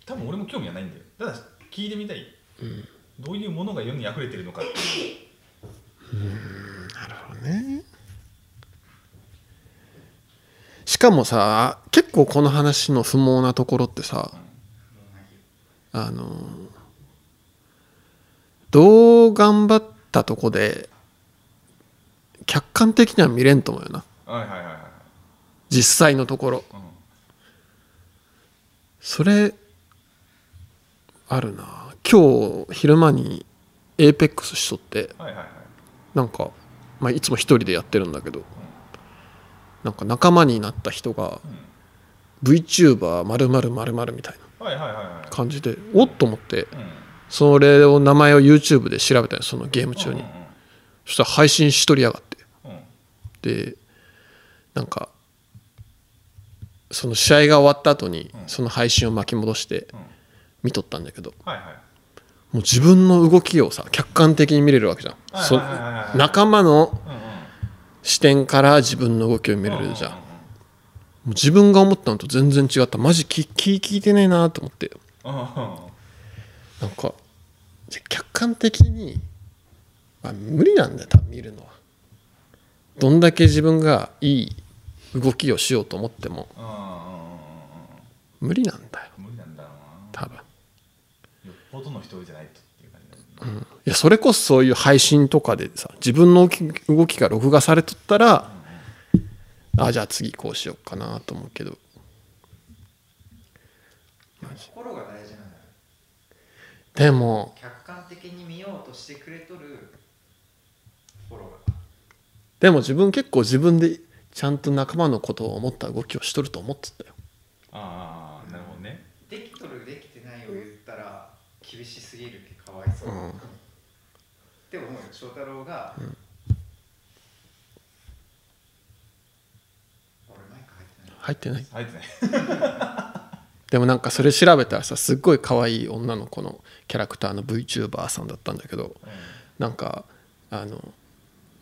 多分俺も興味はないんだよただ聞いてみたい、どういうものが世に溢れてるのかっていう
なるほどねしかもさ結構この話の不毛なところってさあのどう頑張ったとこで客観的には見れんと思うよな
はいはいはいはい
実際のところそれあるな今日昼間にエーペックスしとって
うんはいはいはい
なんか、まあ、いつも一人でやってるんだけどなんか仲間になった人が
うん
VTuber まるまるまるまるみたい
はいはいはいはい
な感じでおっと思って
うん
それを名前を YouTube で調べたよそのゲーム中に
うん
そしたら配信しとりやがっ
うんうん
てでなんかその試合が終わった後に
うん
その配信を巻き戻して
うん
見とったんだけど
はいはい
もう自分の動きをさ客観的に見れるわけじゃん
はい
そ
はいはいはい
仲間の
うんうん
視点から自分の動きを見れるじゃん
う
もう
う
自分が思ったのと全然違ったマジ気気聞いてねえなと思って
うんうんう
な
ん
んかじゃ客観的に、まあ、無理なんだよ多分見るのはどんだけ自分がいい動きをしようと思っても
うんうんうんうん
無理なんだよ
うん無理なんだろうな
多分、
よっぽどの人じゃないとっていう感じだね
うん、いやそれこそそういう配信とかでさ自分の動き動きが録画されとったらあじゃあ次こうしようかなと思うけど
心が大事なんだよ
でも
客観的に見ようとしてくれとる心が
でも自分結構自分でちゃんと仲間のことを思った動きをしとると思ってたよ
ああなるほどね
できとるできてないを言ったら厳しすぎるけかわいそう、
うん
って思うよ翔太郎が、俺マイク入ってない
入ってない
入ってない
でもなんかそれ調べたらさすっごい可愛い女の子のキャラクターの VTuber さんだったんだけどなんかあの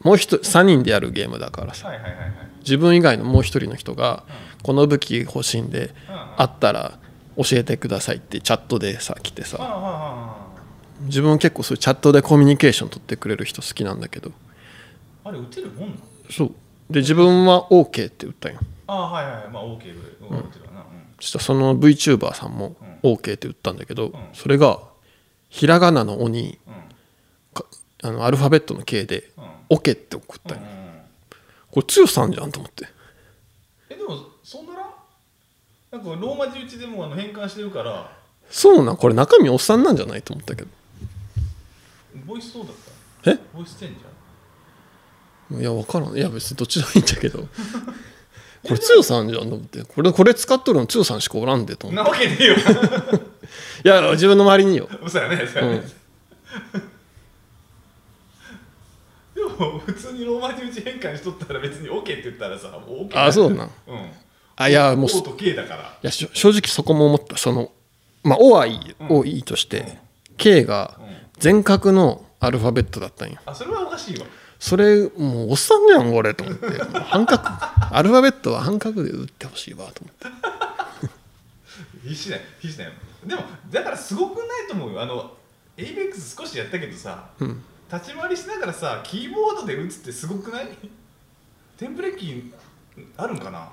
もう一3人でやるゲームだからさ
はいはいはいはい
自分以外のもう一人の人がこの武器欲しいんであったら教えてくださいってチャットでさ来て
ああ
さ
ああ
自分結構そういうチャットでコミュニケーション取ってくれる人好きなんだけど
ああれ打てるもんなの
そうで自分は OK って言ったんよ
ああはいはいはいまあ OK ぐらい打てるわなうん
そしたらその VTuber さんも
う
OK って言ったんだけど
ん
それがひらがなの鬼
うん
かあのアルファベットの K で
うん
「オケ」って送ったよ、
うん
これ強さんじゃんと思って
えでもそんならなんかローマ字打ちでもあの変換してるから
そうなんこれ中身おっさんなんじゃないと思ったけど
ボイスそうだっ
え
たボイスチェンジャー
いや分からんいや別にどっちでもいいんだけど これ強さんじゃんと思ってこれこれ使っとるの強さんしかおらんでと思っ
なわけねえよ
ていや自分の周りによ
嘘やね嘘やね、 でも普通にローマ字打ち変換しとったら別に OK って言ったらさもう OK
あそうなん
うん
あいやもう
O
い
と K だから
やしょ正直そこも思ったそのまあ「お」はいい「
うん
お」いいとして「K」が
うん
全角のアルファベットだったんよ
あそれはおかしいわ
それもうおっさんじゃんこれと思ってもう半角アルファベットは半角で打ってほしいわと思って
必死だよ必死だよでもだからすごくないと思うよあの ABEX 少しやったけどさ
うん
立ち回りしながらさキーボードで打つってすごくないテンプレ機あるんかな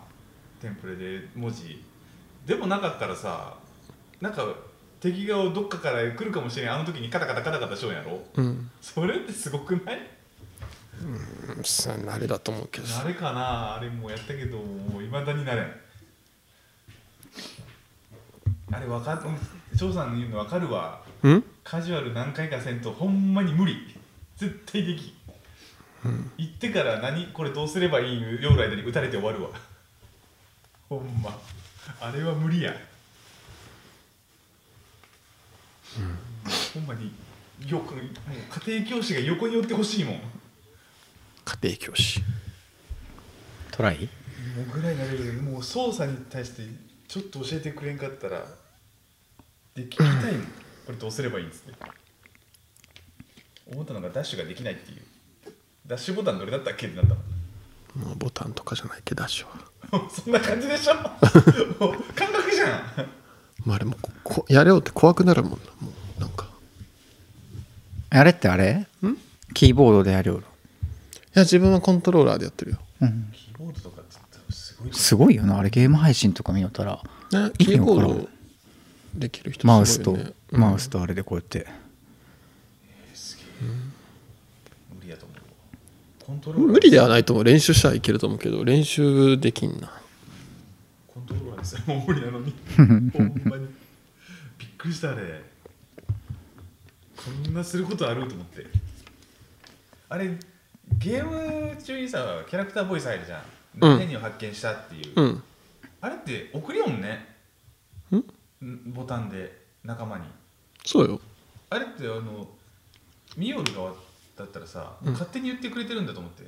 テンプレで文字でもなかったらさなんか敵がどっかから来るかもしれんあの時にカタカタカタカタしようやろ
うん
それってすごくない
そんなあれだと思うけど
慣れかなあれもうやったけどもういまだになれんあれわかん翔さんの言うの分かるわ
うん
カジュアル何回かせんとほんまに無理絶対できん、行ってから何これどうすればいいんよう間に打たれて終わるわほんまあれは無理や、ほんまによくもう家庭教師が横に寄ってほしいもんも
家庭教師
トライ
うぐらいなレベルでもう操作に対してちょっと教えてくれんかったらで聞きたいもんこれどうすればいいんですね思ったのがダッシュができないっていうダッシュボタンどれだったっけってなったもん
もうボタンとかじゃないけどダッシュは、
そん な感じでしょもう感覚じゃん
まあ、あれもここやれよって怖くなるもんなもうなんか
あれってあれ
ん
キーボードでやるよ、
いや自分はコントローラーでやってるよ
うん、
キーボードとかって言ったらすごい
すごいよなあれゲーム配信とか見よったら
ね、
意
キー
味わ
ボ
からん
ードできる人
マウ
す
ス
ご
と、
いよねうん
マウスとあれでこうやって
無理やと思うコントローラー
無理ではないと思う練習したらいけると思うけど練習できんな
コントローラーですよもう無理なのにほんまにびっくりしたあれこんなすることあると思ってあれゲーム中にさキャラクターボイス入るじゃん
うん
何を発見したっていう、
うん
あれって送りよんね
ん
んボタンで仲間に
そうよ
あれってあのミオル側だったらさ、
うん
勝手に言ってくれてるんだと思って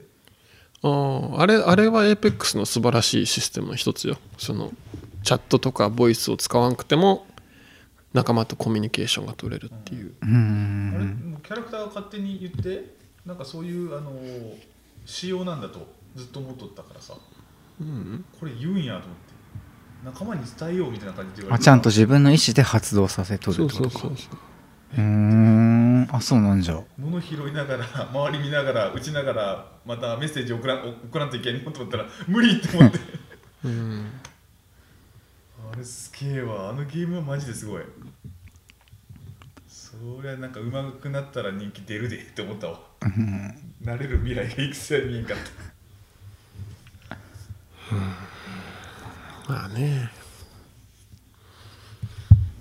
あああれあれは APEX の素晴らしいシステムの一つよそのチャットとかボイスを使わなくても仲間とコミュニケーションが取れるっていう、
う
あれ
ん
もうキャラクターが勝手に言ってなんかそういうあのー仕様なんだとずっと思っとったからさ
うん、
これ言うんやと思って仲間に伝えようみたいな感じで言われ
あ
て
ちゃんと自分の意思で発動させとる
そ
っ
う
て
そ
こと
う
か
そう
うーんあそうなんじゃ
物拾いながら周り見ながら打ちながらまたメッセージ送らん送らんといけんのと思ったら無理って思って
うん
あれすげえわあのゲームはマジですごいそりゃなんか上手くなったら人気出るでって思ったわ
うん
なれる未来がいくつや見えんかった
まあね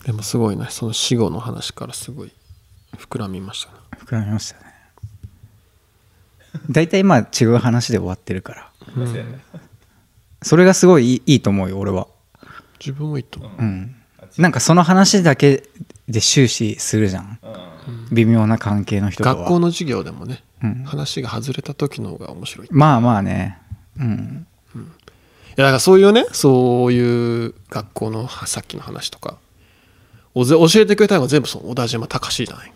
でもすごいなその死後の話からすごい膨らみましたね
膨らみましたね大体まあ違う話で終わってるから
まさやね
それがすごいいいいいと思うよ俺は
自分も言ったもん
うん
あっち
なんかその話だけで終始するじゃん
うん
微妙な関係の人とは
学校の授業でもね、
うん
話が外れた時の方が面白いい
まあまあねうん
やだからそういうねそういう学校のはさっきの話とかおぜ教えてくれたのが全部その小田島隆史じゃない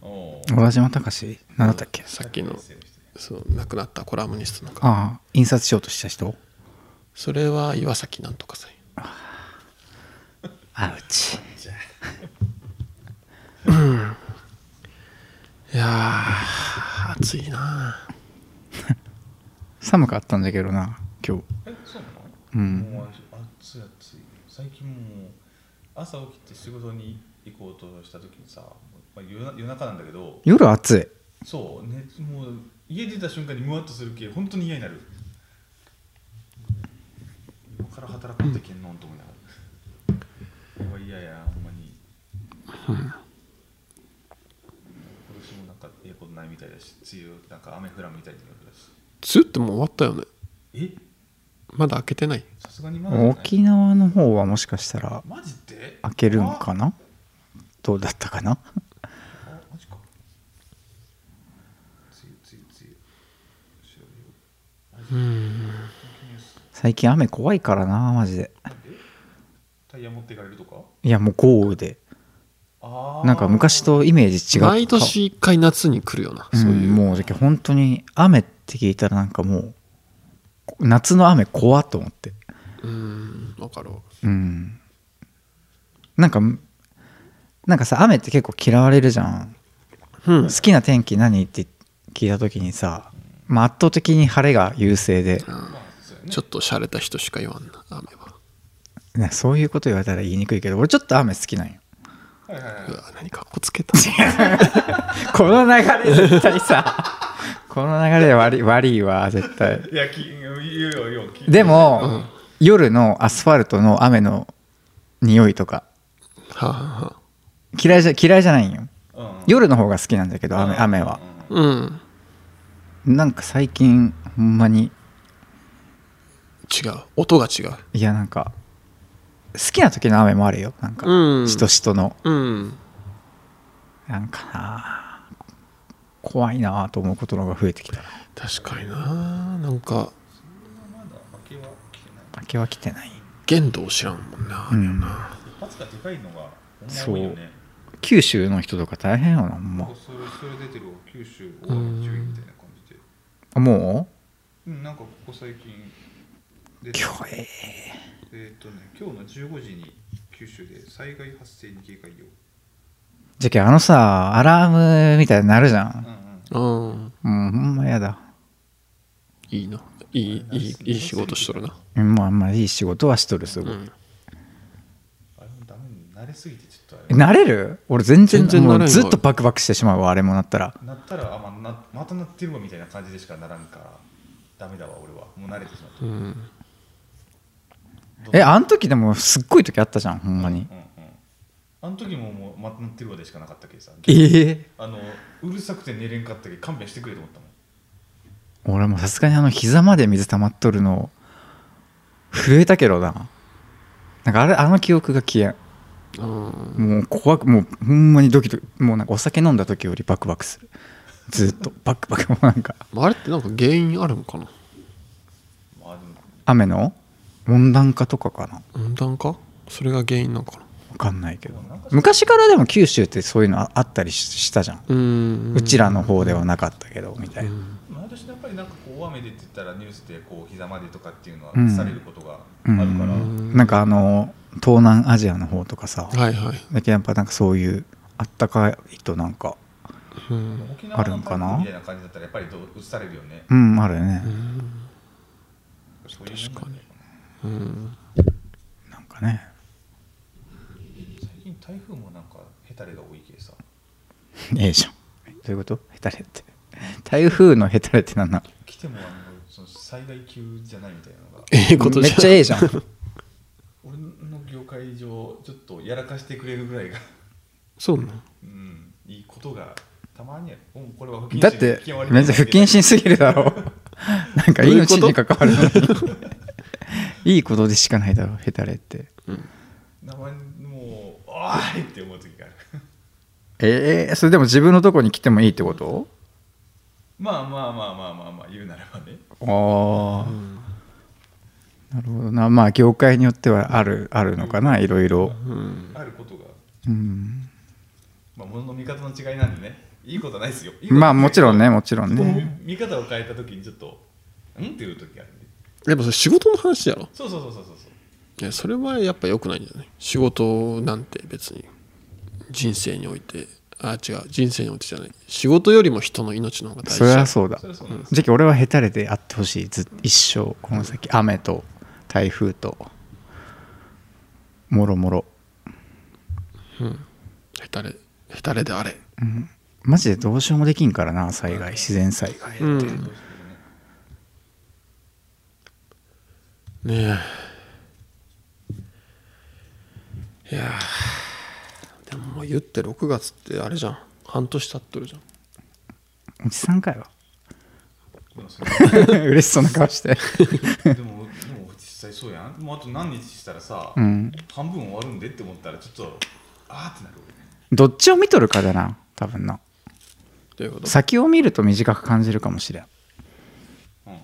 おー
小田島隆何だったっけ
さっきの
先生の人
そう亡くなったコラムニストのか
ああ印刷しようとした人
それは岩崎なんとかさん
あうち
いやー暑いな
寒かったんだけどな今日
えそうなの
うん
もう暑い暑い最近もう朝起きて仕事に行こうとした時にさ、まあ、夜な夜中なんだけど
夜暑い
そうねもう家出た瞬間にムワッとするけ本当に嫌になる今から働かんといけんのんと思いながらこれは嫌やほんまに今年もなんかええことないみたいだし梅雨なんか雨降らんみたいになるだし
梅雨ってもう終わったよね
え
まだ開けてない
さすがにまだじゃない
沖縄の方はもしかしたら
マジで
開けるのかなどうだったかな
あマジかつゆつゆつゆ調べようニュース
最近雨怖いからなマジで
なんでタイヤ持っていかれるとか
いやもう豪雨で
あー
なんか昔とイメージ違った
毎年一回夏に来るよな
うん
そういう、
もうじゃあ本当に雨って聞いたらなんかもう夏の雨怖っと思って
うんわかるわ
うんなんかなんかさ雨って結構嫌われるじゃん
うん
好きな天気何って聞いた時にさ、まあ、圧倒的に晴れが優勢で、
まあそうやね
ちょっと洒落た人しか言わんな雨は
ねそういうこと言われたら言いにくいけど俺ちょっと雨好きなんよ
はいはいうは
わ何かっこつけた
この流れ絶対さ この流れで悪い悪いわ絶対
い。いや、き言うよ、よう聞いて
で、も、夜のアスファルトの雨の匂いとか
はあ、はあ、
嫌いじゃ嫌いじゃないんよ
うん
夜の方が好きなんだけど雨雨は。
うん
なんか最近ほんまに
違う音が違う
いやなんか好きな時の雨もあるよなんか、
うん
しとしとの
うん
なんかな怖いなと思うことの方が増えてきた
確かにななんか
まだ負けは来てない。
負けは来てない
限度を知らんもんな、
うん
一発がでかいのが、ほんま多いよね。
九州の人とか大変よなほんま
それそれ出てるわ九州大雨注意みたいな感じで。
あも
うん、なんかここ最近出
う
て
今日え
えーっとね、今日の15時に九州で災害発生に警戒を。
じゃけあのさアラームみたいになるじゃ
うんう
ん
ん。
うん
もうほんまやだ
いいないいいいいい仕事しとるな、
まあまあいい仕事はしとるすご
う
い、
ん、
あれもダメに慣れすぎてちょっとあれ。
慣れる俺全然
全然慣れんわ
もうずっとバクバクしてしまうわあれもなったら
なったらあ、まあ、なまたなってるわみたいな感じでしかならんからダメだわ俺はもう慣れてしまった
うん、
えあの時でもすっごい時あったじゃんほんまに
うんうんあの時ももうまたなってるわでしかなかったけどさ
ええ
あのうるさくて寝れんかったけど勘弁してくれと思ったもん
俺もさすがにあの膝まで水溜まっとるの震えたけどななんかあれあの記憶が消えん
うん、
もう怖くもうほんまにドキドキもうなんかお酒飲んだ時よりバクバクするずっとバクバクもうなんか
まああれってなんか原因あるんかな
まあでも
雨の温暖化とかかな
温暖化それが原因なんかな
分かんないけど昔からでも九州ってそういうのああったりししたじゃん
うん
うちらの方ではなかったけどみた
う
いなん
毎年やっぱりなんかこう大雨でって言ったらニュースでこう膝までとかっていうのは
うん
されることがあ
う
る
ん
から、
なんかあの東南アジアの方とかさ
はいはい、
だけどやっぱなんかそういうあったかいとなんか
うん
沖縄
ある
の
んか
台
な
風みたいな感じだったらやっぱりどう移されるよね、
うんあるよね
うん
そういうもんなんだよ
うん、
なんかね
最近台風もなんかヘタレが多いけさ
ええじゃんどういうことヘタレって台風のヘタレってなんなの
来てもあのその災害級じゃないみたいなのが
ええ こと
め
じ
っ
ゃん
ちゃええじゃん
俺の業界上ちょっとやらかしてくれるぐらいが
そうなん
うんいいことがたまにあるもうこれは不謹
だってめっちゃ不謹慎すぎるだろう なんか
どういう
命
こと
に関わるのに いいことでしかないだろうヘタレって
名前もう「おーい!」って思う時がある
ええそれでも自分のとこに来てもいいってこと
まあまあまあまあまあまあ言うならばね
ああ、なるほどなまあ業界によってはあるあるのかないろいろ、
うん
あることが
うん、
まあ物の見方の違いなんでねいいことないですよいいこと
まあもちろんね
ない
もちろん
けど
ね
見方を変えた時にちょっと「ん?」っていう時があるんで
やっぱそれ仕事の話やろ
そうそうそうそうそうそう
いやそれはやっぱ良くないんじゃない仕事なんて別に人生においてあ違う人生においてじゃない仕事よりも人の命の方が大
それは
事
そうだ
それはそうなんです
じゃあ俺はヘタレであってほしいず一生この先雨と台風ともろもろ
へたれへたれであれ
マジでどうしようもできんからな災害自然災害
うん
どうしてもね
ねえいやーでももう言って6月ってあれじゃん半年経っとるじゃん
おじさんかよ
でもそれ
嬉しそうな顔して
でも、でも実際そうやん。もうあと何日したらさ、
うん
半分終わるんでって思ったら、ちょっと、あーってなるよね。
どっちを見とるかだな多分な
ということ
先を見ると短く感じるかもしれん
うん。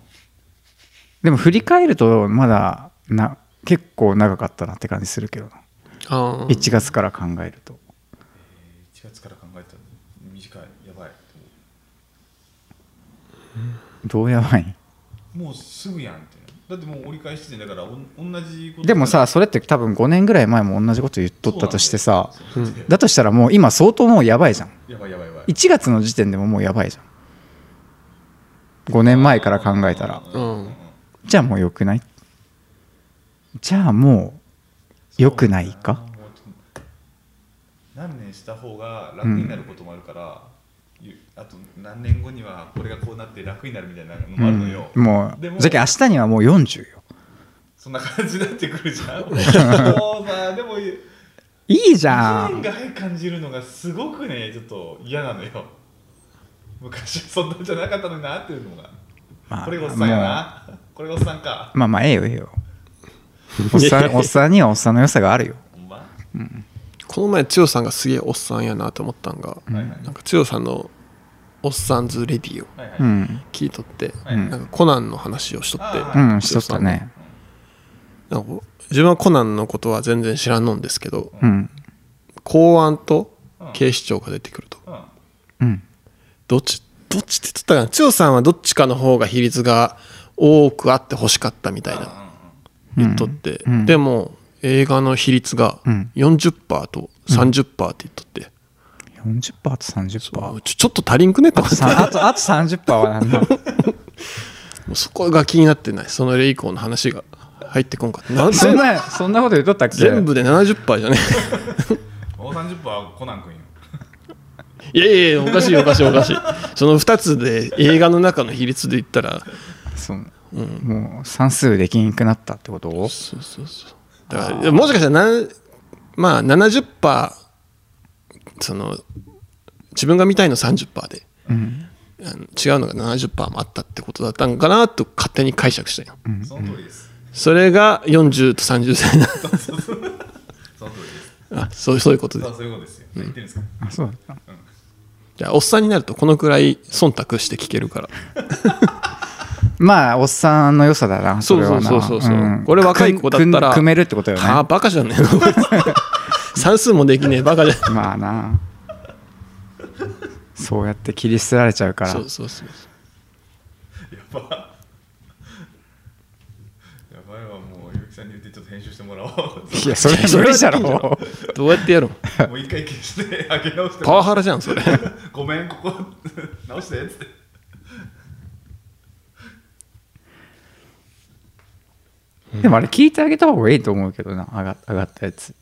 でも振り返るとまだな結構長かったなって感じするけどな、
あー
1月から考えると
1月から考えたら、短い、やばいって思
どうやばいう
もうすぐやんってね。だってもう折り返し地点だから、おん同じこと。
でもさ、それって多分5年ぐらい前も同じこと言っとったとしてさ
そうなんだよ
だとしたらもう今相当もうやばいじゃん
やばいやばいやばい。
1月の時点でももうやばいじゃん5年前から考えたら
うん
じゃあもう良くないじゃあもう良くないか
そうだなもう何年した方が楽になることもあるから、ゆあと何年後にはこれがこうなって楽になるみたいなのもあるのよ、
うんも
で
うじゃけ明日にはもう40よ
そんな感じになってくるじゃんもうさでも1
いいじゃ
年
ん
が早く感じるのがすごくねちょっと嫌なのよ昔はそんなんじゃなかったのになっていうのが、
まあ
これがおっさんやなこれがおっさんか
まあまあええよええよおっさんおっさんにはおっさんの良さがあるよ
ほんま、
この前千代さんがすげえおっさんやなと思ったんが、
はいはい
なんか千代さんの「おっさんズレディ」を
はいはい、
うん
聞いとって、
はい
うん
なんかコナンの話をしとって、
あー
う
はい
んしとったね
なんか自分はコナンのことは全然知らんのんですけど
うん
公安と警視庁が出てくると
うん
うん
どっちどっちって言っとったかな千代さんはどっちかの方が比率が多くあってほしかったみたいな言っとって、
うんうん
でも映画の比率が
うん
40%と30%って言っとって、
40%と30%
ちょちょっと足りんくねと
あ
思
と
って
さあとあと30%はなん だ
もうそこが気になってないその例以降の話が入ってこんかったなん
そんなそんなこと言っとったっけ
全部で70%じゃね
もう30分はコナン君よ
えいやいやいやおかしいおかしいおかしいその2つで映画の中の比率で言ったら
そうもう算数できんくなったってことを
そうそうそうだからもしかしたらなまあ70%その自分が見たいの30%で、あの違うのが70%もあったってことだったんかなと勝手に解釈したよ
その通りです、
それが40と30歳
その通りです
あそうそういうことで
そうそういうことですよ、言ってるんですか
あそうだった
じゃあおっさんになるとこのくらい忖度して聞けるから
まあおっさんの良さだなそれはな
そうそうそうそうそうんこれ若い子だったら
組組めるってことよね
はあバカじゃ ねえの算数もできねえバカじゃね
まあなそうやって切り捨てられちゃうか
え
ら
そうそうそう
やば やばいわもうゆうきさんに言ってちょっと編集してもらおう
いやそれそれじゃろ
どうやってやるの
もう一回消してあげ直して
パワハラじゃんそれ
ごめんここ直してっつって
でもあれ聞いてあげた方がいいと思うけどな上が上がったやつ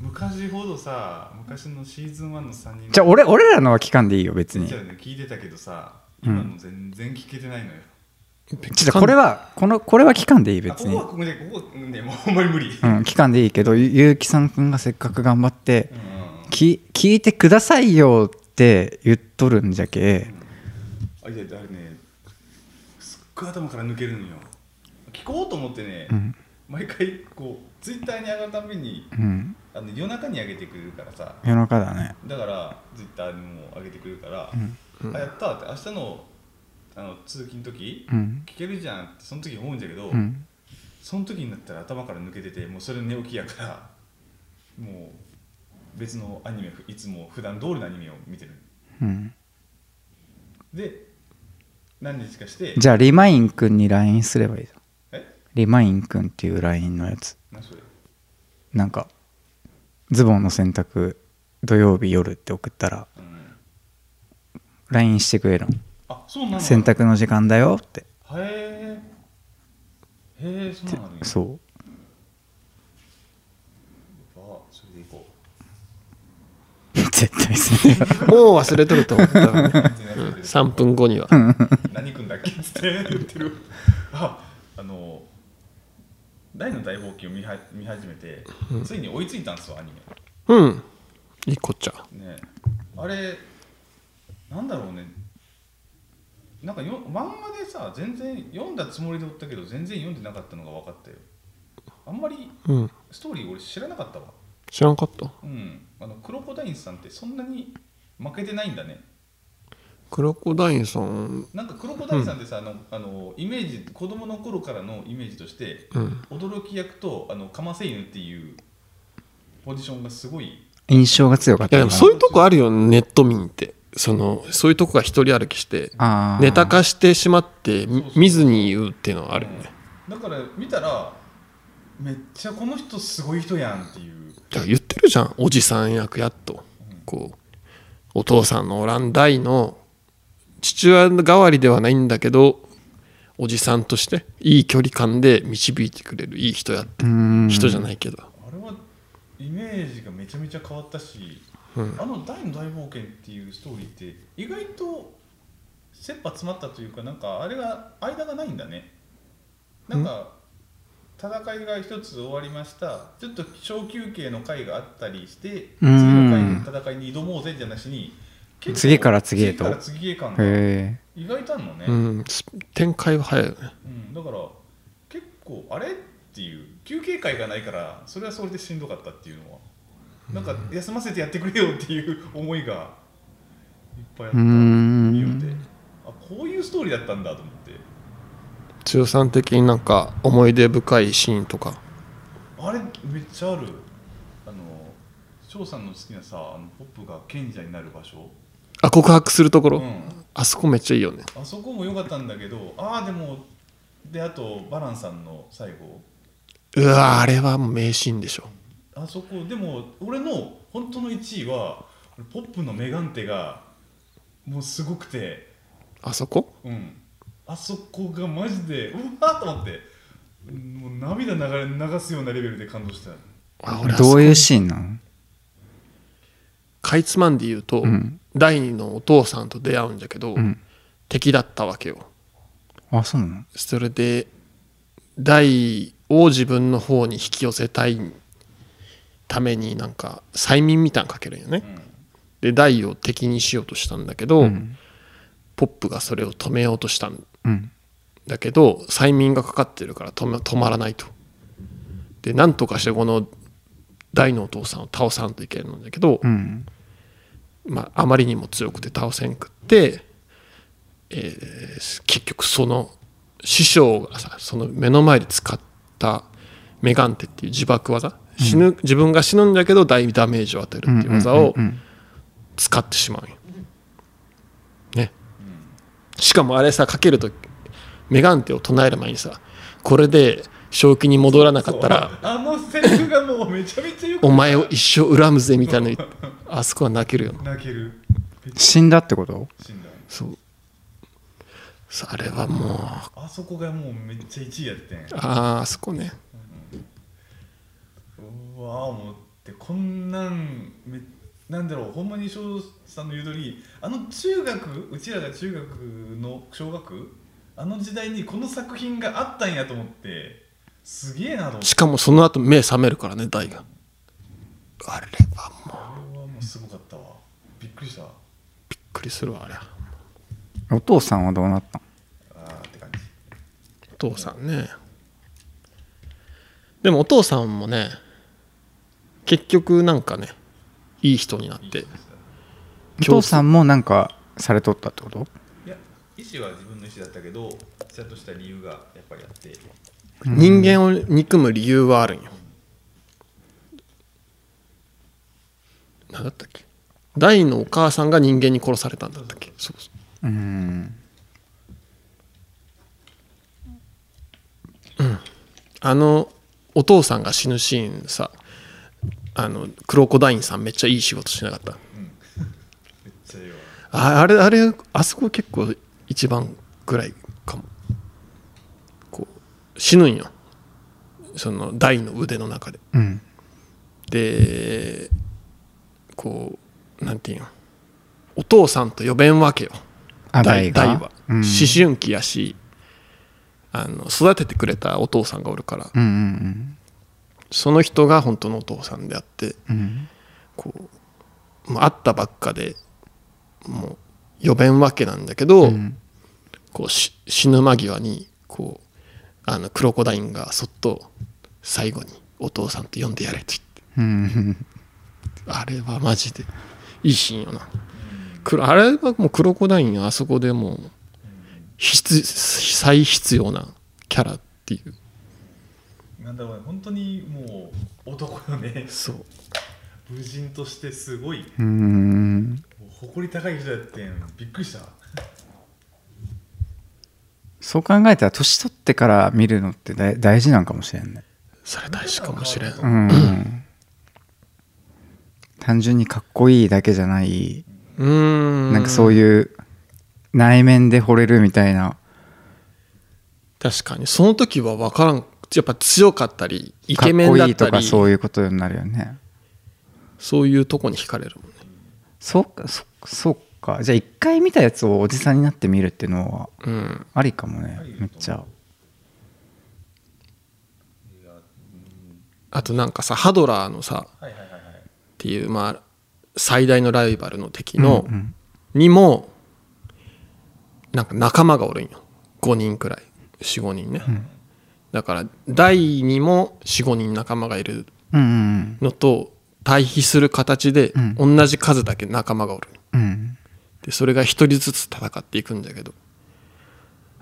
昔ほどさ昔のシーズン1の3人
じゃあ俺俺らのは聞かんでいいよ別に
じゃあね聞いてたけどさ今の全然聞けてないのよ、
ちょっとこれはこのこれは聞かんでいい
あ
別
こ
に
こはここでここねもうほんまに無理、
うん聞かんでいいけどゆゆうきさんくんがせっかく頑張って
うんうん
き聞いてくださいよって言っとるんじゃけ
あいやあれねすっごい頭から抜けるのよ聞こうと思ってね、
うん
毎回こうツイッターに上がるために
うん
あの夜中に上げてくれるからさ
夜中だね
だからツイッターにも上げてくれるから、
うん
あやったって明日のあの通勤の時、
うん
聞けるじゃんってその時思うんだけど、
うん
その時になったら頭から抜けててもうそれ寝起きやからもう別のアニメいつも普段通りのアニメを見てる
うん
で何日かして
じゃあリマインくんに LINE すればいいじゃん
え
リマインくんっていう LINE のやつ
何それ
なんかズボンの洗濯土曜日夜って送ったら
うん、
LINE してくれるの
あそうなの
洗濯の時間だよって
へえへえそうなのよ
そ
あそれでいこう
う 絶対する
もう忘れとると思ったらね
全然やってる
3分後には
何くんだっけっつって言 ってるああの大の大冒険を見は見始めて、ついに追いついたんですよアニ
うんいいこっちゃ
メねあれなんだろうねなんかよ漫画でさ全然読んだつもりでおったけど全然読んでなかったのが分かったよあんまり
うん
ストーリー俺知らなかったわ
知らんかった
うんあのクロコダインさんってそんなに負けてないんだね
クロコダインさん
なんかクロコダインさんってさ、あのあのイメージ子供の頃からのイメージとして
うん
驚き役とあのかませ犬っていうポジションがすごい
印象が強かっ
いやで
たか
も
な
そういうとこあるよねネット民ってそのそういうとこが一人歩きして
あー
ネタ化してしまってみ
そうそう
見ずに言うっていうのはあるよね
うんだから見たらめっちゃこの人すごい人やんっていう
だから言ってるじゃんおじさん役やっとこうお父さんのおらん代の父親代わりではないんだけどおじさんとしていい距離感で導いてくれるいい人やって
うーん
人じゃないけど
あれはイメージがめちゃめちゃ変わったし、
うん
あの「大の大冒険」っていうストーリーって意外と切羽詰まったというかなんかあれが間がないんだねなんか戦いが一つ終わりましたちょっと小休憩の回があったりして次
うん
の回の戦いに挑もうぜじゃなしに結構
次から次へと
次から次へ感が
へ
意外とあるのね、
うん、す展開は早いよね
うん、だから結構あれっていう休憩会がないからそれはそれでしんどかったっていうのはなんか休ませてやってくれよっていう 思いがいっぱいあった
うーん
見ようであこういうストーリーだったんだと思って
中さん的になんか思い出深いシーンとか
あれめっちゃあるあの翔さんの好きなさあのポップが賢者になる場所、
あ告白するとこ
う
ろ、
ん、
あそこめっちゃいいよね
あそこも良かったんだけどああでもであとバランさんの最後
うわあれはもう名シーンでしょ
あそこでも俺の本当の1位はポップのメガンテがもうすごくて
あそこ
うんあそこがマジでうわーと思ってうんもう涙流れ流すようなレベルで感動した
あ
えどういううシーンなの
かいつまんで言うと、
うん
第二のお父さんと出会うんだけど、
うん
敵だったわけよ
あそうなの
それで大を自分の方に引き寄せたいためになんか催眠みたいなのかけるんよね、で大を敵にしようとしたんだけど、
うん
ポップがそれを止めようとしたん
うん
だけど催眠がかかってるから止ま止まらないとでなんとかしてこの大のお父さんを倒さんといけないんだけど、
うん
まあ、あまりにも強くて倒せんくって、えー結局その師匠がさその目の前で使ったメガンテっていう自爆技死ぬ、自分が死ぬんだけど大ダメージを与えるっていう技を
うんうんうん
使ってしまうんよ。ね。しかもあれさかけるとメガンテを唱える前にさこれで正気に戻らなかったら
そうあのセリフがもうめちゃめちゃよく
お前を一生恨むぜみたいなのあそこは泣けるよな
泣ける
死んだってこと
死んだ
そうそうあれはもうあ
あそこがもうめっちゃ1位やってん
ーあそこね
うわー思ってこんなんめなんだろうほんまに翔さんの言う通りあの中学うちらが中学の小学あの時代にこの作品があったんやと思ってすげえなと思って
しかもその後目覚めるからね大があれはもう
あれはもうすごかったわびっくりしたあ
びっくりするわあれ
お父さんはどうなったの
ーって感じ
お父さんねでもお父さんもね結局なんかねいい人になっ
いい
て
人でした
お父さんもなんかされとったってこと
いや意思は自分の意思だったけどちゃんとした理由がやっぱりあって
人間を憎む理由はあるんよ何だったっけ大のお母さんが人間に殺されたんだったっけそうそう
うん
あのお父さんが死ぬシーンさあのクロコダインさんめっちゃいい仕事しなかった
めっちゃいいわ
ああれあれあそこ結構一番ぐらいかもこう死ぬんよその大の腕の中で
うん
でこうなんていうのお父さんと呼べんわけよ
あ
大
大が
大は、
うん
思春期やしあの育ててくれたお父さんがおるから、
うんうん
その人が本当のお父さんであって
うんうん
こうもう会ったばっかでもう呼べんわけなんだけど、
ん
こうし死ぬ間際にこうあのクロコダインがそっと最後に「お父さんと呼んでやれ」と言って
うん
あれはマジでいいシーンよなクロあれはもうクロコダインはあそこでもう必最必要なキャラっていう
なんだろうね本当にもう男よね
そう
無人としてすごい
うん
もう誇り高い人やってんびっくりした
そう考えたら年取ってから見るのってだい大事なんかもしれんね
それ大事かもしれん
うん単純にかっこいいだけじゃない
うん
なんかそう
う
いう内面で惚れるみたいな
確かにその時は分からんやっぱ強かったりイ
かっ
ケメン
こ
だ
い
っ
い
た
と
り
かそういうことになるよね
そういうとこに惹かれるもんね
そうかそそうかじゃあ一回見たやつをおじさんになって見るっていうのは
うん
ありかもね
ありだと思う
めっちゃ
いやうん
あとなんかさハドラーのさ
はいはいはいは
っ
い
ていうまあ最大のライバルの敵の、
うんうん
にもなんか仲間がおるんよ5人くらい45人ね、
うん
だから第にも45人仲間がいる
うんうん
のと対比する形で
う
同じ数だけ仲間がおる
うんうん
でそれが一人ずつ戦っていくんだけど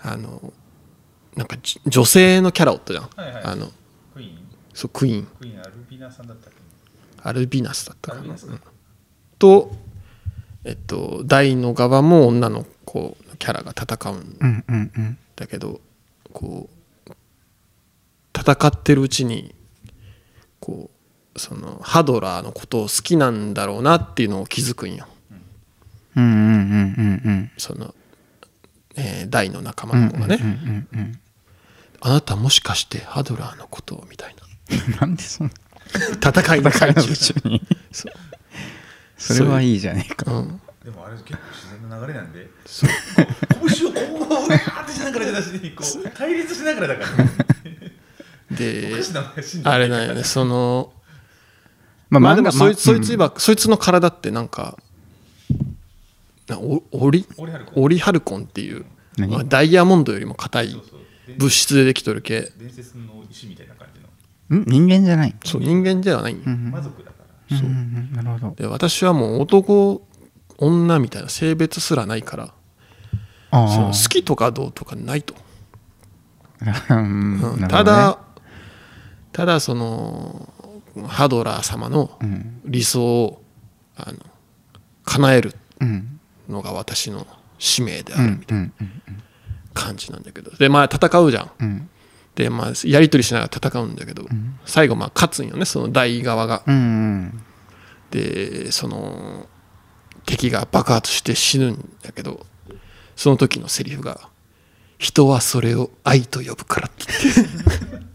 あのなんかじ女性のキャラおったじゃん、
はいはい
あの
クイーン
そうクイーン
クイーンアルビナさんだったっけ
アルビナスだったか
アルビ
な
ナスか
うんと、えっと、大の側も女の子のキャラが戦うん
うんうんうん
だけどこう戦ってるうちにこうそのハドラーのことを好きなんだろうなっていうのを気づくんよ
うんうんうんうんうん
その、えー大の仲
う
間
ん
の子がね、
うんうんうん
あなたもしかしてハドラーのことをみたいな
なんで そんな
戦いの
戦
最
いの
中
途中に
そう
それはいいじゃねえか
うん
でもあれ結構自然な流れなんで
そう
拳をこうやってしながらじゃなしにこう対立しながらだから
で
おかしな話にな
あ
る
れなんよねその
ま
まあでもそいつそ
うん
いつ今そいつの体ってなんかなおオリ
オリハルコン
オリハルコンっていう
何
まあダイヤモンドよりも硬い
そうそう伝
物質でできとる系
伝説の石みたいな感じの
ん人間じゃない
そう人間ではないんよ
うんうん
魔族だから
うんうんうんなるほど
で私はもう男女みたいな性別すらないから
あ
その
あ
好きとかどうとかないと、う
うん
ん
なるほどね
ただただそのハドラー様の
うん
理想をあの叶える
うん
のが私の使命で
う
あるみたいなん
うんうん
感じなんだけどでまあ戦うじゃん
うん
でまあやり取りしながら戦うんだけど、
ん
最後まあ勝つんよねその大側が、
うんうん
でその敵が爆発して死ぬんだけどその時のセリフが「人はそれを愛と呼ぶから」って 言って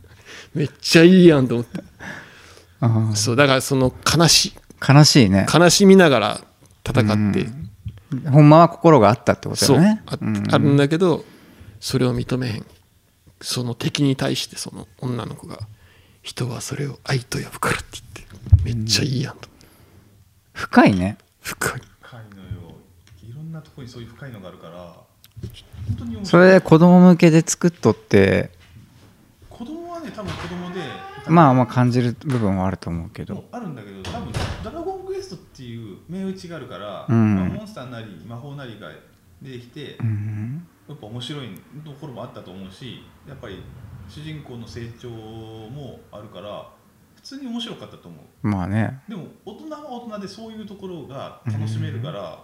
めっちゃいいやんと思って
あ
そうだからその悲し
あ悲しいね
悲しみながら戦って、
うんほんまは心があったってことだ
そう
よ
あ,、
ねうん
あるんだけどそれを認めへんその敵に対してその女の子が「人はそれを愛と呼ぶから」って言ってめっちゃいいやんと、
深いね
深い
深いのよいろんなとこにそういう深いのがあるから本当に面
そ
白い
れ子供向けで作っとって
子供はね多分子供で
まあまあ感じる部分はあると思うけ
も
ど
うあるんだけど多分「ドラゴンクエスト」っていう銘打ちがあるから、
うん
まあモンスターなり魔法なりが出てきて
う、ん
やっぱ面白いところもあったと思うしやっぱり主人公の成長もあるから普通に面白かったと思う
まあね
でも大人は大人でそういうところが楽しめるから、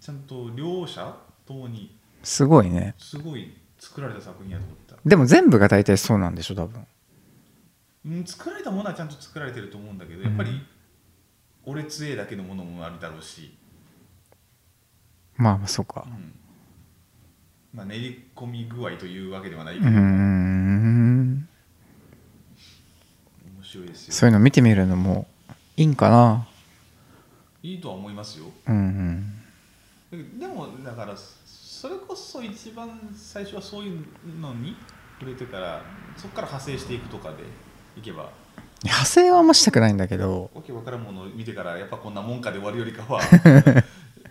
ちゃんと両者ともに
すごいね
すごい作られた作品やと思った、
でも全部が大体そうなんでしょ多分
うん、作られたものはちゃんと作られてると思うんだけどやっぱ
う
り俺強えだけのものもあるだろうし、
まあまあそうか
うんまあ、練り込み具合というわけではないけ
う
ど、
ん
面白いです
そう
よ
いうの見てみるのもいいんかない
いとは思いますよ
うんうん
でもだからそれこそ一番最初はそういうのに触れてからそこから派生していくとかでいけば
派生はあんましたくないんだけど
わけわからんものを見てからやっぱこんなもんかで終わるよりか は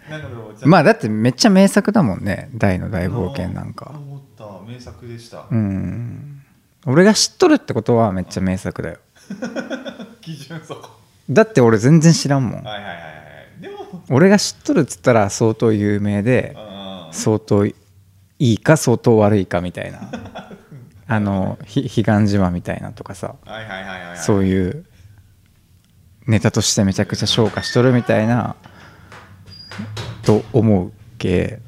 なんかこうちゃんと
まあだってめっちゃ名作だもんね大の大冒険なん
あ
か
の思った名作でした、
うん俺が知っとるってことはめっちゃ名作だよ
基準そこ
だって俺全然知らんもん
はいはいはいはいでも
俺が知っとるっつったら相当有名で
あー
相当いいか相当悪いかみたいなあのひ彼岸島みたいなとかさ
はいはいはいはいはい
そういうネタとしてめちゃくちゃ昇華しとるみたいなと思うけ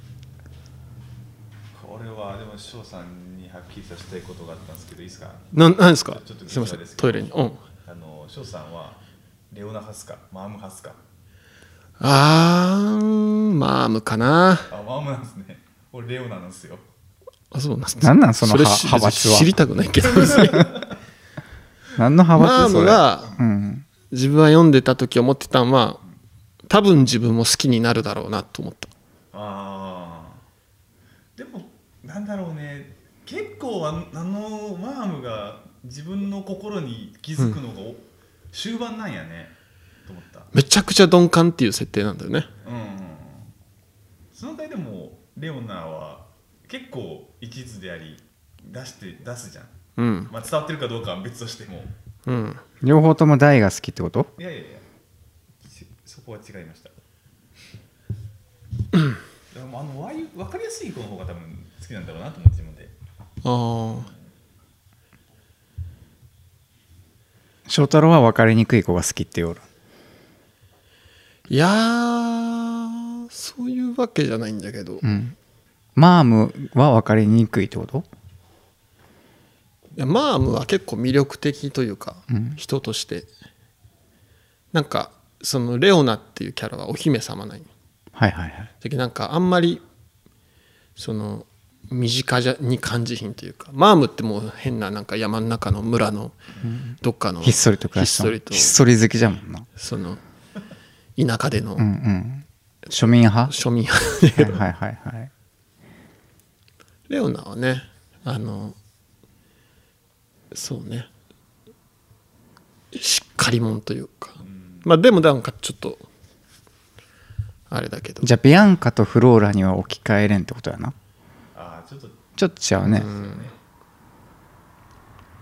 これはでも翔さんにはっきりさせたいことがあったんですけどいいですか
ななんですか
ちょっと
すいません
現状
ト
で
イレにうん
あの翔さんはレオナ派っすかマーム派っすか
あーマームかな
あマームなんですね俺レオナなんですよ
あそうなんす
なんなんその
れ
は
し
派閥は
知りたくないけど
何の
マ
派閥
ー
そ
ム
れ
が
うん
自分は読んでた時思ってたんは多分自分も好きになるだろうなと思った
あーでもなんだろうね結構あのあのワームが自分の心に気づくのが、お終盤なんやねと思った
めちゃくちゃ鈍感っていう設定なんだよね
うんうんうんその回でもレオナは結構一途であり出して出すじゃん、
うん
まあ、伝わってるかどうかは別としても
うん
両方とも大が好きってこと
いやいやいやしそこは違いま したでもあのわい分かりやすい子の方が多分好きなんだろうなと思って自分で
ああ
翔太郎は分かりにくい子が好きって言おる
いやーそういうわけじゃないんだけど、
う
い
んマームは分かりにくいってこと
やマームは結構魅力的というか、
うん
人としてなんかそのレオナっていうキャラはお姫様なんよ
はいはいはい
だけどなんかあんまりその身近じゃに感じひんというかマームってもう変ななんか山の中の村のどっかの
ひっそりと暮らした
ひ
の
っそりと
ひっそり好きじゃもんな
その田舎での
うんうん庶民派
庶民派だ
は
け
い
ど
はいはいはい
レオナはねあのそうねしっかり者というかまあでもなんかちょっとあれだけど
じゃあビアンカとフローラには置き換えれんってことやな
ああちょっと
ちょっと違うね、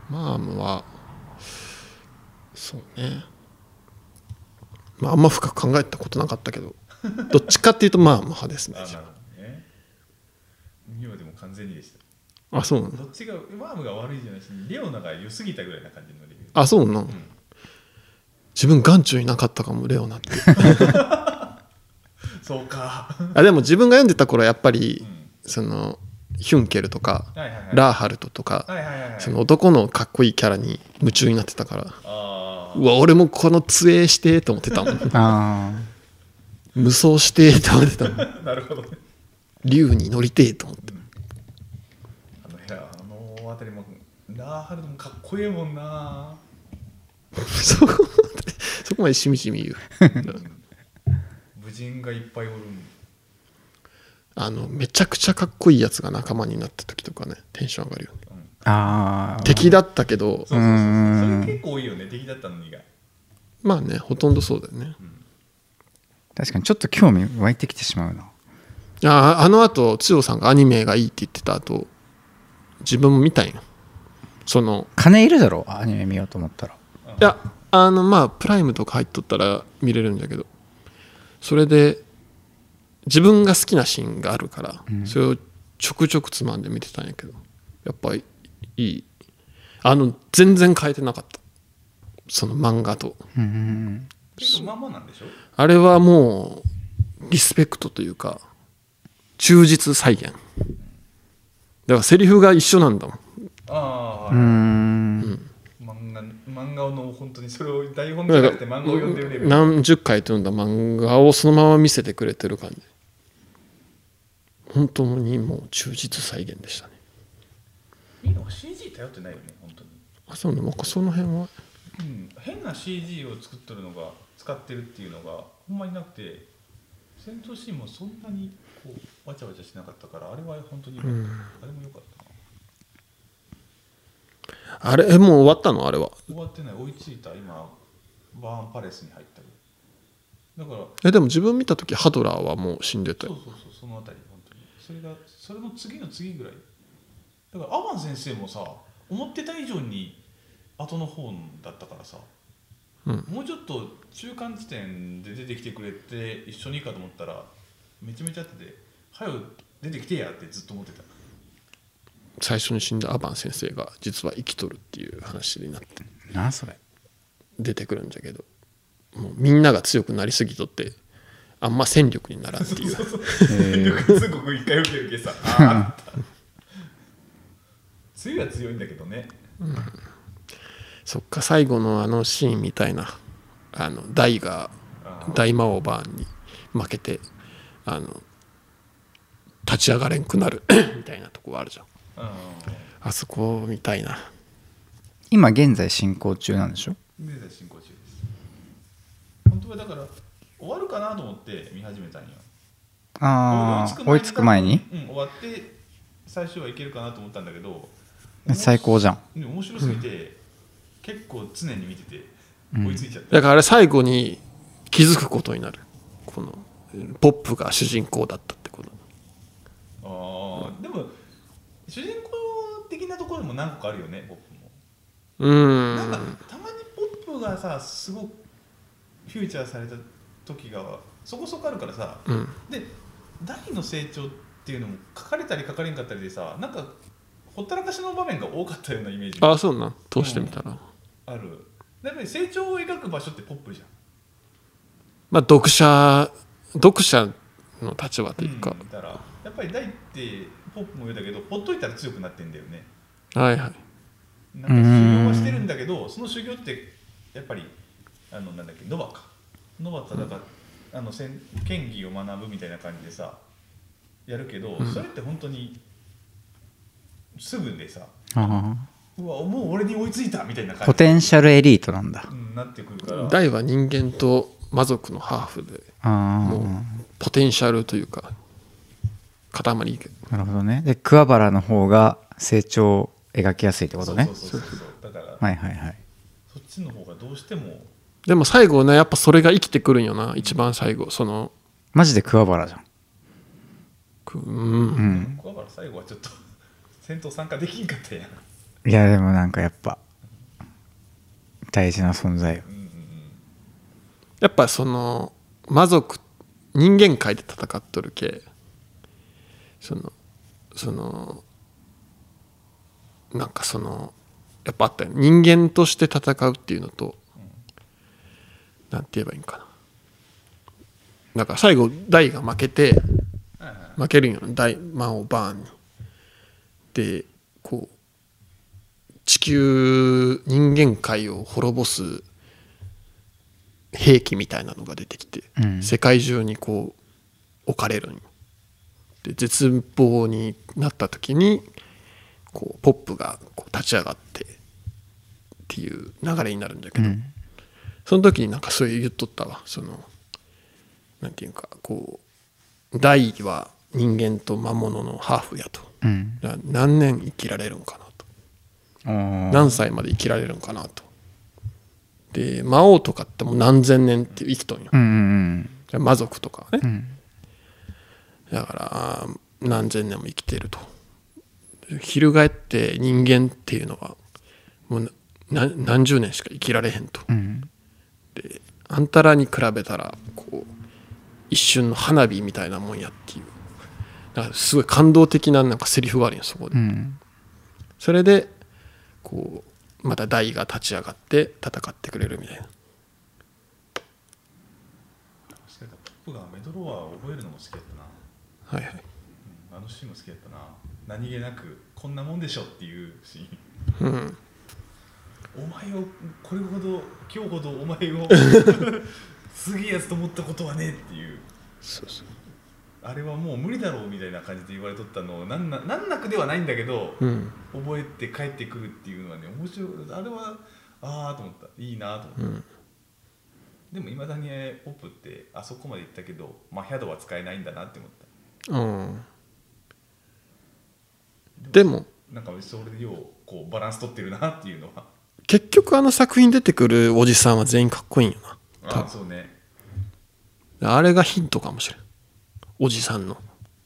マームはそうねまああんま深く考えたことなかったけ どどっちかっていうとマーム派ですね
ああなるほどね今でも完全にでした
あそうなんだ
どっちがマームが悪いじゃないしレオナが良すぎたぐらいな感じのレビュー
あそうなん自分眼中になかったかもレオナって
そうか
あでも自分が読んでた頃はやっぱり
うん
そのヒュンケルとか
はいはいはい
ラーハルトとか
はいはいはいはい
その男のかっこいいキャラに夢中になってたから
あ
うわ俺もこの杖してーと思ってたも ん
ああ
無双してーと思ってたもん
あ なるほどね
竜に乗りてーと思って
あの部屋あの辺りもラーハルドもかっこいいもんな
そこまで、そこまでしみじみ言う。
武人がいっぱいおるん
あの、めちゃくちゃかっこいいやつが仲間になった時とかね、テンション上がるよね。
ああ
敵だったけど、
そうそうそうそう
ーん
それ結構多いよね敵だったのにが
まあね、ほとんどそうだよね。
確かにちょっと興味湧いてきてしまうな
ああの後、千代さんがアニメがいいって言ってた後、自分も見たんよ。その、
金いるだろアニメ見ようと思ったら
いや、あの、まあ、プライムとか入っとったら見れるんだけど、それで、自分が好きなシーンがあるから、それをちょくちょくつまんで見てたんやけど、やっぱりいい。あの、全然変えてなかった。その漫画と。
うんうんうん
結構まあまあなんでしょ
あれはもう、リスペクトというか、忠実再現。だからセリフが一緒なんだもん。
ああ、
うーん
漫画漫画の本当にそれを台本じゃなくて漫画を読んでるレベル
何十回と読んだ漫画をそのまま見せてくれてる感じ本当にもう忠実再現でしたね
いいの CG 頼ってないよね本当に、
あそうねなんかその辺は
うん、変な CG を作ってるのが使ってるっていうのがほんまになくて戦闘シーンもそんなにこうわちゃわちゃしなかったからあれは本当に、
ん
あれも良かったな
あれえもう終わったのあれは
終わってない追いついた今バーンパレスに入ったよだから
えでも自分見た時ハドラーはもう死んでた
そう
よ
そうそうそのあたり本当にそれがそれの次の次ぐらいだからアマン先生もさ思ってた以上に後の方だったからさ、
うん
もうちょっと中間地点で出てきてくれて一緒にいいかと思ったらめちゃめちゃ後で「はよ出てきてや」ってずっと思ってた
最初に死んだアバン先生が実は生きとるっていう話になって
なあそれ
出てくるんじゃけどもうみんなが強くなりすぎとってあんま戦力にならんっていう
戦力通告一回受けるけさあーあ った強いは強いんだけどね
そっか最後のあのシーンみたいなあの大が
あー
大魔王バーンに負けてあの立ち上がれんくなる みたいなとこあるじゃん
う
あそこみたいな
今現在進行中なんでしょ
ん現在進行中です当はだから終わるかなと思って見始めたんよ
ああ追いつく前に
うん、終わって最初はいけるかなと思ったんだけど
最高じゃん
でも面白すぎて、結構常に見てて
うん
追いついちゃった、
だからあれ最後に気づくことになるこのポップが主人公だったってこと
ああでも主人公的なところも何個かあるよねポップも
うーん
なんかたまにポップがさすごくフューチャーされた時がそこそこあるからさ
うん
で大の成長っていうのも書かれたり書かれんかったりでさなんかほったらかしの場面が多かったようなイメージ
あ
が
あそうなん通してみたら、
あるだから成長を描く場所ってポップじゃん
まあ読者読者の立場というか、
うんだからやっぱり大ってポップも言うだけどほっといたら強くなってんだよね
はいはい
なんか修行はしてるんだけどその修行ってやっぱりあのなんだっけノバかノバとだから、あのせん剣技を学ぶみたいな感じでさやるけど、
うん
それって本当にすぐでさ
あ
うわもう俺に追いついたみたいな
あ
感
ポ
じ
テンシャルエリートなんだ
うん、なってくるから
大は人間と魔族のハーフで
あ
もうポテンシャルというか塊
あなるほどねで桑原の方が成長を描きやすいってことね
そうそうそうそうだから、
はいはいはい
そっちの方がどうしても
でも最後ねやっぱそれが生きてくるんよな一番最後その
マジで桑原じゃん
くうん、
うん
桑原最後はちょっと 戦闘参加できんかったやん
いやでもなんかやっぱ大事な存在よ
うんうん
やっぱその魔族人間界で戦っとる系そのそのなんかそのやっぱあったよね人間として戦うっていうのとなんて言えばいいんかななんか最後大が負けて
うんはいはい
負けるんよね大魔王バーンに。でこう地球人間界を滅ぼす兵器みたいなのが出てきて、
うん
世界中にこう置かれるんよで絶望になった時にこうポップがこう立ち上がってっていう流れになるんだけ
う
ど、
ん
その時になんかそういう言っとったわそのなんていうかこう大は人間と魔物のハーフやと
うん
だから何年生きられるんかなと
おー
何歳まで生きられるんかなとで魔王とかってもう何千年って生きとんよ
うんうん
魔族とかは
うんう
ね
ん
だからあー何千年も生きてると翻って人間っていうのはもうな何何十年しか生きられへんと
うん
であんたらに比べたらこう一瞬の花火みたいなもんやっていうだからすごい感動的ななんかセリフがあるんよそこで、
うん
それでこうまた大が立ち上がって戦ってくれるみたいな
確かにポップがメドロワーを覚えるのも好きだったな、
はいはい
うんあのシーンも好きだったな何気なくこんなもんでしょっていうシーン
うん
お前をこれほど今日ほどお前を すげえやつと思ったことはねえっていう
そうそう
あれはもう無理だろうみたいな感じで言われとったのをなんななんなくではないんだけど、
うん
覚えて帰ってくるっていうのはね面白いあれはああと思ったいいなと思った、
うん
でもいまだにポップってあそこまで行ったけどマヒャドは使えないんだなって思った
うんでも
なんかそれでようこうバランス取ってるなっていうのは
結局あの作品出てくるおじさんは全員かっこいいんよ多
あ
分
そうね
なあれがヒントかもしれんおじさんの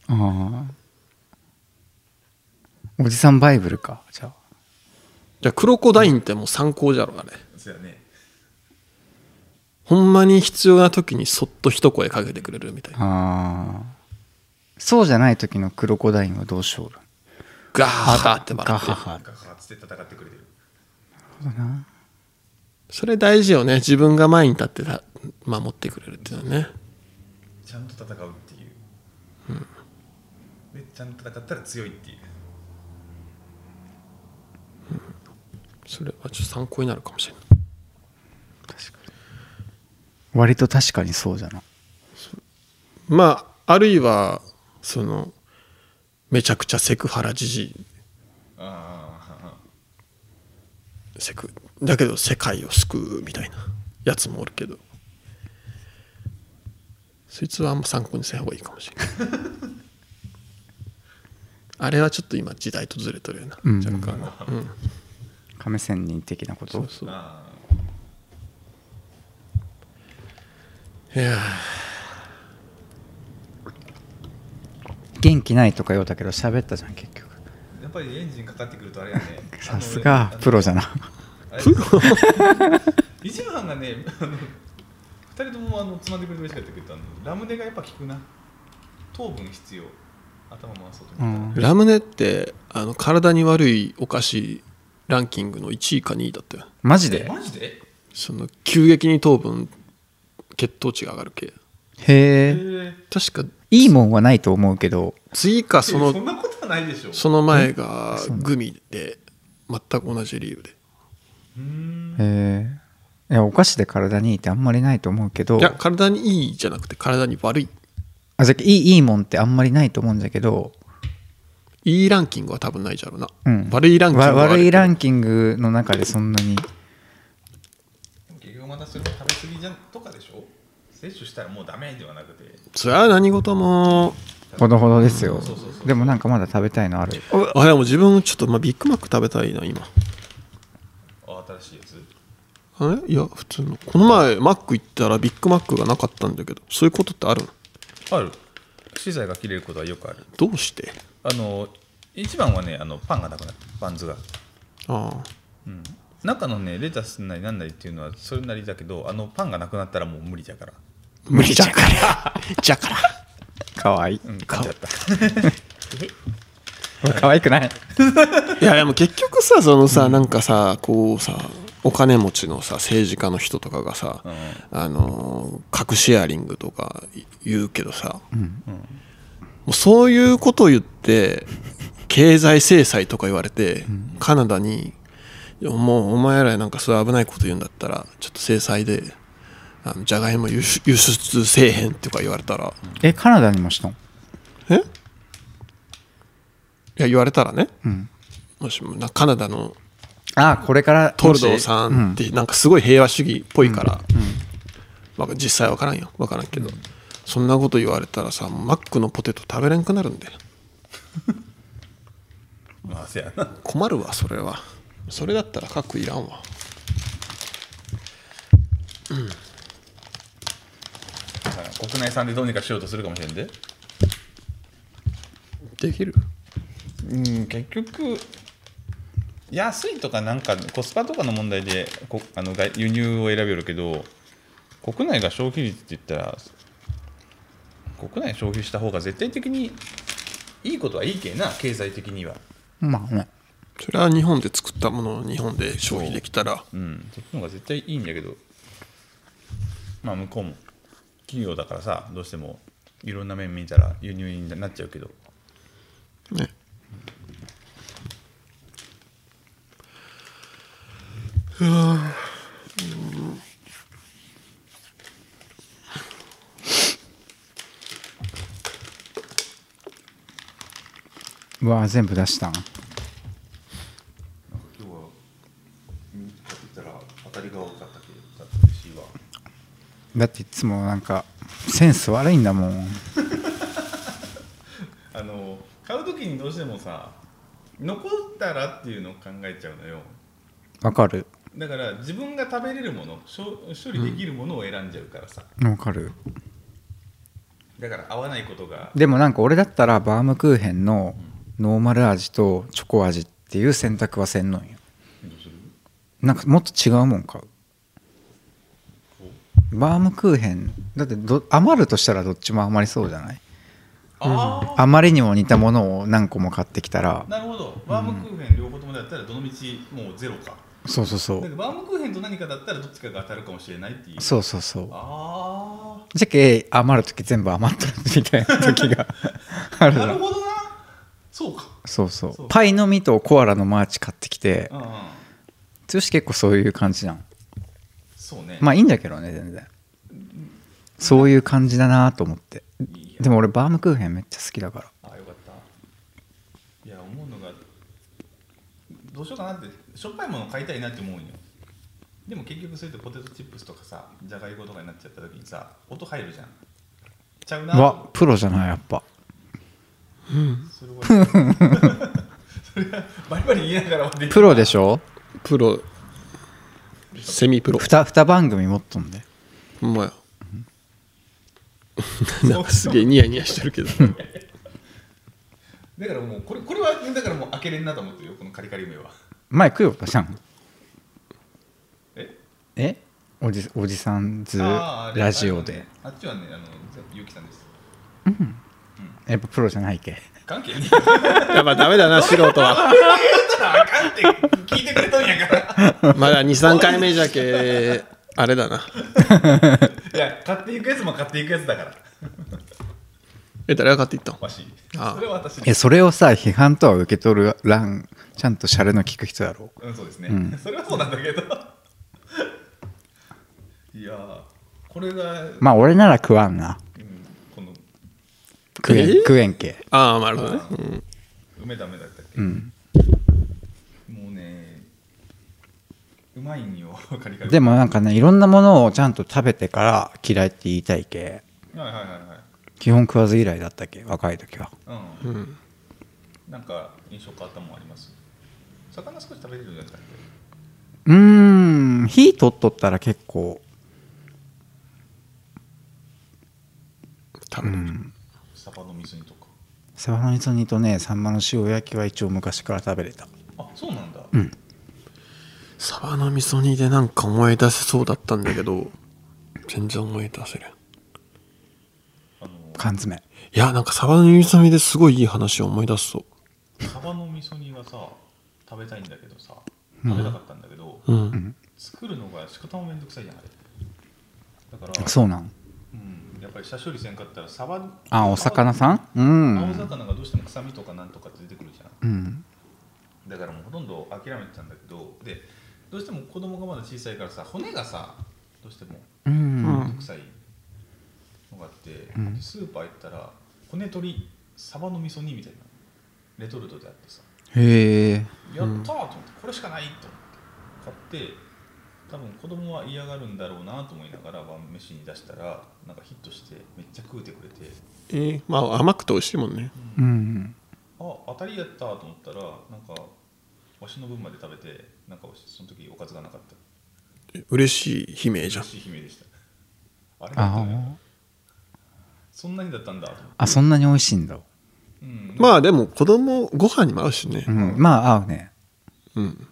ああおじさんバイブルかじゃあ
じゃあクロコダインってもう参考じゃろあれ
そうやね
ほんまに必要な時にそっと一声かけてくれるみたいな
ああそうじゃない時のクロコダインはどうしようる
ガーハーって笑っ
ガ
て
ハ
る
ハ
ガハッつって戦ってくれてる
だな
それ大事よね自分が前に立ってた守ってくれるっていうのはね
ちゃんと戦うっていう、でちゃんと戦ったら強いっていう
それはちょっと参考になるかもしれない
割と確かにそうじゃな
まああるいはそのめちゃくちゃセクハラじじい
あ
セクだけど世界を救うみたいなやつもおるけどそいつはあんま参考にせん方がいいかもしれない あれはちょっと今時代とずれとるよな、
うん
若干なうん
亀仙人的なこと
そうそう
あ
いや
元気ないとか言おうたけど喋ったじゃん結局
ーやっぱりエンジンかかってくるとあれやね
さすがプロじゃな
プロ一部班がねあの二人ともあのつまんでくれて嬉しかったけどあのラムネがやっぱ効くな糖分必要頭回そうと
う
思っ
ん
ーラムネってあの体に悪いお菓子ランキングの1位か2位だったよ
マジ
たら、
で
マジで
その急激に糖分血糖値が上がる系
へえ
え
確か
いいもんはないと思うけど
次かそ
そん
の
なことはないでしょ
その前がグミで全く同じ理由で
うーん
へえいやお菓子で体にいいってあんまりないと思うけど
いや体にいいじゃなくて体に悪い
あじゃあいいいいもんってあんまりないと思うんだけど、
いいランキングは多分ないじゃろうな、
うん、
悪いランキングは
わ悪いラ
ン
ンキングの中でそんなに
結局またそれも食べ過ぎじゃんとかでしょ摂取したらもうダメではなくて
それは何事も
ほどほどですよ
そうそうそう
でもなんかまだ食べたいのある
あでも自分ちょっと、まあ、ビッグマック食べたいな今
あ新しいやつ
えいや普通のこの前マック行ったらビッグマックがなかったんだけどそういうことってあるの
ある資材が切れることはよくある
どうして
あの一番はねあのパンがなくなるバンズが、
ああ
うん、中のねレタスなりなんなりっていうのはそれなりだけどあのパンがなくなったらもう無理だから
無理じゃからじゃから
かわいい
うん 買っちゃった
かわいくない
いやでも結局さそのさ、なんかさこうさお金持ちのさ政治家の人とかがさ、
うん
あのー核シェアリングとか言うけどさ、
うん
もうそういうことを言って経済制裁とか言われて、カナダにいやもうお前らなんかそういう危ないこと言うんだったらちょっと制裁であのじゃがいも輸出輸出せえへんとか言われたら、
えカナダにもしたん
えいや言われたらね
うん
もしもなカナダの
あこれから
トルドーさんってなんかすごい平和主義っぽいから、まあ、実際わからんよわからんけど、そんなこと言われたらさマックのポテト食べれんくなるんで
まあせやな
困るわそれはそれだったら核いらんわ
国内産でどうにかしようとするかもしれんで
できる
うん結局安いとかなんかコスパとかの問題でこあの外輸入を選べるけど国内が消費率って言ったら国内消費した方が絶対的にいいことはいいけんな経済的には
うんまあね
それは日本で作ったものを日本で消費できたら
うんそっちの方が絶対いいんだけどまあ向こうも企業だからさどうしてもいろんな面見たら輸入になっちゃうけど
ね
うわ全部出したん
今日は見たって言ったら当たりが多かったけどだったしは
だっていつもなんかセンス悪いんだもん
あの買う時にどうしてもさ残ったらっていうのを考えちゃうのよ
わかる
だから自分が食べれるもの処処理できるものを選んじゃうからさ、
わかる
だから合わないことが
でもなんか俺だったらバームクーヘンのノーマル味とチョコ味っていう選択はせんのんよ
どうする
なんかもっと違うもん買うバームクーヘンだってど余るとしたらどっちも余りそうじゃない
ああ
あまりにも似たものを何個も買ってきたら
なるほどバームクーヘン両方ともだったらどの道もうゼロか
そうそうそ
だけ
う
どバームクーヘンと何かだったらどっちかが当たるかもしれないっていう
そうそうそう
あ
じゃけ余る時全部余ったみたいな時 があ
あ
るじ
な
ゃ
る
ん
ほどなそうか
そうそう
そう
パイの実とコアラのマーチ買ってきて
うんうん
剛結構そういう感じじゃん
そうね
まあいいんだけどね全然そういう感じだなと思って
いいや
でも俺バームクーヘンめっちゃ好きだから
あよかったいや思うのがどうしようかなってしょっぱいもの買いたいなって思うんよでも結局それってポテトチップスとかさじゃがいことかになっちゃった時にさ音入るじゃんちゃうな
うわプロじゃないやっぱ
それは それはバリバリ言いながらはでき
プロでし
ょ
ょ
プロセミプロ
2, 二番組持っとんで
ほんまやなんかすげえニヤニヤしてるけ ど
だからもうこれこれはだからもう開けれんなと思ってるよこのカリカリ梅は
前食いよったじゃん
え
えおじおじさんず
あーあれ
ラジオで
あっちはねあのゆうきさんです
やっぱプロじゃないけ
関係ねえ 言
やっぱダメだな素人は
ったらあかんって聞いてくれとんやから
まだ23回目じゃけあれだない
や買っていくやつも買っていくやつだから
え誰が買っていったの
わし
あー
それは私
え
です
それをさ批判とは受け取るらんちゃんとシャレの聞く人だろ
うんそうですね、
ん
それはそうなんだけど いやーこれが、
うまあ俺なら食わんな
うんこの
食えん
え
食えんけ
ああなるほどね、うん
梅ダメだったっけ、
うん
もうねうまいんよカリカリ
でもなんかねいろんなものをちゃんと食べてから嫌いって言いたいけ
はいはいはいはい
基本食わず嫌いだったけ若い時は
うん、なんか印象変わったもんあります魚少し食べれるんじゃないですか
うーん火取っとったら結構
多分、
サバの水煮とか
サバの味噌煮とねサンマの塩焼きは一応昔から食べれた
あそうなんだ、
うん
サバの味噌煮でなんか思い出せそうだったんだけど全然思い出せる
あの
缶詰
いやなんかサバの味噌煮ですごいいい話を思い出すぞ
サバの味噌煮がさ食べたいんだけどさ食べたかったんだけど、
うん、
作るのが仕方もめんどくさいじゃないだから
そうなん
うん、やっぱり下処理せんかったらサバ
あお魚さんう
青
ん
魚がどうしても臭みとかなんとかって出てくるじゃん
うん
だからもうほとんど諦めてたんだけどでどうしても子供がまだ小さいからさ骨がさどうしても
う
うん
ん
面倒くさいのがあって、
うん
スーパー行ったら骨鶏サバの味噌煮みたいなレトルトであってさ
へえ
やったーと思って、これしかないと思って買って多分子供は嫌がるんだろうなと思いながら晩飯に出したらなんかヒットしてめっちゃ食うてくれて
えーまあ甘くて美味しいもんね
うん
あ当たりやったと思ったらなんかわしの分まで食べてなんかその時おかずがなかった
嬉しい悲鳴じゃ
嬉
ん
しい悲鳴でしたあれだったね
あ
そんなにだったんだと思って、
あそんなに美味しいんだ、
うん、
ま
あ
あでも子供ご飯にも合うしね
うん、まあ合うね
うん、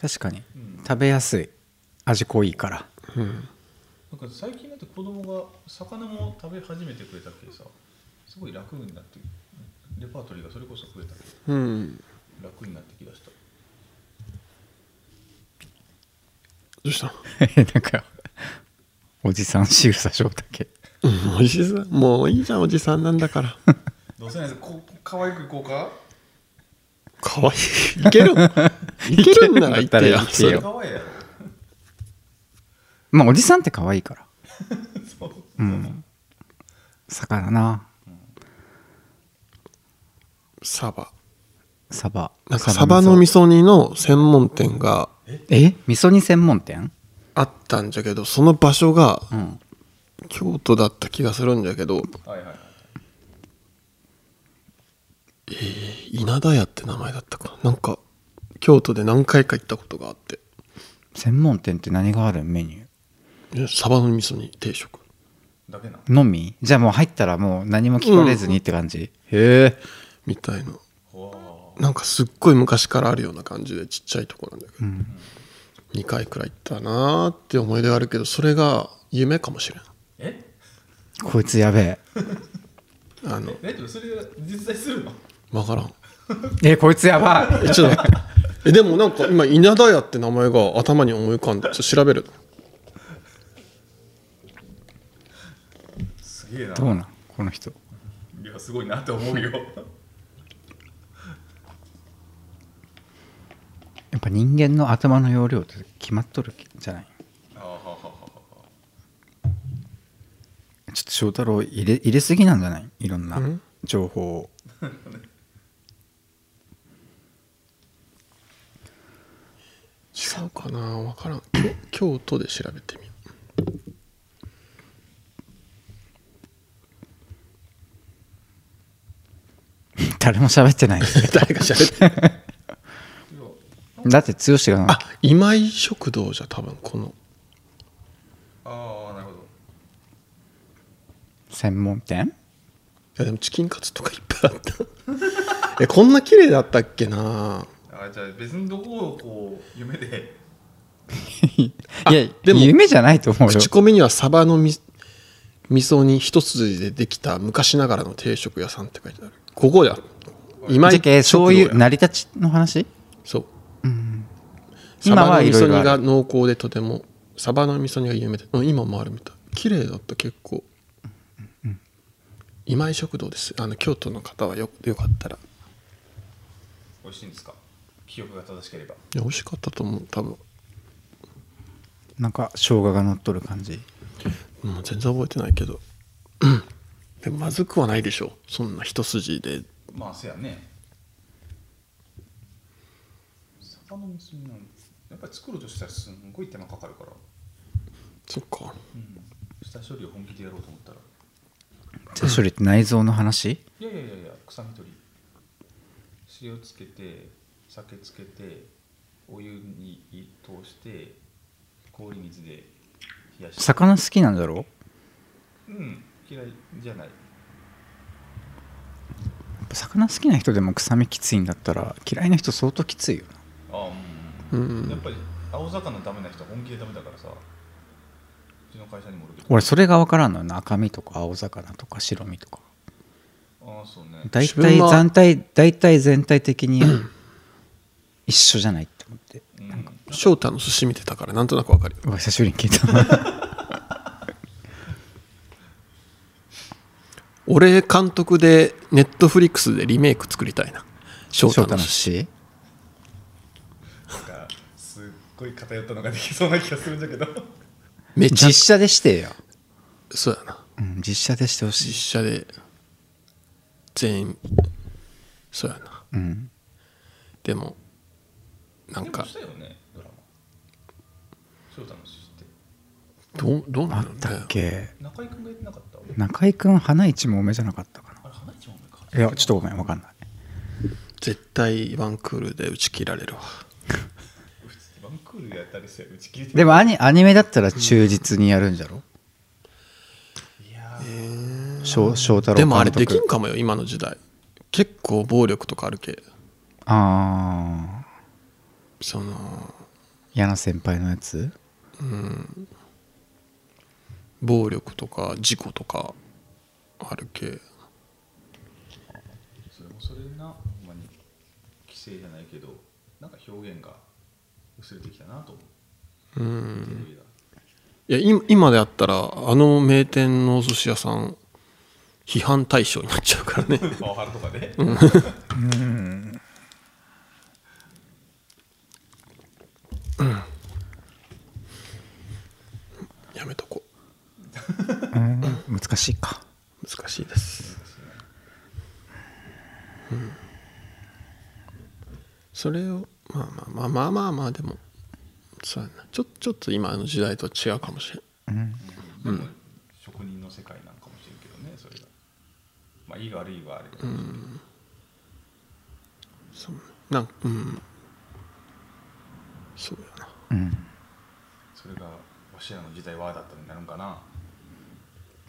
確かに
うん
食べやすい味濃いから
うん、
なんか最近だって子供が魚も食べ始めてくれたっけさすごい楽になってレパートリーがそれこそ増えた
うん、
楽になってきだした
どうしたの
なんかおじさん仕草しょうだけ
うんおじさんもういいじゃんおじさんなんだから
どうせないですこ可愛くいこうか
かわいいいける いけるんなら言ってや
いけるんだったら言ってよ
可愛いやろ
まあおじさんって可愛いから
そうそう、
うん魚な
サバ
サバ
なんかサバの味噌煮の専門店が
え味噌煮専門店
あったんじゃけどその場所が
うん
京都だった気がするんじゃけど
はいはいはい
稲田屋って名前だったかななんか京都で何回か行ったことがあって
専門店って何があるメニュ
えサバの味噌煮定食
だけな
ーのみじゃあもう入ったらもう何も聞かれずにって感じ、へえ
みたいの
わ
なんかすっごい昔からあるような感じでちっちゃいとこなんだけど、
ん
2回くらい行ったなーって思い出はあるけどそれが夢かもしれん
え
こいつやべ
あの
え大丈夫それ実在するの
分からん
ええこいつやば
えちょっと待ってえでもなんか今稲田屋って名前が頭に思い浮かんでちょっと調べる
すげえない
どうなんこの人
いやすごいなって思う よ
やっぱ人間の頭の容量って決まっとるじゃない
あーはーはーはーは
ちょっと翔太郎入れ入れすぎなんじゃないいろんな情報を
違うかな分からん京京都で調べてみよう
誰も喋ってない
誰が喋 って
だって剛が
あ今井食堂じゃ多分この
ああなるほど
専門店
いやでもチキンカツとかいっぱいあった えこんな綺麗だったっけな
あじゃあ別のとこをこう夢で
い
あ
や
でも
夢じゃないと思うよ
口コミにはサバのみ味噌に一筋でできた昔ながらの定食屋さんって書いてあるここだ今
じゃけ
井食
そ
堂
うい
や
う成り立ちの話
そうサ
今
バの
はい
味
ろい
噌
ろ
煮
ある
が濃厚でとてもサバの味噌煮が有名で、うん、今もあるみたい綺麗だった結構、今井食堂ですあの京都の方はよよかったらい
美味しいんですか記憶が正しければ
や美味しかったと思う多分
なんか生姜が乗っとる感じ
もう全然覚えてないけどうんでもまずくはないでしょそんな一筋で
まあせやね魚の味噌煮なんやっぱり作るとしたらすんごい手間かかるから、
そっか
うん、下処理を本気でやろうと思ったら
手処理って内臓の話
いやいやいやいや臭み取り塩つけて酒つけてお湯に通して氷水で冷やして
魚好きなんだろ
うん嫌いじゃない
やっぱ魚好きな人でも臭みきついんだったら嫌いな人相当きついよな
あ
う
うん、やっ
ん
ぱり青魚ダメな人は本気でダメだからさうちの会社にもおるけど
俺それが分からんのよな赤身とか青魚とか白身とか
ああそうね
大
自分
体
は
全体大体全体的に一緒じゃないって思って
うん
翔太の寿司見てたからなんとなくわかるよ
うわ久しぶりに聞 いた
俺監督でネットフリックスでリメイク作りたいな翔
翔
太の
太の
寿
寿
司
司
なんかすっごい偏ったのができそうな気がするんだけど
めちゃ
実写でしてよ、
そうやな
うん、実写でしてほし
実
い、
写で全員そうやな
うん、
でもなん
でも
か
したよねドラマ翔太の知って
どうどう
あ
な
っ
るんだ
た
ろう
っ
ね
け
中居君がやってなかった
中居君花一も梅じゃなかったか
あれ花一番上か
ないやちょっとごめん分かんない
絶対ワンクールで打ち切られるわ
普通にワンクールやったりして打ち切り
でもアニアニメだったら忠実にやるんじゃろ
いやー
翔翔太郎
でもあれ
監
で
督
きんかもよ今の時代結構暴力とかあるけ
ああ
その
嫌な先輩のやつ
暴力とか事故とかあるけ
それもそれなほんまに規制じゃないけどなんか表現が薄れてきたなと思
う
う、
ん
テレビが
いや今今であったらあの名店のお寿司屋さん批判対象になっちゃうから ね
パワハラとかで、
やめとこ
うん難しいか
う難しいです、うんそれをまあまあまあまあまあまあでもそうやなちょちょっと今の時代と違うかもしれん
うんでも職人の世界なんかもしれんけどねそれがまあいい悪いはあれだ、
そうなんうんそうやな
うん
それがわしらの時代はああだったになるんかな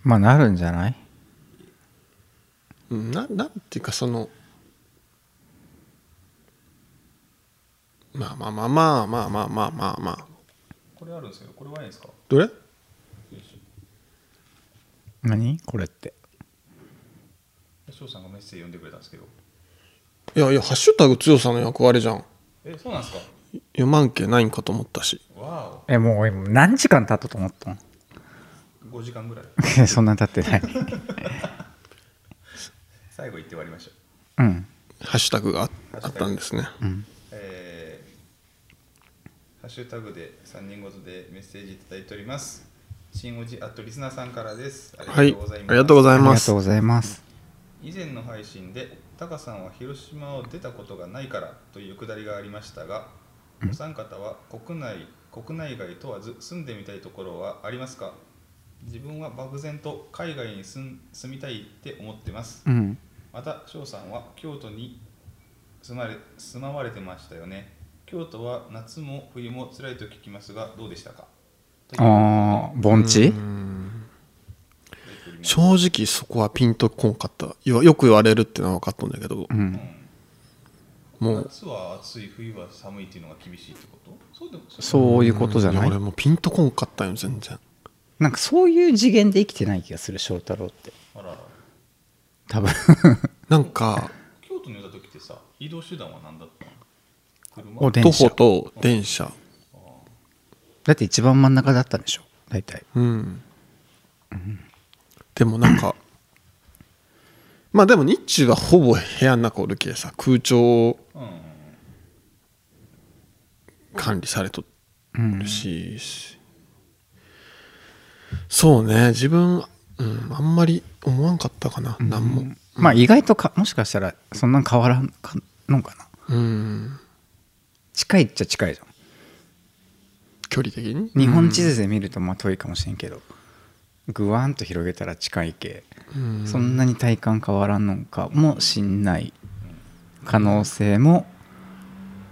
まあなるんじゃない
うんななんていうかそのまあまあまあまあまあまあまあまあまあ
これあるんですけどこれはないですか
どれ
何これって
翔さんがメッセージ読んでくれたんですけど
いやいや「ハッシュタグ強さの役割じゃん
えそうなんですか
読まんけないんかと思ったし
わ
えもう今何時間経ったと思った
お5時間ぐらい
の そんな経ってない
最後言って終わりましょう
うん
ハッシュタグがあ
ハッシュタグ
あったんですね
うん
えーハッシュタグで3人ごとでメッセージいただいております。新おじアットリスナーさんからです。あ
はい
りがとうござい
あ
ます。
りがとうござ
あ
い
り
ま
が
す
とうございます
以前の配信で、タカさんは広島を出たことがないからというくだりがありましたが、お三方は国内、国内外問わず住んでみたいところはありますか自分は漠然と海外に住ん住みたいって思ってます。
うん
また翔さんは京都に住まれ住まわれてましたよね京都は夏も冬も辛いと聞きますがどうでしたかという
ああ盆地、
うん
ことで
正直そこはピンとこんかったよよく言われるっていうのは分かったんだけど
う、
うんん
もう
夏は暑い冬は寒いっていうのが厳しいってことそうでもう
そういうことじゃない
や俺もうピンとこんかったよ全然
なんかそういう次元で生きてない気がする翔太郎って
あらあら
多分
なんか
京都にいた時ってさ移動手段は何だったの車
おで
徒
電車
歩と電車
だって一番真ん中だったんでしょ大体
うんでもなん かまあでも日中はほぼ部屋の中おるけさ空調
うんうんうん
管理されとっ
うん
るし、そうね自分、うん、あんまり思わんかったかな、なん、何も
まあ意外とかもしかしたらそんな変わらんかのかな
うん
近いっちゃ近いじゃん
距離的に
日本地図で見るとまあ遠いかもしれんけどぐわんと広げたら近いけ
うん
そんなに体感変わらんのかもしんない可能性も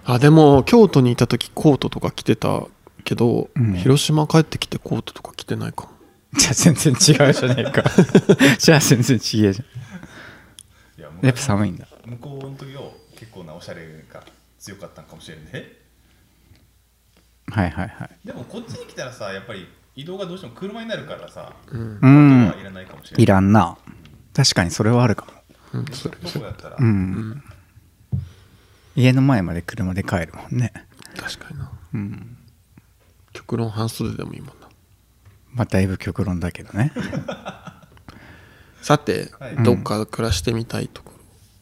あでも京都にいた時コートとか着てたけど、
うん
広島帰ってきてコートとか着てないかも
じゃあ全然違うじゃねえ かじゃあ全然違えじ
いやも
ゃん
う
やっぱ寒いんだ
向こうの時は結構なおしゃれが強かったんかもしれんね
はいはいはい
でもこっちに来たらさやっぱり移動がどうしても車になるからさ、
うん
う
うんいらないかもしれない
いらんな確かにそれはあるか
う
も
ん
で
それ
どこやったら、
う
うん
ん家の前まで車で帰るもんね
確かにな
うん
極論半袖でもいいもんな
まあだいぶ極論だけどね
さて、
はい
どっか暮らしてみたいとこ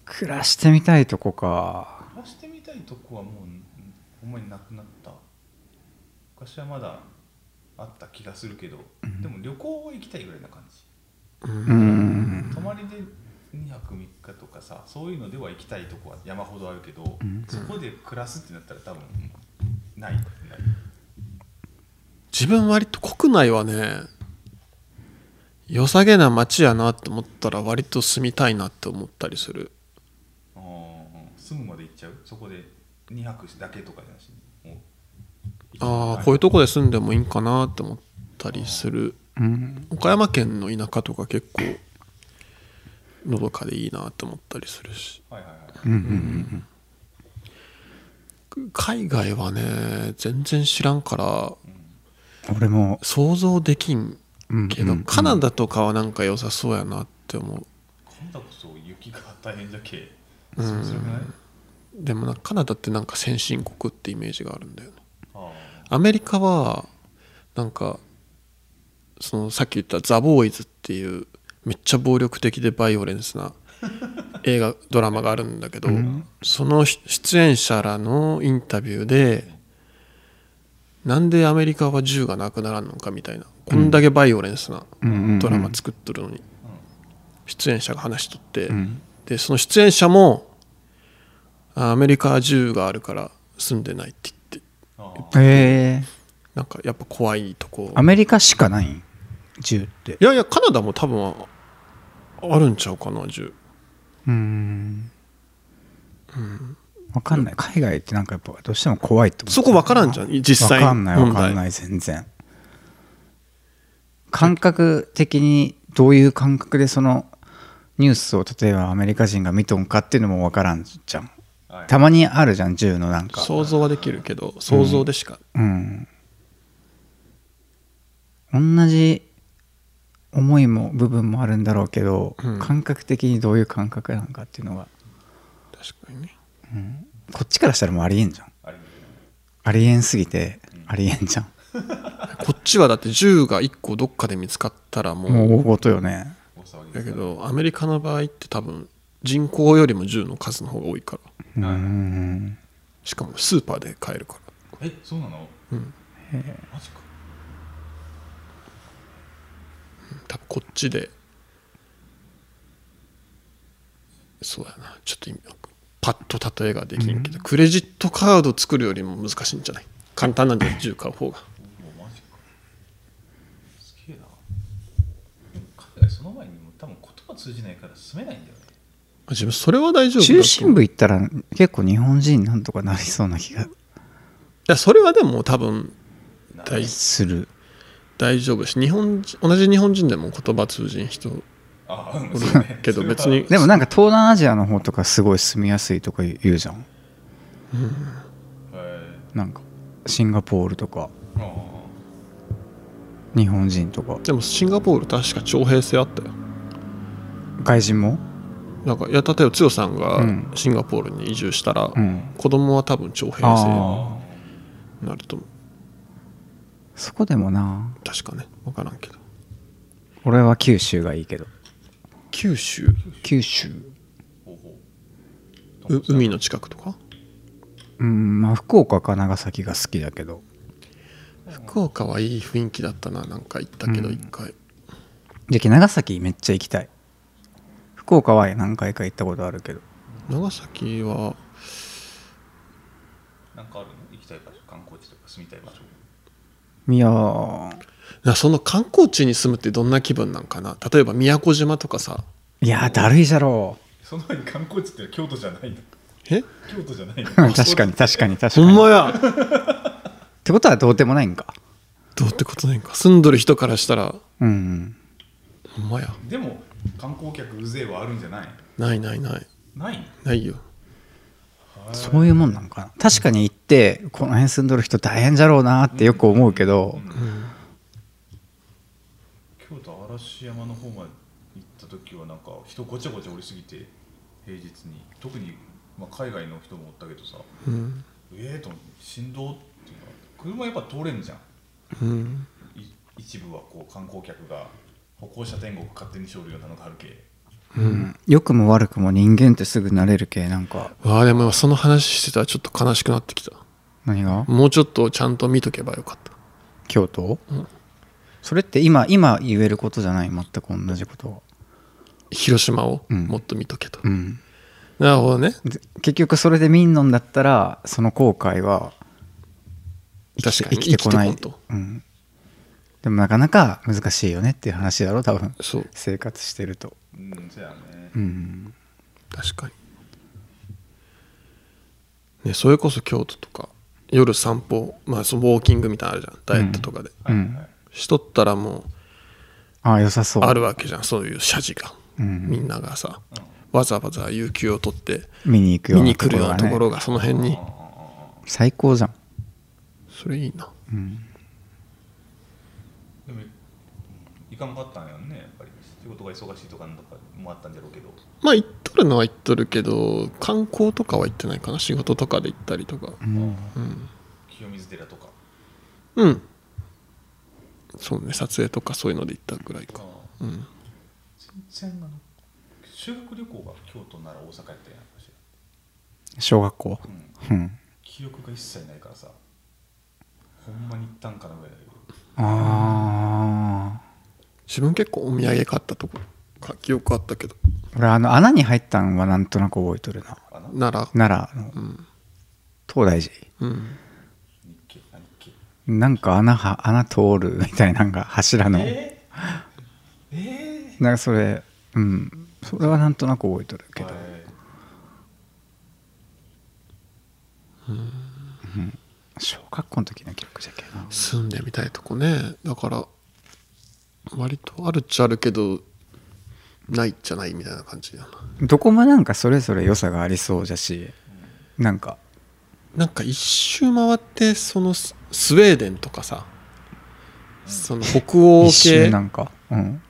暮らしてみたいとこか
暮らしてみたいとこはもううんほんまになくなった昔はまだあった気がするけど、でも旅行は行きたいぐらいな感じ、
ろ、うん
うん
泊まりで2泊3日とかさそういうのでは行きたいとこは山ほどあるけど、そこで暮らすってなったら多分うんないない
自分割と国内はね良さげな街やなって思ったら割と住みたいなって思ったりする
あー住むまで行っちゃうそこで2泊だけとかじゃなしにもう
ああこういうとこで住んでもいいんかなって思ったりする
うん
岡山県の田舎とか結構のどかでいいなって思ったりするし
はいはいはい
うんうん
海外はね全然知らんから
うん俺も
想像できん
うん
けど、
うん
カナダとかはなんか良さそうやなって思う
今度こそ雪が大変じゃけ
うん
そうするない
でもなんかカナダってなんか先進国ってイメージがあるんだよね
あ
アメリカはなんかそのさっき言った「ザ・ボーイズ」っていうめっちゃ暴力的でバイオレンス な映画ドラマがあるんだけど、
うん
その出演者らのインタビューでなんでアメリカは銃がなくならんのかみたいなこんだけバイオレンスなドラマ作っとるのに出演者が話しとって、
うん
でその出演者もあアメリカは銃があるから住んでないって言って
あああ
ええ
なんかやっぱ怖いとこ
アメリカしかないん銃って
いやいやカナダも多分ああるんちゃうかな銃
うんわかんない海外ってなんかやっぱどうしても怖いって思っちゃ
そうこ分からんじゃん実際
わかんないわ
問
か
題
んない全然感覚的にどういう感覚でそのニュースを例えばアメリカ人が見とんかっていうのもわからんじゃん
はい
たまにあるじゃん銃のなんか
想像はできるけど想像でしか、
うん同じ思いも部分もあるんだろうけど、
うん
感覚的にどういう感覚なのかっていうのが
確かにね
こっちからしたらもうありえんじゃん
あれ
ありえんすぎてありえんじゃん、
こっちはだって銃が1個どっかで見つかったらもう
もう大ごとよね
大騒ぎで
だ
す
け
から
どアメリカの場合って多分人口よりも銃の数の方が多いから
う
はい
ん
しかもスーパーで買えるから
えそうなの
うん
マジか
多分こっちでそうやなちょっと今パッと例えができんけど、クレジットカード作るよりも難しいんじゃない簡単なんで銃買う方が
もうマジかすげえなでも海外その前にもう多分言葉通じないから住めないんだよね
自分それは大丈夫だと思
中
う
心部行ったら結構日本人なんとかなりそうな気が
いやそれはでも多分大
する
大丈夫し日本人同じ日本人でも言葉通じん人
ああ、うんそうね
けど別に
でもなんか東南アジアの方とかすごい住みやすいとか言うじゃん
それははい
なんかシンガポールとか
ああ
日本人とか
でもシンガポール確か徴兵制あったよ
外人も
なんかいや例えば剛さんが
うん
シンガポールに移住したら、
うん
子供は多分徴兵制に
ああ
なると思う
そこでもな
確かね分からんけど
俺は九州がいいけど
九州
九州
ほうほう
う海の近くとか
うんまあ福岡か長崎が好きだけど
福岡はいい雰囲気だったななんか行ったけど
うん
一回、
じゃあ長崎めっちゃ行きたい福岡は何回か行ったことあるけど
長崎は
なんかあるの行きたい場所観光地とか住みたい場所
いやー
なその観光地に住むってどんな気分なんかな例えば宮古島とかさ
いやーだるいじゃろう
その前に観光地って京都じ ゃないの
え
京都じゃない の
確かに確かに確か
ほ
に
んま
っ
や
てことはどうでもないんか
どうってことないんか住んどる人からしたら
うん
ほんまや
でも観光客うぜえはあるんじゃない
ないないない
ない
ないよ
そういうもんなんかな確かに行ってこの辺住んどる人大変じゃろうなってよく思うけど
京都嵐山の方まで行った時はなんか人ごちゃごちゃおりすぎて平日に特に、まあ、海外の人もおったけどさ
うん
ええと思って振動っていうか車やっぱ通れんじゃん
うん
い一部はこう観光客が歩行者天国勝手にしょるようなのがあるけ
うん
良くも悪くも人間ってすぐ慣れる系なんか
わあでも今その話してたらちょっと悲しくなってきた
何が
もうちょっとちゃんと見とけばよかった
京都、
うん
それって今今言えることじゃない全く同じことは
広島を
うん
もっと見とけと、
うん
なるほどね
で結局それで見んのんだったらその後悔は生
確
きて
かに
生きてこない
生きてこ
うん、でもなかなか難しいよねっていう話だろ多分
そう
生活してると
うんそやね
うん
確かにねそれこそ京都とか夜散歩まあそのウォーキングみたいなのあるじゃんダイエットとかで、
うん
はいはい
しとったらも
ああ良さそうう
あるわけじゃんそういう謝辞が、
うん
みんながさわざわざ有給を取って
見に行く
見
ような
に
と
来
こ
るよ
ろ
うな
がね
ところがその辺に
最高じゃん
それいいな
でもいかんかったんやんねやっぱり仕事が忙しいとかなんとかもあったんじゃろうけど
まあ行っとるのは行っとるけど観光とかは行ってないかな仕事とかで行ったりとか
も
うん、
清水寺とか
うん、そうね撮影とかそういうので行ったぐらいかうん
全然あの修学旅行が京都なら大阪やったやん私
う小学校
うん
うん
記憶が一切ないからさほんまに行ったんかなぐらいだけど
あ
自分結構お土産買ったとこか記憶あったけど
あ俺あの穴に入ったんはなんとなく覚えとるな
あな
なら
奈良の
うん、
東大寺
うん、
日系何系
なんか穴は穴通るみたいなんか柱の、
えー、え
なんかそれうんそれはなんとなく覚えとる
ー、
けど、
はい
小学校の時の記録じゃけな
住んでみたいとこねだから割とあるっちゃあるけどないっちゃないみたいな感じだな
どこもなんかそれぞれ良さがありそうじゃしなんか
なんか一周回ってそのススウェーデンとかさ、その北欧
一瞬
系
なんか、うん、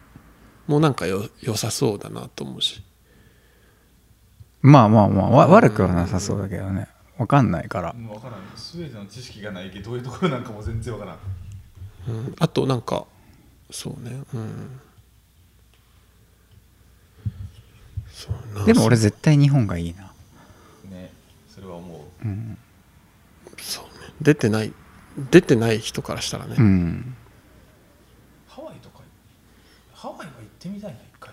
もなんかよ良さそうだなと思うし
まあまあまあわ悪くはなさそうだけどねわかんないから
もう分からんスウェーデンの知識がないけどどういうところなんかも全然分からん
うん、あとなんかそうねうんそうな
でも俺絶対日本がいいな
ねそれは思う
うん、
そうね出てない出てない人からしたらね、
うん、
ハワイとかハワイは行ってみたいな一回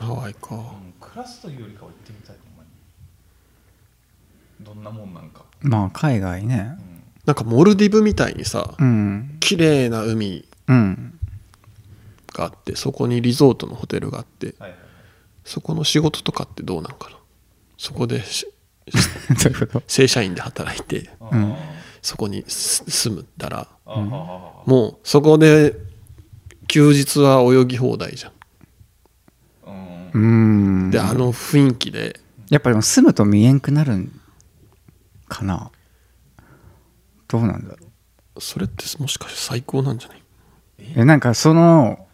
は、
ハワイか
うん、暮らすというよりかは行ってみたいほんまにどんなもんなんか、
まあ海外ね
うん、
なんかモルディブみたいにさ
うん
綺麗な海
うん
があってそこにリゾートのホテルがあって
はいはいはい
そこの仕事とかってどうなんかなそこでし
そういうこと
正社員で働いて
あ
うん
そこにす住むったら
あああ
もうそこで休日は泳ぎ放題じゃん、
あうん
うーん
であの雰囲気で
やっぱでも住むと見えんくなるんかなどうなんだろう
それってもしかして最高なんじゃない
えなんかその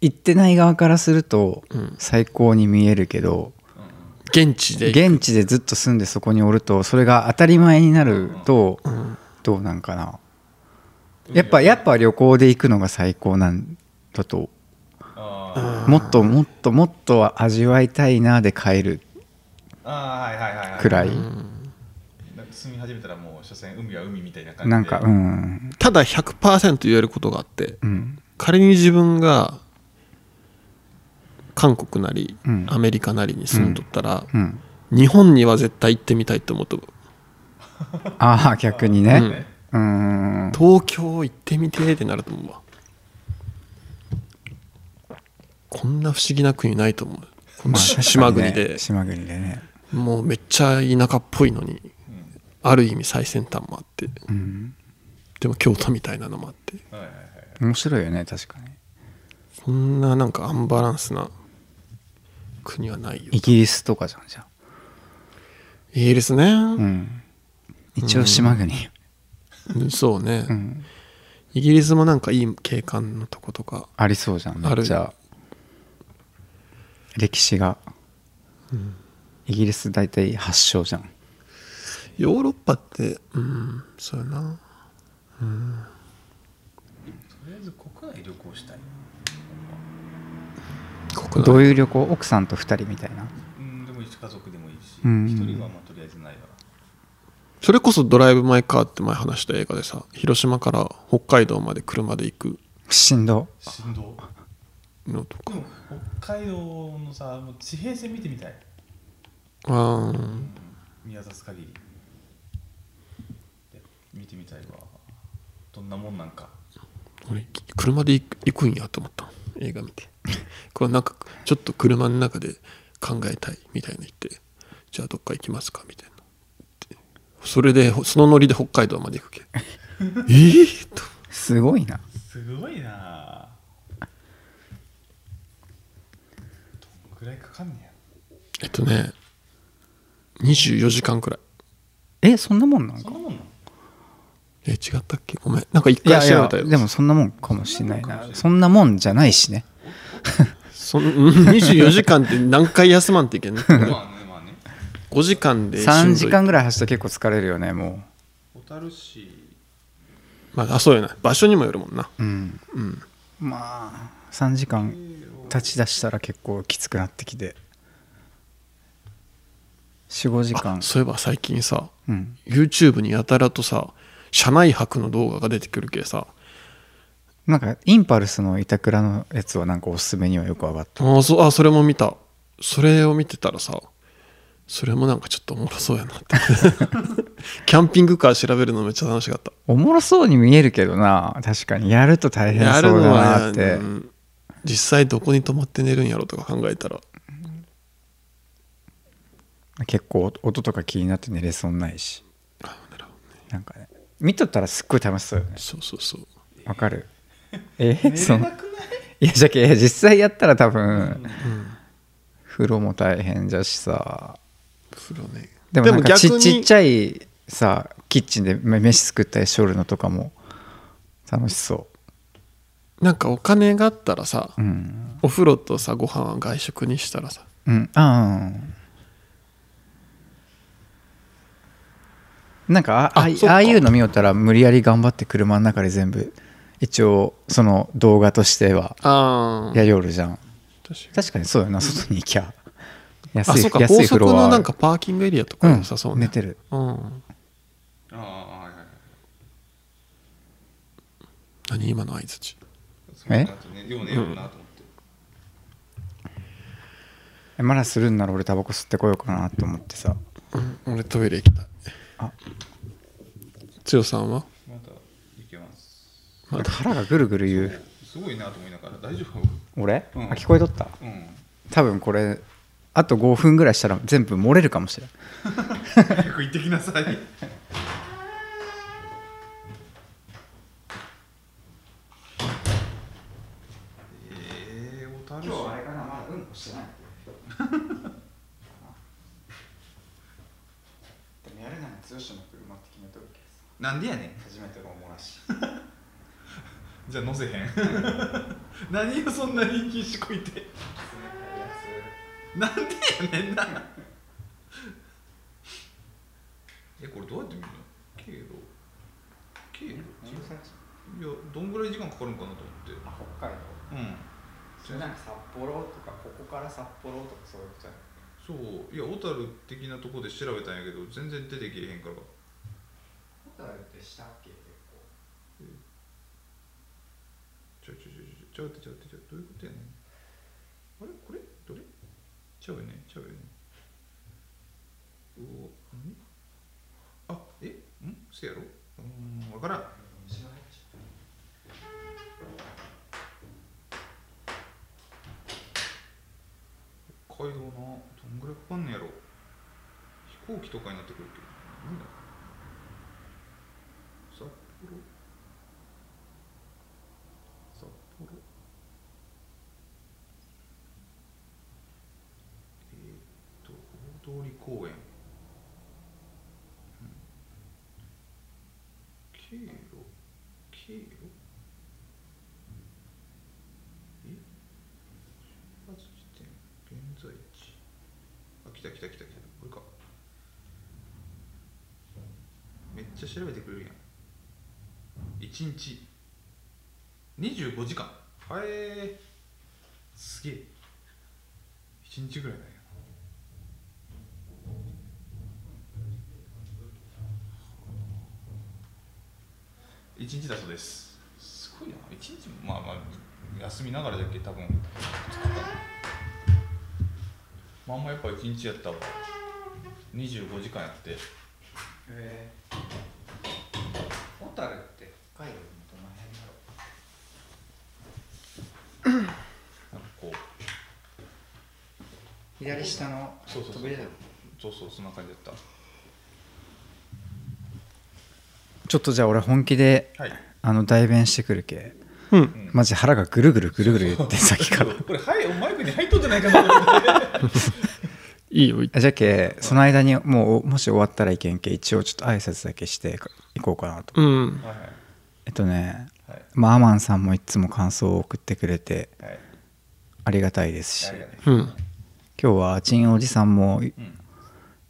行ってない側からすると
うん
最高に見えるけど、
現地で
現地でずっと住んでそこにおるとそれが当たり前になると
うん
どうなんかなやっぱやっぱ旅行で行くのが最高なんだと
あ
う
ー
ん
もっともっともっと味わいたいなで帰る
あーはいはいはいはい
くらい
うん
なんか住み始めたらもう所詮海は海みたいな感じで
なんかうん
ただ100%言えることがあって
うん
仮に自分が韓国なり
うん
アメリカなりに住んどったら、
うん
日本には絶対行ってみたいと思うと
ああ逆に
う
ね
ん
うーん
東京行ってみてーってなると思うわこんな不思議な国ないと思うこの
まあ
し島国
確かに
で
ね島国でね
もうめっちゃ田舎っぽいのにある意味最先端もあって
うん
でも京都みたいなのもあって
はいはいはい
面白いよね確かに
こんななんかアンバランスな国はないよ
イギリスとかじゃんじゃ
イギリスね、
あうん一応島国
うんそうね、
うん
イギリスもなんかいい景観のとことか
ありそうじゃんめっち
あ
ゃ歴史がイギリス大体発祥じゃん
ヨーロッパってうんそうやな
とりあえず国内旅行したい
国内
どういう旅行奥さんと2人みたいな
うんでもいいし家族でもいいし一、
うん
人はまあとりあえずないわ
それこそ「ドライブ・マイ・カー」って前話した映画でさ広島から北海道まで車で行く
しんど
しんど
のとか
でも北海道のさもう地平線見てみたい
あー
見渡す限りで見てみたいわどんなもんなんか
俺車で行く行くんやと思った映画見 てこれなんかちょっと車の中で考えたいみたいな言ってじゃあどっか行きますかみたいなってそれでそのノリで北海道まで行くけ ええと
すごいな
すごいなあどんぐらいかかんねや
えっとね24時間くらい
えそんなもんなん
そ
か
んなもんなの
え違ったっけごめんなんか一
い
回
やい
調べ
や
たよ
でもそんなもんかもしれないな
そんなもんかもしれない
そんなもんじゃないしね
そんうん24時間って何回休まんといけんの
まあねまあね
5時間でしんどい
3時間ぐらい走ると結構疲れるよねも
小樽市
まああそうやな場所にもよるもんな
ううん
うん
まあ3時間立ち出したら結構きつくなってきて45時間
あそういえば最近さ
うん
YouTube にやたらとさ車内泊の動画が出てくるけさ
なんかインパルスの板倉のやつはなんかおすすめにはよく上がった
あそあそれも見たそれを見てたらさそれもなんかちょっとおもろそうやなって キャンピングカー調べるのめっちゃ楽しかった
おもろそうに見えるけどな確かにやると大変
やる
そう
の
だ
は
なって
うん実際どこに泊まって寝るんやろとか考えたら
結構音とか気になって寝れそうにないし
あなるほど
なんかね見とったらすっごい楽しそうよね
そうそうそう
わかる え
寝
そ
れ
の
なくない
いやじゃけ実際やったら多分
うん
風呂も大変じゃしさ
風呂ね
でもなんかち
逆に
ちっちゃいさキッチンでめ飯作ったりしょるのとかも楽しそ
なんかお金があったらさ、
う、うん、
お風呂とさご飯は外食にしたらさ
うんああなんかああ
あ
い
そっか
ああいうの見よったら無理やり頑張って車の中で全部一応その動画としては
あ
やよるじゃん
確かに
確かにそうよな外に行きゃ
あ
安い
そうか
安
高
いフ
速
ロア
の
ある
なんかパーキングエリアとか
うん
良さそうね、
寝てる
うん
ああはいはいはい
何今の相づち
そうだなとねようねようなと思って
えまだするんなら俺タバコ吸ってこようかなと思ってさ
うん俺トイレ行きたい
あ
つよさんは
また行けます
俺腹がぐるぐる言う
すごいなと思いながら大丈夫
俺、
うん
あ聞こえとった
うん
多分これあと5分ぐらいしたら全部漏れるかもしれない
早く行ってきなさ いえー、小樽市
今日はあれかなまだうんこしてないでもやるなら剛の車って決めとるけどさ
なんでやねん
初めてのおもらし
じゃあ乗せへん 何をそんなに禁止こいてなんでやねんなえこれどうやって見るの経路経路いやどんぐらい時間かかるんかなと思って
あ北海道
うん
それなんか札幌とかここから札幌とかそういうことじゃない
そういや小樽的なとこで調べたんやけど全然出てけえへんから
小樽ってしたっけ結構
ちょちょちょちょちょちょちょちょどういうことやねんあれこれどれちゃうよねちゃうよねうおんあえんせやろうん分からん
虫が入っちゃう
北海道などんぐらいかかんねやろ飛行機とかになってくるけどなんだ札幌札幌えー、っと大通公園、うん、経路経路え出発地点現在地あ来た来た来た来たこれかめっちゃ調べてくれるやん1日25時間はえー、すげえ1日ぐらいだよ1日だそうですすごいな1日もまあまあ休みながらだけ多分まんまやっぱ1日やったわ25時間やって
へえ小樽って北海道のどの辺だろう
なんかこう
左下の
そうそうそう
飛び出た
そうそうそんな感じだっ
ちょっとじゃあ俺本気で
たはい、
あの代弁してくるけ
うん
うん
マジ腹がぐるぐるぐるぐる言ってさっきか ら
これはいマイクに入っとんじゃないかなと思って
いいよ
あじゃあけその間にもうもし終わったらいけんけ一応ちょっと挨拶だけしていこうかなと
うん
はいはい
えっとね
はい
まあアマンさんもいつも感想を送ってくれて
はい
ありがたいですし
ありがとう
うん
今日はちんおじさんも
うん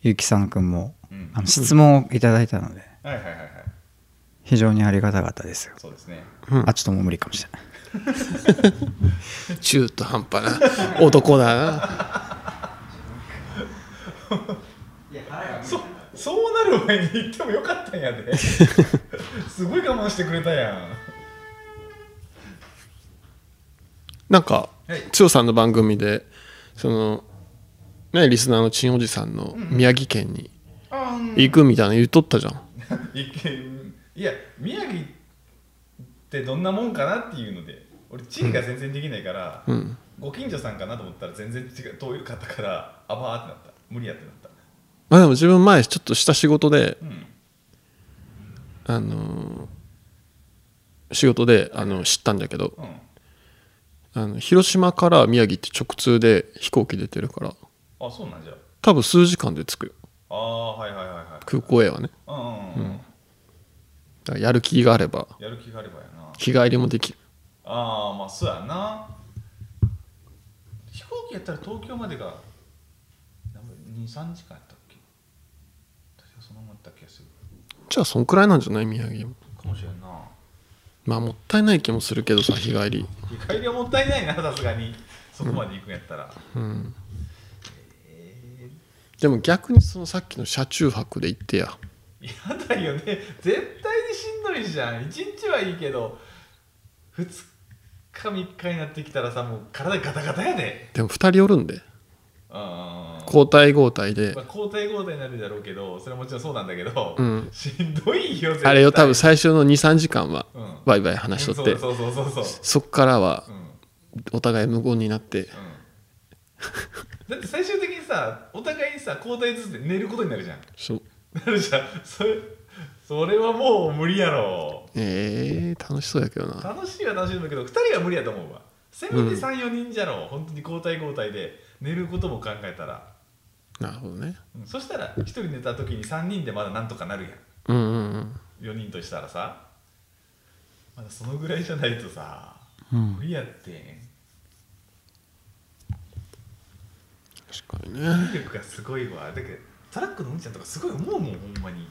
ゆきさんくんも
うん
あの質問をいただいたので
はいはいはいはい
非常にありがたかったですよ
そうですね
うん
あちょっともう無理かもしれない
中途半端な男だない
や腹が見え
そそうなる前に言ってもよかったんやですごい我慢してくれたやん
なんか
はい
剛さんの番組でそのねリスナーのちんおじさんの宮城県に
あん
行くみたいなの言っとったじゃん
いけいや宮城ってどんなもんかなっていうので俺地理が全然できないから、
うん
ご近所さんかなと思ったら全然違う遠かったからあばーってなった無理やってなった
まあでも自分前ちょっとした仕事で
うん
あのー仕事であの知ったんだけど
うん
あの広島から宮城って直通で飛行機出てるから
あそうなんじゃ
多分数時間で着くよ
ああーはいはいはいはい
空港へはね
うんうん、うん、
だからやる気があれば
やる気があればやな
日帰りもできる
ああまあそうやな飛行機やったら東京までが23時間やったっけ確かそんなもんやった気がする
じゃあそんくらいなんじゃない宮城も
かもしれんな
まあもったいない気もするけどさ日帰り
日帰りはもったいないなさすがにそこまで行くんやったら、
うん
え
でも逆にそのさっきの車中泊で行ってや
ー、やだよね絶対にしんどいじゃん1日はいいけど2日3日になってきたらさもう体ガタガタやで
でも2人おるんで
うんうんうんうん
交代交代で
まあ、交代交代になるだろうけどそれはもちろんそうなんだけど、
うん
しんどいよ絶対
あれよ多分最初の23時間は
うん
バイバイ話しとって
そうそうそうそうそう
そっからは
うんうん
お互い無言になって
だって最終的にさお互いにさ交代ずつで寝ることになるじゃん
そう
なるじゃんそれそれはもう無理やろ
えー、楽しそうやけどな
楽しいは楽しいんだけど2人は無理やと思うわせめて34人じゃろう本当に交代交代で寝ることも考えたら、
なるほどね
うんそしたら1人寝た時に3人でまだなんとかなるやん
うんうんうん
4人としたらさまだそのぐらいじゃないとさ、
うん
無理やって
確かにね
体力がすごいわだけどトラックのうんちゃんとかすごい思うもんほんまに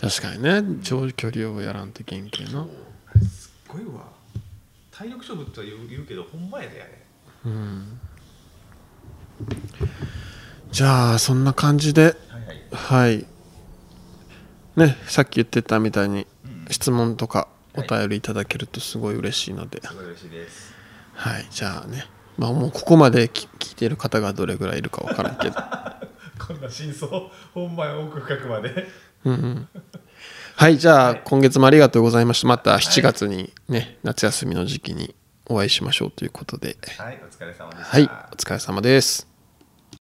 確かにね長距離をやらんといけんけんな
あれすっごいわ体力勝負とは言う言うけどほんまやであれ
うんじゃあそんな感じで
はいはい
はいねさっき言ってたみたいに
うん
質問とかお
はい
便りいただけるとすごい嬉しいので、
すごい嬉しいです
はい、じゃあね、まあ、もうここまでき聞いてる方がどれぐらいいるかわからん けど、
こんな真相本番奥深くまで
うんうん、はいじゃあ今月もありがとうございましたまた7月にね夏休みの時期にお会いしましょうということで
はいお疲れ様でした、
はいお疲れ様です